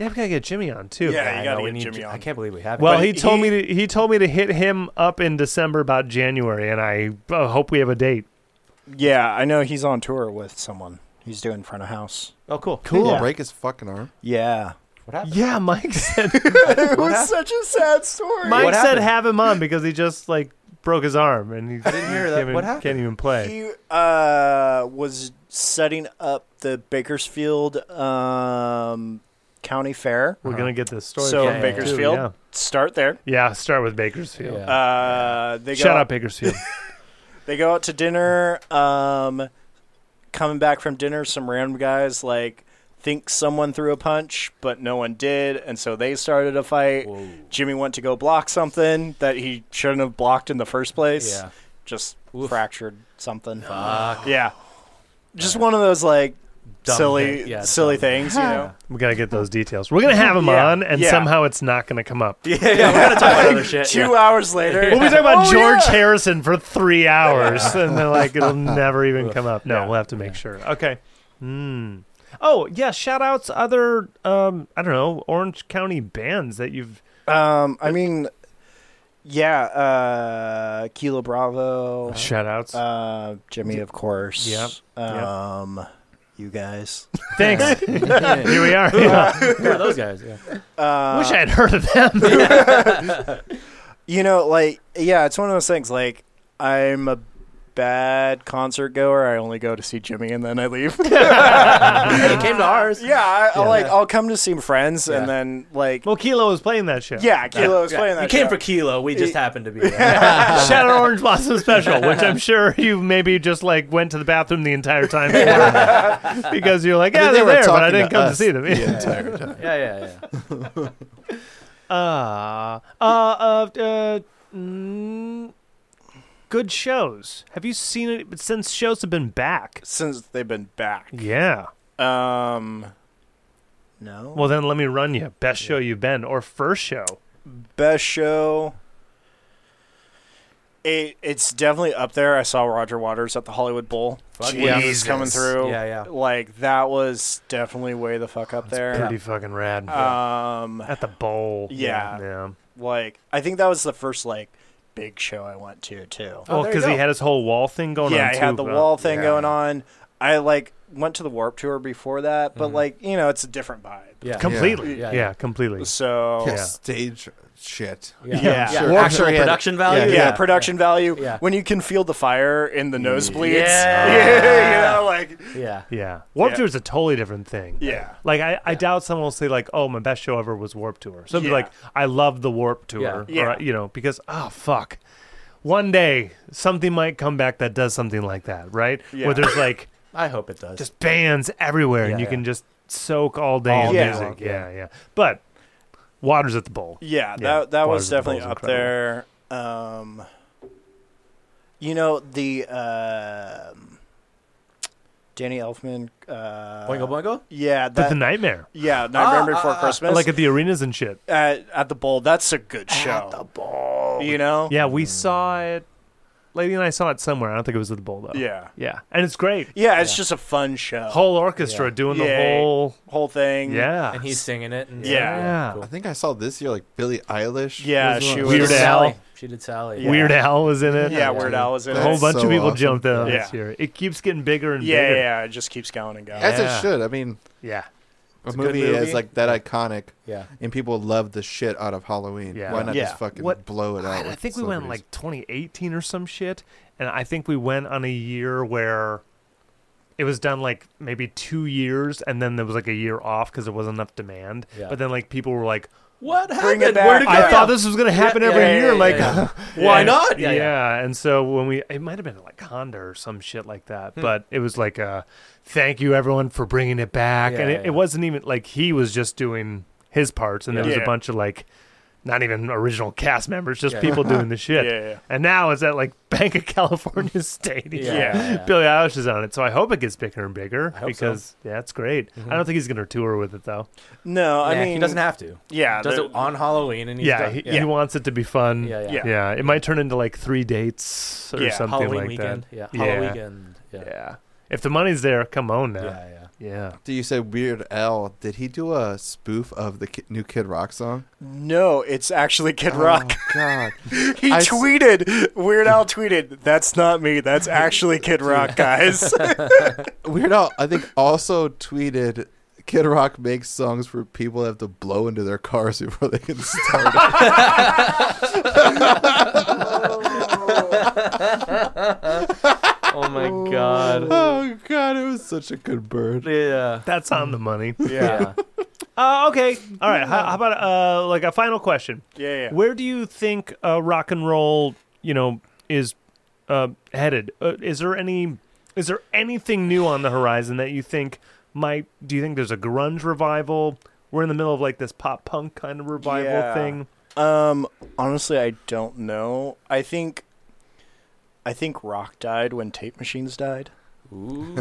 [SPEAKER 4] Yeah, we gotta get Jimmy on too.
[SPEAKER 5] Yeah, you
[SPEAKER 2] I
[SPEAKER 5] gotta
[SPEAKER 2] know, we
[SPEAKER 5] get
[SPEAKER 2] need
[SPEAKER 5] Jimmy
[SPEAKER 2] J- I
[SPEAKER 5] on.
[SPEAKER 2] can't believe we haven't.
[SPEAKER 4] Well,
[SPEAKER 5] But
[SPEAKER 4] he told
[SPEAKER 5] he-
[SPEAKER 4] me to, he told me to hit him up in December about January, and I uh, hope we have a date.
[SPEAKER 5] <laughs> yeah, I know he's on tour with someone. He's doing front of house.
[SPEAKER 2] oh, cool.
[SPEAKER 1] Cool.
[SPEAKER 5] Yeah.
[SPEAKER 1] Break his fucking arm.
[SPEAKER 5] Yeah.
[SPEAKER 2] What happened?
[SPEAKER 4] Yeah, Mike <laughs> said
[SPEAKER 5] It was such a sad story.
[SPEAKER 4] Mike
[SPEAKER 2] What
[SPEAKER 4] said
[SPEAKER 2] happened?
[SPEAKER 4] have him on because he just like broke his arm and he
[SPEAKER 2] didn't hear that.
[SPEAKER 4] can't, even,
[SPEAKER 2] What happened?
[SPEAKER 4] can't even play.
[SPEAKER 5] He uh, was setting up the Bakersfield um, County Fair.
[SPEAKER 4] We're gonna get this story.
[SPEAKER 5] So
[SPEAKER 4] from
[SPEAKER 2] yeah,
[SPEAKER 5] in
[SPEAKER 4] him, too,
[SPEAKER 5] Bakersfield,
[SPEAKER 4] yeah.
[SPEAKER 5] start there.
[SPEAKER 4] Yeah, start with Bakersfield.
[SPEAKER 2] Yeah.
[SPEAKER 5] Uh, they go
[SPEAKER 4] Shout
[SPEAKER 5] out-
[SPEAKER 4] out Bakersfield.
[SPEAKER 5] They go out to dinner. Um, coming back from dinner, some random guys like think someone threw a punch, but no one did, and so they started a fight.
[SPEAKER 2] Whoa.
[SPEAKER 5] Jimmy went to go block something that he shouldn't have blocked in the first place.
[SPEAKER 2] Yeah.
[SPEAKER 5] Just
[SPEAKER 2] Oof.
[SPEAKER 5] fractured something.
[SPEAKER 2] Fuck.
[SPEAKER 5] Yeah. Just one of those like
[SPEAKER 2] Dumb
[SPEAKER 5] silly
[SPEAKER 2] thing. Yeah,
[SPEAKER 5] silly
[SPEAKER 2] dumb.
[SPEAKER 5] things, you know.
[SPEAKER 4] we gotta get
[SPEAKER 5] <laughs>
[SPEAKER 4] those details. We're gonna have him
[SPEAKER 5] Yeah,
[SPEAKER 4] on, and
[SPEAKER 5] yeah.
[SPEAKER 4] somehow it's not gonna come up.
[SPEAKER 2] <laughs> Yeah, yeah. We're gonna talk about other shit.
[SPEAKER 5] Two
[SPEAKER 2] yeah.
[SPEAKER 5] hours
[SPEAKER 2] <laughs>
[SPEAKER 5] later.
[SPEAKER 4] We'll be talking about
[SPEAKER 5] Oh,
[SPEAKER 4] George
[SPEAKER 5] yeah.
[SPEAKER 4] Harrison for three hours, and then like it'll never even come up. No,
[SPEAKER 2] Yeah.
[SPEAKER 4] we'll have to make sure. Okay. Hmm. Oh yeah, shout outs other um I don't know Orange County bands that you've
[SPEAKER 5] Um, I mean, yeah, uh, Kilo Bravo,
[SPEAKER 2] Uh-huh.
[SPEAKER 4] shout outs.
[SPEAKER 5] uh, Jimmy, of course.
[SPEAKER 4] Yep, yep.
[SPEAKER 5] Um, you guys. <laughs>
[SPEAKER 4] Thanks. Here we are. Yeah.
[SPEAKER 2] Who are those guys? Yeah.
[SPEAKER 5] Uh,
[SPEAKER 4] Wish I had heard of them.
[SPEAKER 5] you know, like, yeah, it's one of those things. Like, I'm a bad concert goer. I only go to see Jimmy and then I <laughs> leave.
[SPEAKER 2] He came to <laughs> ours.
[SPEAKER 5] yeah, I, I'll, like I'll come to see friends
[SPEAKER 2] Yeah.
[SPEAKER 5] and then like,
[SPEAKER 4] well, Kilo was playing that show.
[SPEAKER 5] yeah, Kilo is playing that.
[SPEAKER 2] you came
[SPEAKER 5] show.
[SPEAKER 2] for Kilo. We just happened to <laughs> be there.
[SPEAKER 4] <laughs> Shout out Orange Blossom Special, which I'm sure you maybe just like went to the bathroom the entire time because you're like,
[SPEAKER 1] I mean,
[SPEAKER 4] yeah,
[SPEAKER 1] they
[SPEAKER 4] they're
[SPEAKER 1] were
[SPEAKER 4] there, but I
[SPEAKER 1] talking
[SPEAKER 4] didn't
[SPEAKER 1] to
[SPEAKER 4] come to
[SPEAKER 1] us
[SPEAKER 4] see them.
[SPEAKER 1] The entire time.
[SPEAKER 2] yeah, yeah, yeah.
[SPEAKER 4] Uh, uh, uh, uh mm, good shows. Have you seen it since shows have been back?
[SPEAKER 5] <laughs> since they've been back.
[SPEAKER 4] Yeah.
[SPEAKER 5] Um, no.
[SPEAKER 4] Well, then let me run you. Best show you've been or first show.
[SPEAKER 5] best show. It it's definitely up there. I saw Roger Waters at the Hollywood Bowl.
[SPEAKER 2] Fuck
[SPEAKER 5] when he was
[SPEAKER 4] Jesus.
[SPEAKER 5] coming through.
[SPEAKER 2] Yeah, yeah.
[SPEAKER 5] Like that was definitely way the fuck up there.
[SPEAKER 4] Pretty fucking rad.
[SPEAKER 5] Um,
[SPEAKER 4] At the bowl.
[SPEAKER 5] Yeah.
[SPEAKER 4] Yeah.
[SPEAKER 5] like I think that was the first like big show I went to too.
[SPEAKER 4] Well,
[SPEAKER 2] there you
[SPEAKER 4] because he
[SPEAKER 2] go.
[SPEAKER 4] had his whole wall thing going
[SPEAKER 5] yeah,
[SPEAKER 4] on.
[SPEAKER 5] I
[SPEAKER 4] too,
[SPEAKER 5] had the
[SPEAKER 4] but-
[SPEAKER 5] wall thing
[SPEAKER 2] yeah.
[SPEAKER 5] going on. I like went to the Warp Tour before that, but like you know, it's a different vibe.
[SPEAKER 2] Yeah.
[SPEAKER 4] Completely.
[SPEAKER 2] Yeah.
[SPEAKER 4] Yeah,
[SPEAKER 2] Yeah,
[SPEAKER 4] completely.
[SPEAKER 5] So
[SPEAKER 1] Yeah,
[SPEAKER 4] Yeah.
[SPEAKER 1] stage shit.
[SPEAKER 2] Yeah.
[SPEAKER 5] Yeah.
[SPEAKER 2] Yeah.
[SPEAKER 1] Warped
[SPEAKER 2] Actual
[SPEAKER 1] Tour had-
[SPEAKER 2] production value.
[SPEAKER 5] yeah,
[SPEAKER 1] Yeah.
[SPEAKER 5] production value.
[SPEAKER 2] Yeah.
[SPEAKER 5] When you can feel the fire in the nosebleeds.
[SPEAKER 2] Yeah.
[SPEAKER 5] <laughs> you know, like
[SPEAKER 2] Yeah.
[SPEAKER 4] Yeah. Warp
[SPEAKER 5] Yeah.
[SPEAKER 4] Tour is a totally different thing.
[SPEAKER 5] yeah.
[SPEAKER 4] Like I, I doubt someone will say like, "Oh, my best show ever was Warp Tour." So it'd be
[SPEAKER 5] Yeah.
[SPEAKER 4] like, "I love the Warp Tour,"
[SPEAKER 5] Yeah.
[SPEAKER 4] or, you know, because oh fuck, one day something might come back that does something like that, right?
[SPEAKER 5] Yeah.
[SPEAKER 4] Where there's like
[SPEAKER 2] I hope it does.
[SPEAKER 4] just bands everywhere,
[SPEAKER 2] Yeah,
[SPEAKER 4] and you
[SPEAKER 2] yeah.
[SPEAKER 4] can just soak all day
[SPEAKER 2] All
[SPEAKER 4] in
[SPEAKER 5] day
[SPEAKER 4] music.
[SPEAKER 2] long,
[SPEAKER 4] Yeah, yeah. But Waters at the Bowl.
[SPEAKER 5] Yeah,
[SPEAKER 4] Yeah,
[SPEAKER 5] that that
[SPEAKER 4] Waters
[SPEAKER 5] was
[SPEAKER 4] of the
[SPEAKER 5] definitely
[SPEAKER 4] Bull's
[SPEAKER 5] up
[SPEAKER 4] incredible.
[SPEAKER 5] there. Um, you know the um Danny Elfman. Uh,
[SPEAKER 2] Boingo Ah, boingo.
[SPEAKER 5] Yeah,
[SPEAKER 4] But
[SPEAKER 5] that.
[SPEAKER 4] the Nightmare,
[SPEAKER 5] yeah, Nightmare Before Christmas.
[SPEAKER 4] like
[SPEAKER 5] Like
[SPEAKER 4] at the arenas and shit.
[SPEAKER 5] at, at the bowl. That's a good show. At the bowl. You know.
[SPEAKER 4] Yeah, we saw it. Lady and I saw it somewhere. I don't think it was at the Bowl though.
[SPEAKER 5] Yeah.
[SPEAKER 4] yeah, and it's great.
[SPEAKER 5] Yeah, it's just a fun show.
[SPEAKER 4] Whole orchestra doing
[SPEAKER 5] Yay.
[SPEAKER 4] the whole.
[SPEAKER 5] whole thing.
[SPEAKER 4] Yeah,
[SPEAKER 2] and he's singing it. And
[SPEAKER 5] Yeah.
[SPEAKER 4] Yeah.
[SPEAKER 1] I think I saw this year like Billie Eilish.
[SPEAKER 5] Yeah,
[SPEAKER 1] was one
[SPEAKER 5] she
[SPEAKER 1] of
[SPEAKER 5] was-
[SPEAKER 1] the-
[SPEAKER 4] Weird
[SPEAKER 2] Did
[SPEAKER 4] Al.
[SPEAKER 2] Sally. She did Sally.
[SPEAKER 5] Yeah.
[SPEAKER 4] Weird Al was in it.
[SPEAKER 5] Yeah, Weird Al was in
[SPEAKER 4] A
[SPEAKER 5] it.
[SPEAKER 4] whole bunch
[SPEAKER 1] so
[SPEAKER 4] of people
[SPEAKER 1] awesome.
[SPEAKER 4] jumped in on
[SPEAKER 5] Yeah.
[SPEAKER 4] this year. It keeps getting bigger and
[SPEAKER 5] Yeah,
[SPEAKER 4] bigger.
[SPEAKER 5] yeah, it just keeps going and going.
[SPEAKER 1] As
[SPEAKER 4] Yeah.
[SPEAKER 1] it should. I mean,
[SPEAKER 4] yeah.
[SPEAKER 1] a
[SPEAKER 2] a good
[SPEAKER 1] movie,
[SPEAKER 2] movie.
[SPEAKER 1] is like that iconic,
[SPEAKER 2] Yeah.
[SPEAKER 1] and people love the shit out of Halloween.
[SPEAKER 4] Yeah.
[SPEAKER 1] Why not
[SPEAKER 5] Yeah.
[SPEAKER 1] just fucking
[SPEAKER 4] What-
[SPEAKER 1] blow it out?
[SPEAKER 4] I
[SPEAKER 1] with
[SPEAKER 4] think we went
[SPEAKER 1] celebrities?
[SPEAKER 4] like 2018 or some shit, and I think we went on a year where it was done like maybe two years, and then there was like a year off because there wasn't enough demand.
[SPEAKER 2] Yeah.
[SPEAKER 4] But then like people were like,
[SPEAKER 2] What
[SPEAKER 5] Bring
[SPEAKER 2] happened?
[SPEAKER 5] it back.
[SPEAKER 2] Where'd it go?
[SPEAKER 5] Yeah.
[SPEAKER 4] I thought this was gonna happen
[SPEAKER 2] Yeah,
[SPEAKER 4] every
[SPEAKER 2] yeah,
[SPEAKER 4] year.
[SPEAKER 2] yeah,
[SPEAKER 4] like, <laughs>
[SPEAKER 2] yeah, <laughs> Why not?
[SPEAKER 4] Yeah, And so when we, it might have been at, like Honda or some shit like
[SPEAKER 2] Hmm.
[SPEAKER 4] that, but it was like, uh, thank you everyone for bringing it back.
[SPEAKER 2] Yeah,
[SPEAKER 4] and it,
[SPEAKER 2] yeah, yeah.
[SPEAKER 4] it wasn't even like he was just doing his parts, and there was
[SPEAKER 5] Yeah.
[SPEAKER 4] a bunch of like, not even original cast members, just
[SPEAKER 2] Yeah.
[SPEAKER 4] people
[SPEAKER 2] <laughs>
[SPEAKER 4] doing the
[SPEAKER 5] Yeah,
[SPEAKER 4] shit.
[SPEAKER 5] yeah.
[SPEAKER 4] And now it's at like Bank of California <laughs> Stadium.
[SPEAKER 2] Yeah.
[SPEAKER 5] Yeah.
[SPEAKER 2] yeah.
[SPEAKER 4] Billie Eilish is on it, so I hope it gets bigger and bigger
[SPEAKER 2] I hope so. Mm-hmm.
[SPEAKER 4] because yeah, it's great. I don't think he's gonna tour with it though.
[SPEAKER 5] No, I
[SPEAKER 2] Nah,
[SPEAKER 5] mean
[SPEAKER 2] he doesn't have to.
[SPEAKER 5] Yeah,
[SPEAKER 2] Does
[SPEAKER 5] the-
[SPEAKER 2] it on Halloween and he's
[SPEAKER 4] yeah,
[SPEAKER 2] done.
[SPEAKER 4] he, he wants it to be fun.
[SPEAKER 2] Yeah, yeah.
[SPEAKER 5] Yeah.
[SPEAKER 4] Yeah, it might turn into like three dates or
[SPEAKER 5] Yeah,
[SPEAKER 4] something
[SPEAKER 2] Halloween
[SPEAKER 4] like
[SPEAKER 2] weekend.
[SPEAKER 4] that.
[SPEAKER 2] Yeah. Halloween weekend. Yeah.
[SPEAKER 4] Yeah. yeah. If the money's there, come on now. Yeah.
[SPEAKER 2] Yeah, yeah.
[SPEAKER 1] Do you say Weird Al? Did he do a spoof of the ki- new Kid Rock song?
[SPEAKER 5] No, it's actually Kid Rock. <laughs>
[SPEAKER 1] Oh, God.
[SPEAKER 5] He
[SPEAKER 1] I s-
[SPEAKER 5] tweeted, Weird Al tweeted, that's not me, that's actually Kid Rock, <laughs> guys.
[SPEAKER 1] Weird Al, I think, also tweeted Kid Rock makes songs for people that have to blow into their cars <laughs> before they can start. it."
[SPEAKER 2] Oh my god.
[SPEAKER 1] oh, God. It was such a good bird.
[SPEAKER 2] Yeah.
[SPEAKER 4] That's on the
[SPEAKER 2] <laughs>
[SPEAKER 4] money.
[SPEAKER 2] Yeah.
[SPEAKER 4] Uh, okay. All
[SPEAKER 2] <laughs>
[SPEAKER 4] right. How, how about uh, like a final question?
[SPEAKER 5] yeah, yeah.
[SPEAKER 4] Where do you think uh, rock and roll, you know, is uh, headed? Uh, is there any is there anything new on the horizon that you think might? Do you think there's a grunge revival? We're in the middle of like this pop punk kind of revival
[SPEAKER 5] Yeah.
[SPEAKER 4] thing.
[SPEAKER 5] Um, honestly, I don't know. I think, I think rock died when tape machines died.
[SPEAKER 2] Ooh,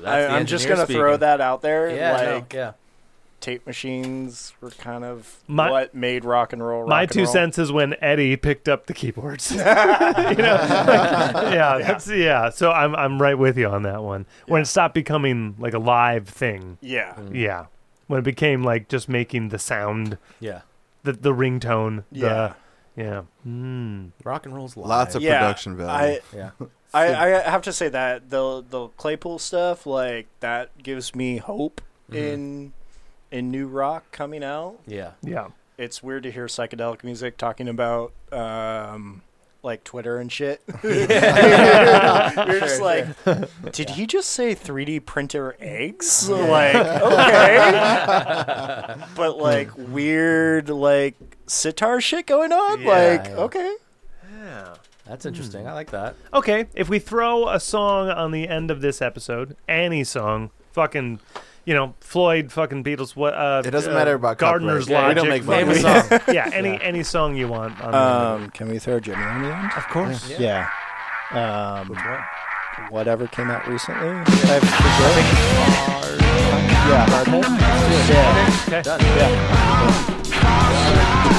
[SPEAKER 2] that's
[SPEAKER 5] I,
[SPEAKER 2] the
[SPEAKER 5] I'm just
[SPEAKER 2] engineer
[SPEAKER 5] gonna throw
[SPEAKER 2] speaking.
[SPEAKER 5] that out there.
[SPEAKER 2] Yeah, no,
[SPEAKER 5] like
[SPEAKER 2] yeah.
[SPEAKER 5] tape machines were kind of
[SPEAKER 4] My-
[SPEAKER 5] what made rock and roll. Rock
[SPEAKER 4] My
[SPEAKER 5] and
[SPEAKER 4] two
[SPEAKER 5] roll.
[SPEAKER 4] cents is when Eddie picked up the
[SPEAKER 5] <laughs>
[SPEAKER 4] keyboards. <laughs> you know, like, yeah, that's yeah. So I'm I'm right with you on that one. When it stopped becoming like a live thing,
[SPEAKER 5] Yeah,
[SPEAKER 4] yeah. When it became like just making the sound,
[SPEAKER 2] Yeah.
[SPEAKER 4] the the ringtone, the-
[SPEAKER 5] yeah.
[SPEAKER 4] Yeah. Hmm.
[SPEAKER 2] Rock and roll's live.
[SPEAKER 1] Lots of
[SPEAKER 5] Yeah,
[SPEAKER 1] production value.
[SPEAKER 5] I,
[SPEAKER 2] yeah.
[SPEAKER 5] I, I have to say that the the Claypool stuff, like that, gives me hope in in new rock coming out.
[SPEAKER 2] Yeah.
[SPEAKER 4] Yeah.
[SPEAKER 5] It's weird to hear psychedelic music talking about um, like Twitter
[SPEAKER 2] <laughs>
[SPEAKER 5] and shit. <laughs> You're just like, did he just say 3D printer eggs? <laughs> Like, okay,
[SPEAKER 2] <laughs>
[SPEAKER 5] but like weird like sitar shit going on. like,
[SPEAKER 2] yeah.
[SPEAKER 5] okay,
[SPEAKER 2] That's interesting. I like that.
[SPEAKER 4] Okay, if we throw a song on the end of this episode, any song, fucking, you know, Floyd, fucking Beatles, what? Uh,
[SPEAKER 1] It doesn't
[SPEAKER 4] uh,
[SPEAKER 1] matter about
[SPEAKER 4] Gardner's
[SPEAKER 1] copyright. Yeah, we don't make
[SPEAKER 4] Logic.
[SPEAKER 1] money.
[SPEAKER 2] Name a song.
[SPEAKER 1] <laughs>
[SPEAKER 4] yeah, any any song you want. On
[SPEAKER 1] Uh,
[SPEAKER 5] um, can we throw Jimmy on the end?
[SPEAKER 4] of course.
[SPEAKER 5] Yeah. Um, whatever came out recently. I Yeah, Hardhead. Yeah.
[SPEAKER 4] Okay.
[SPEAKER 5] Yeah.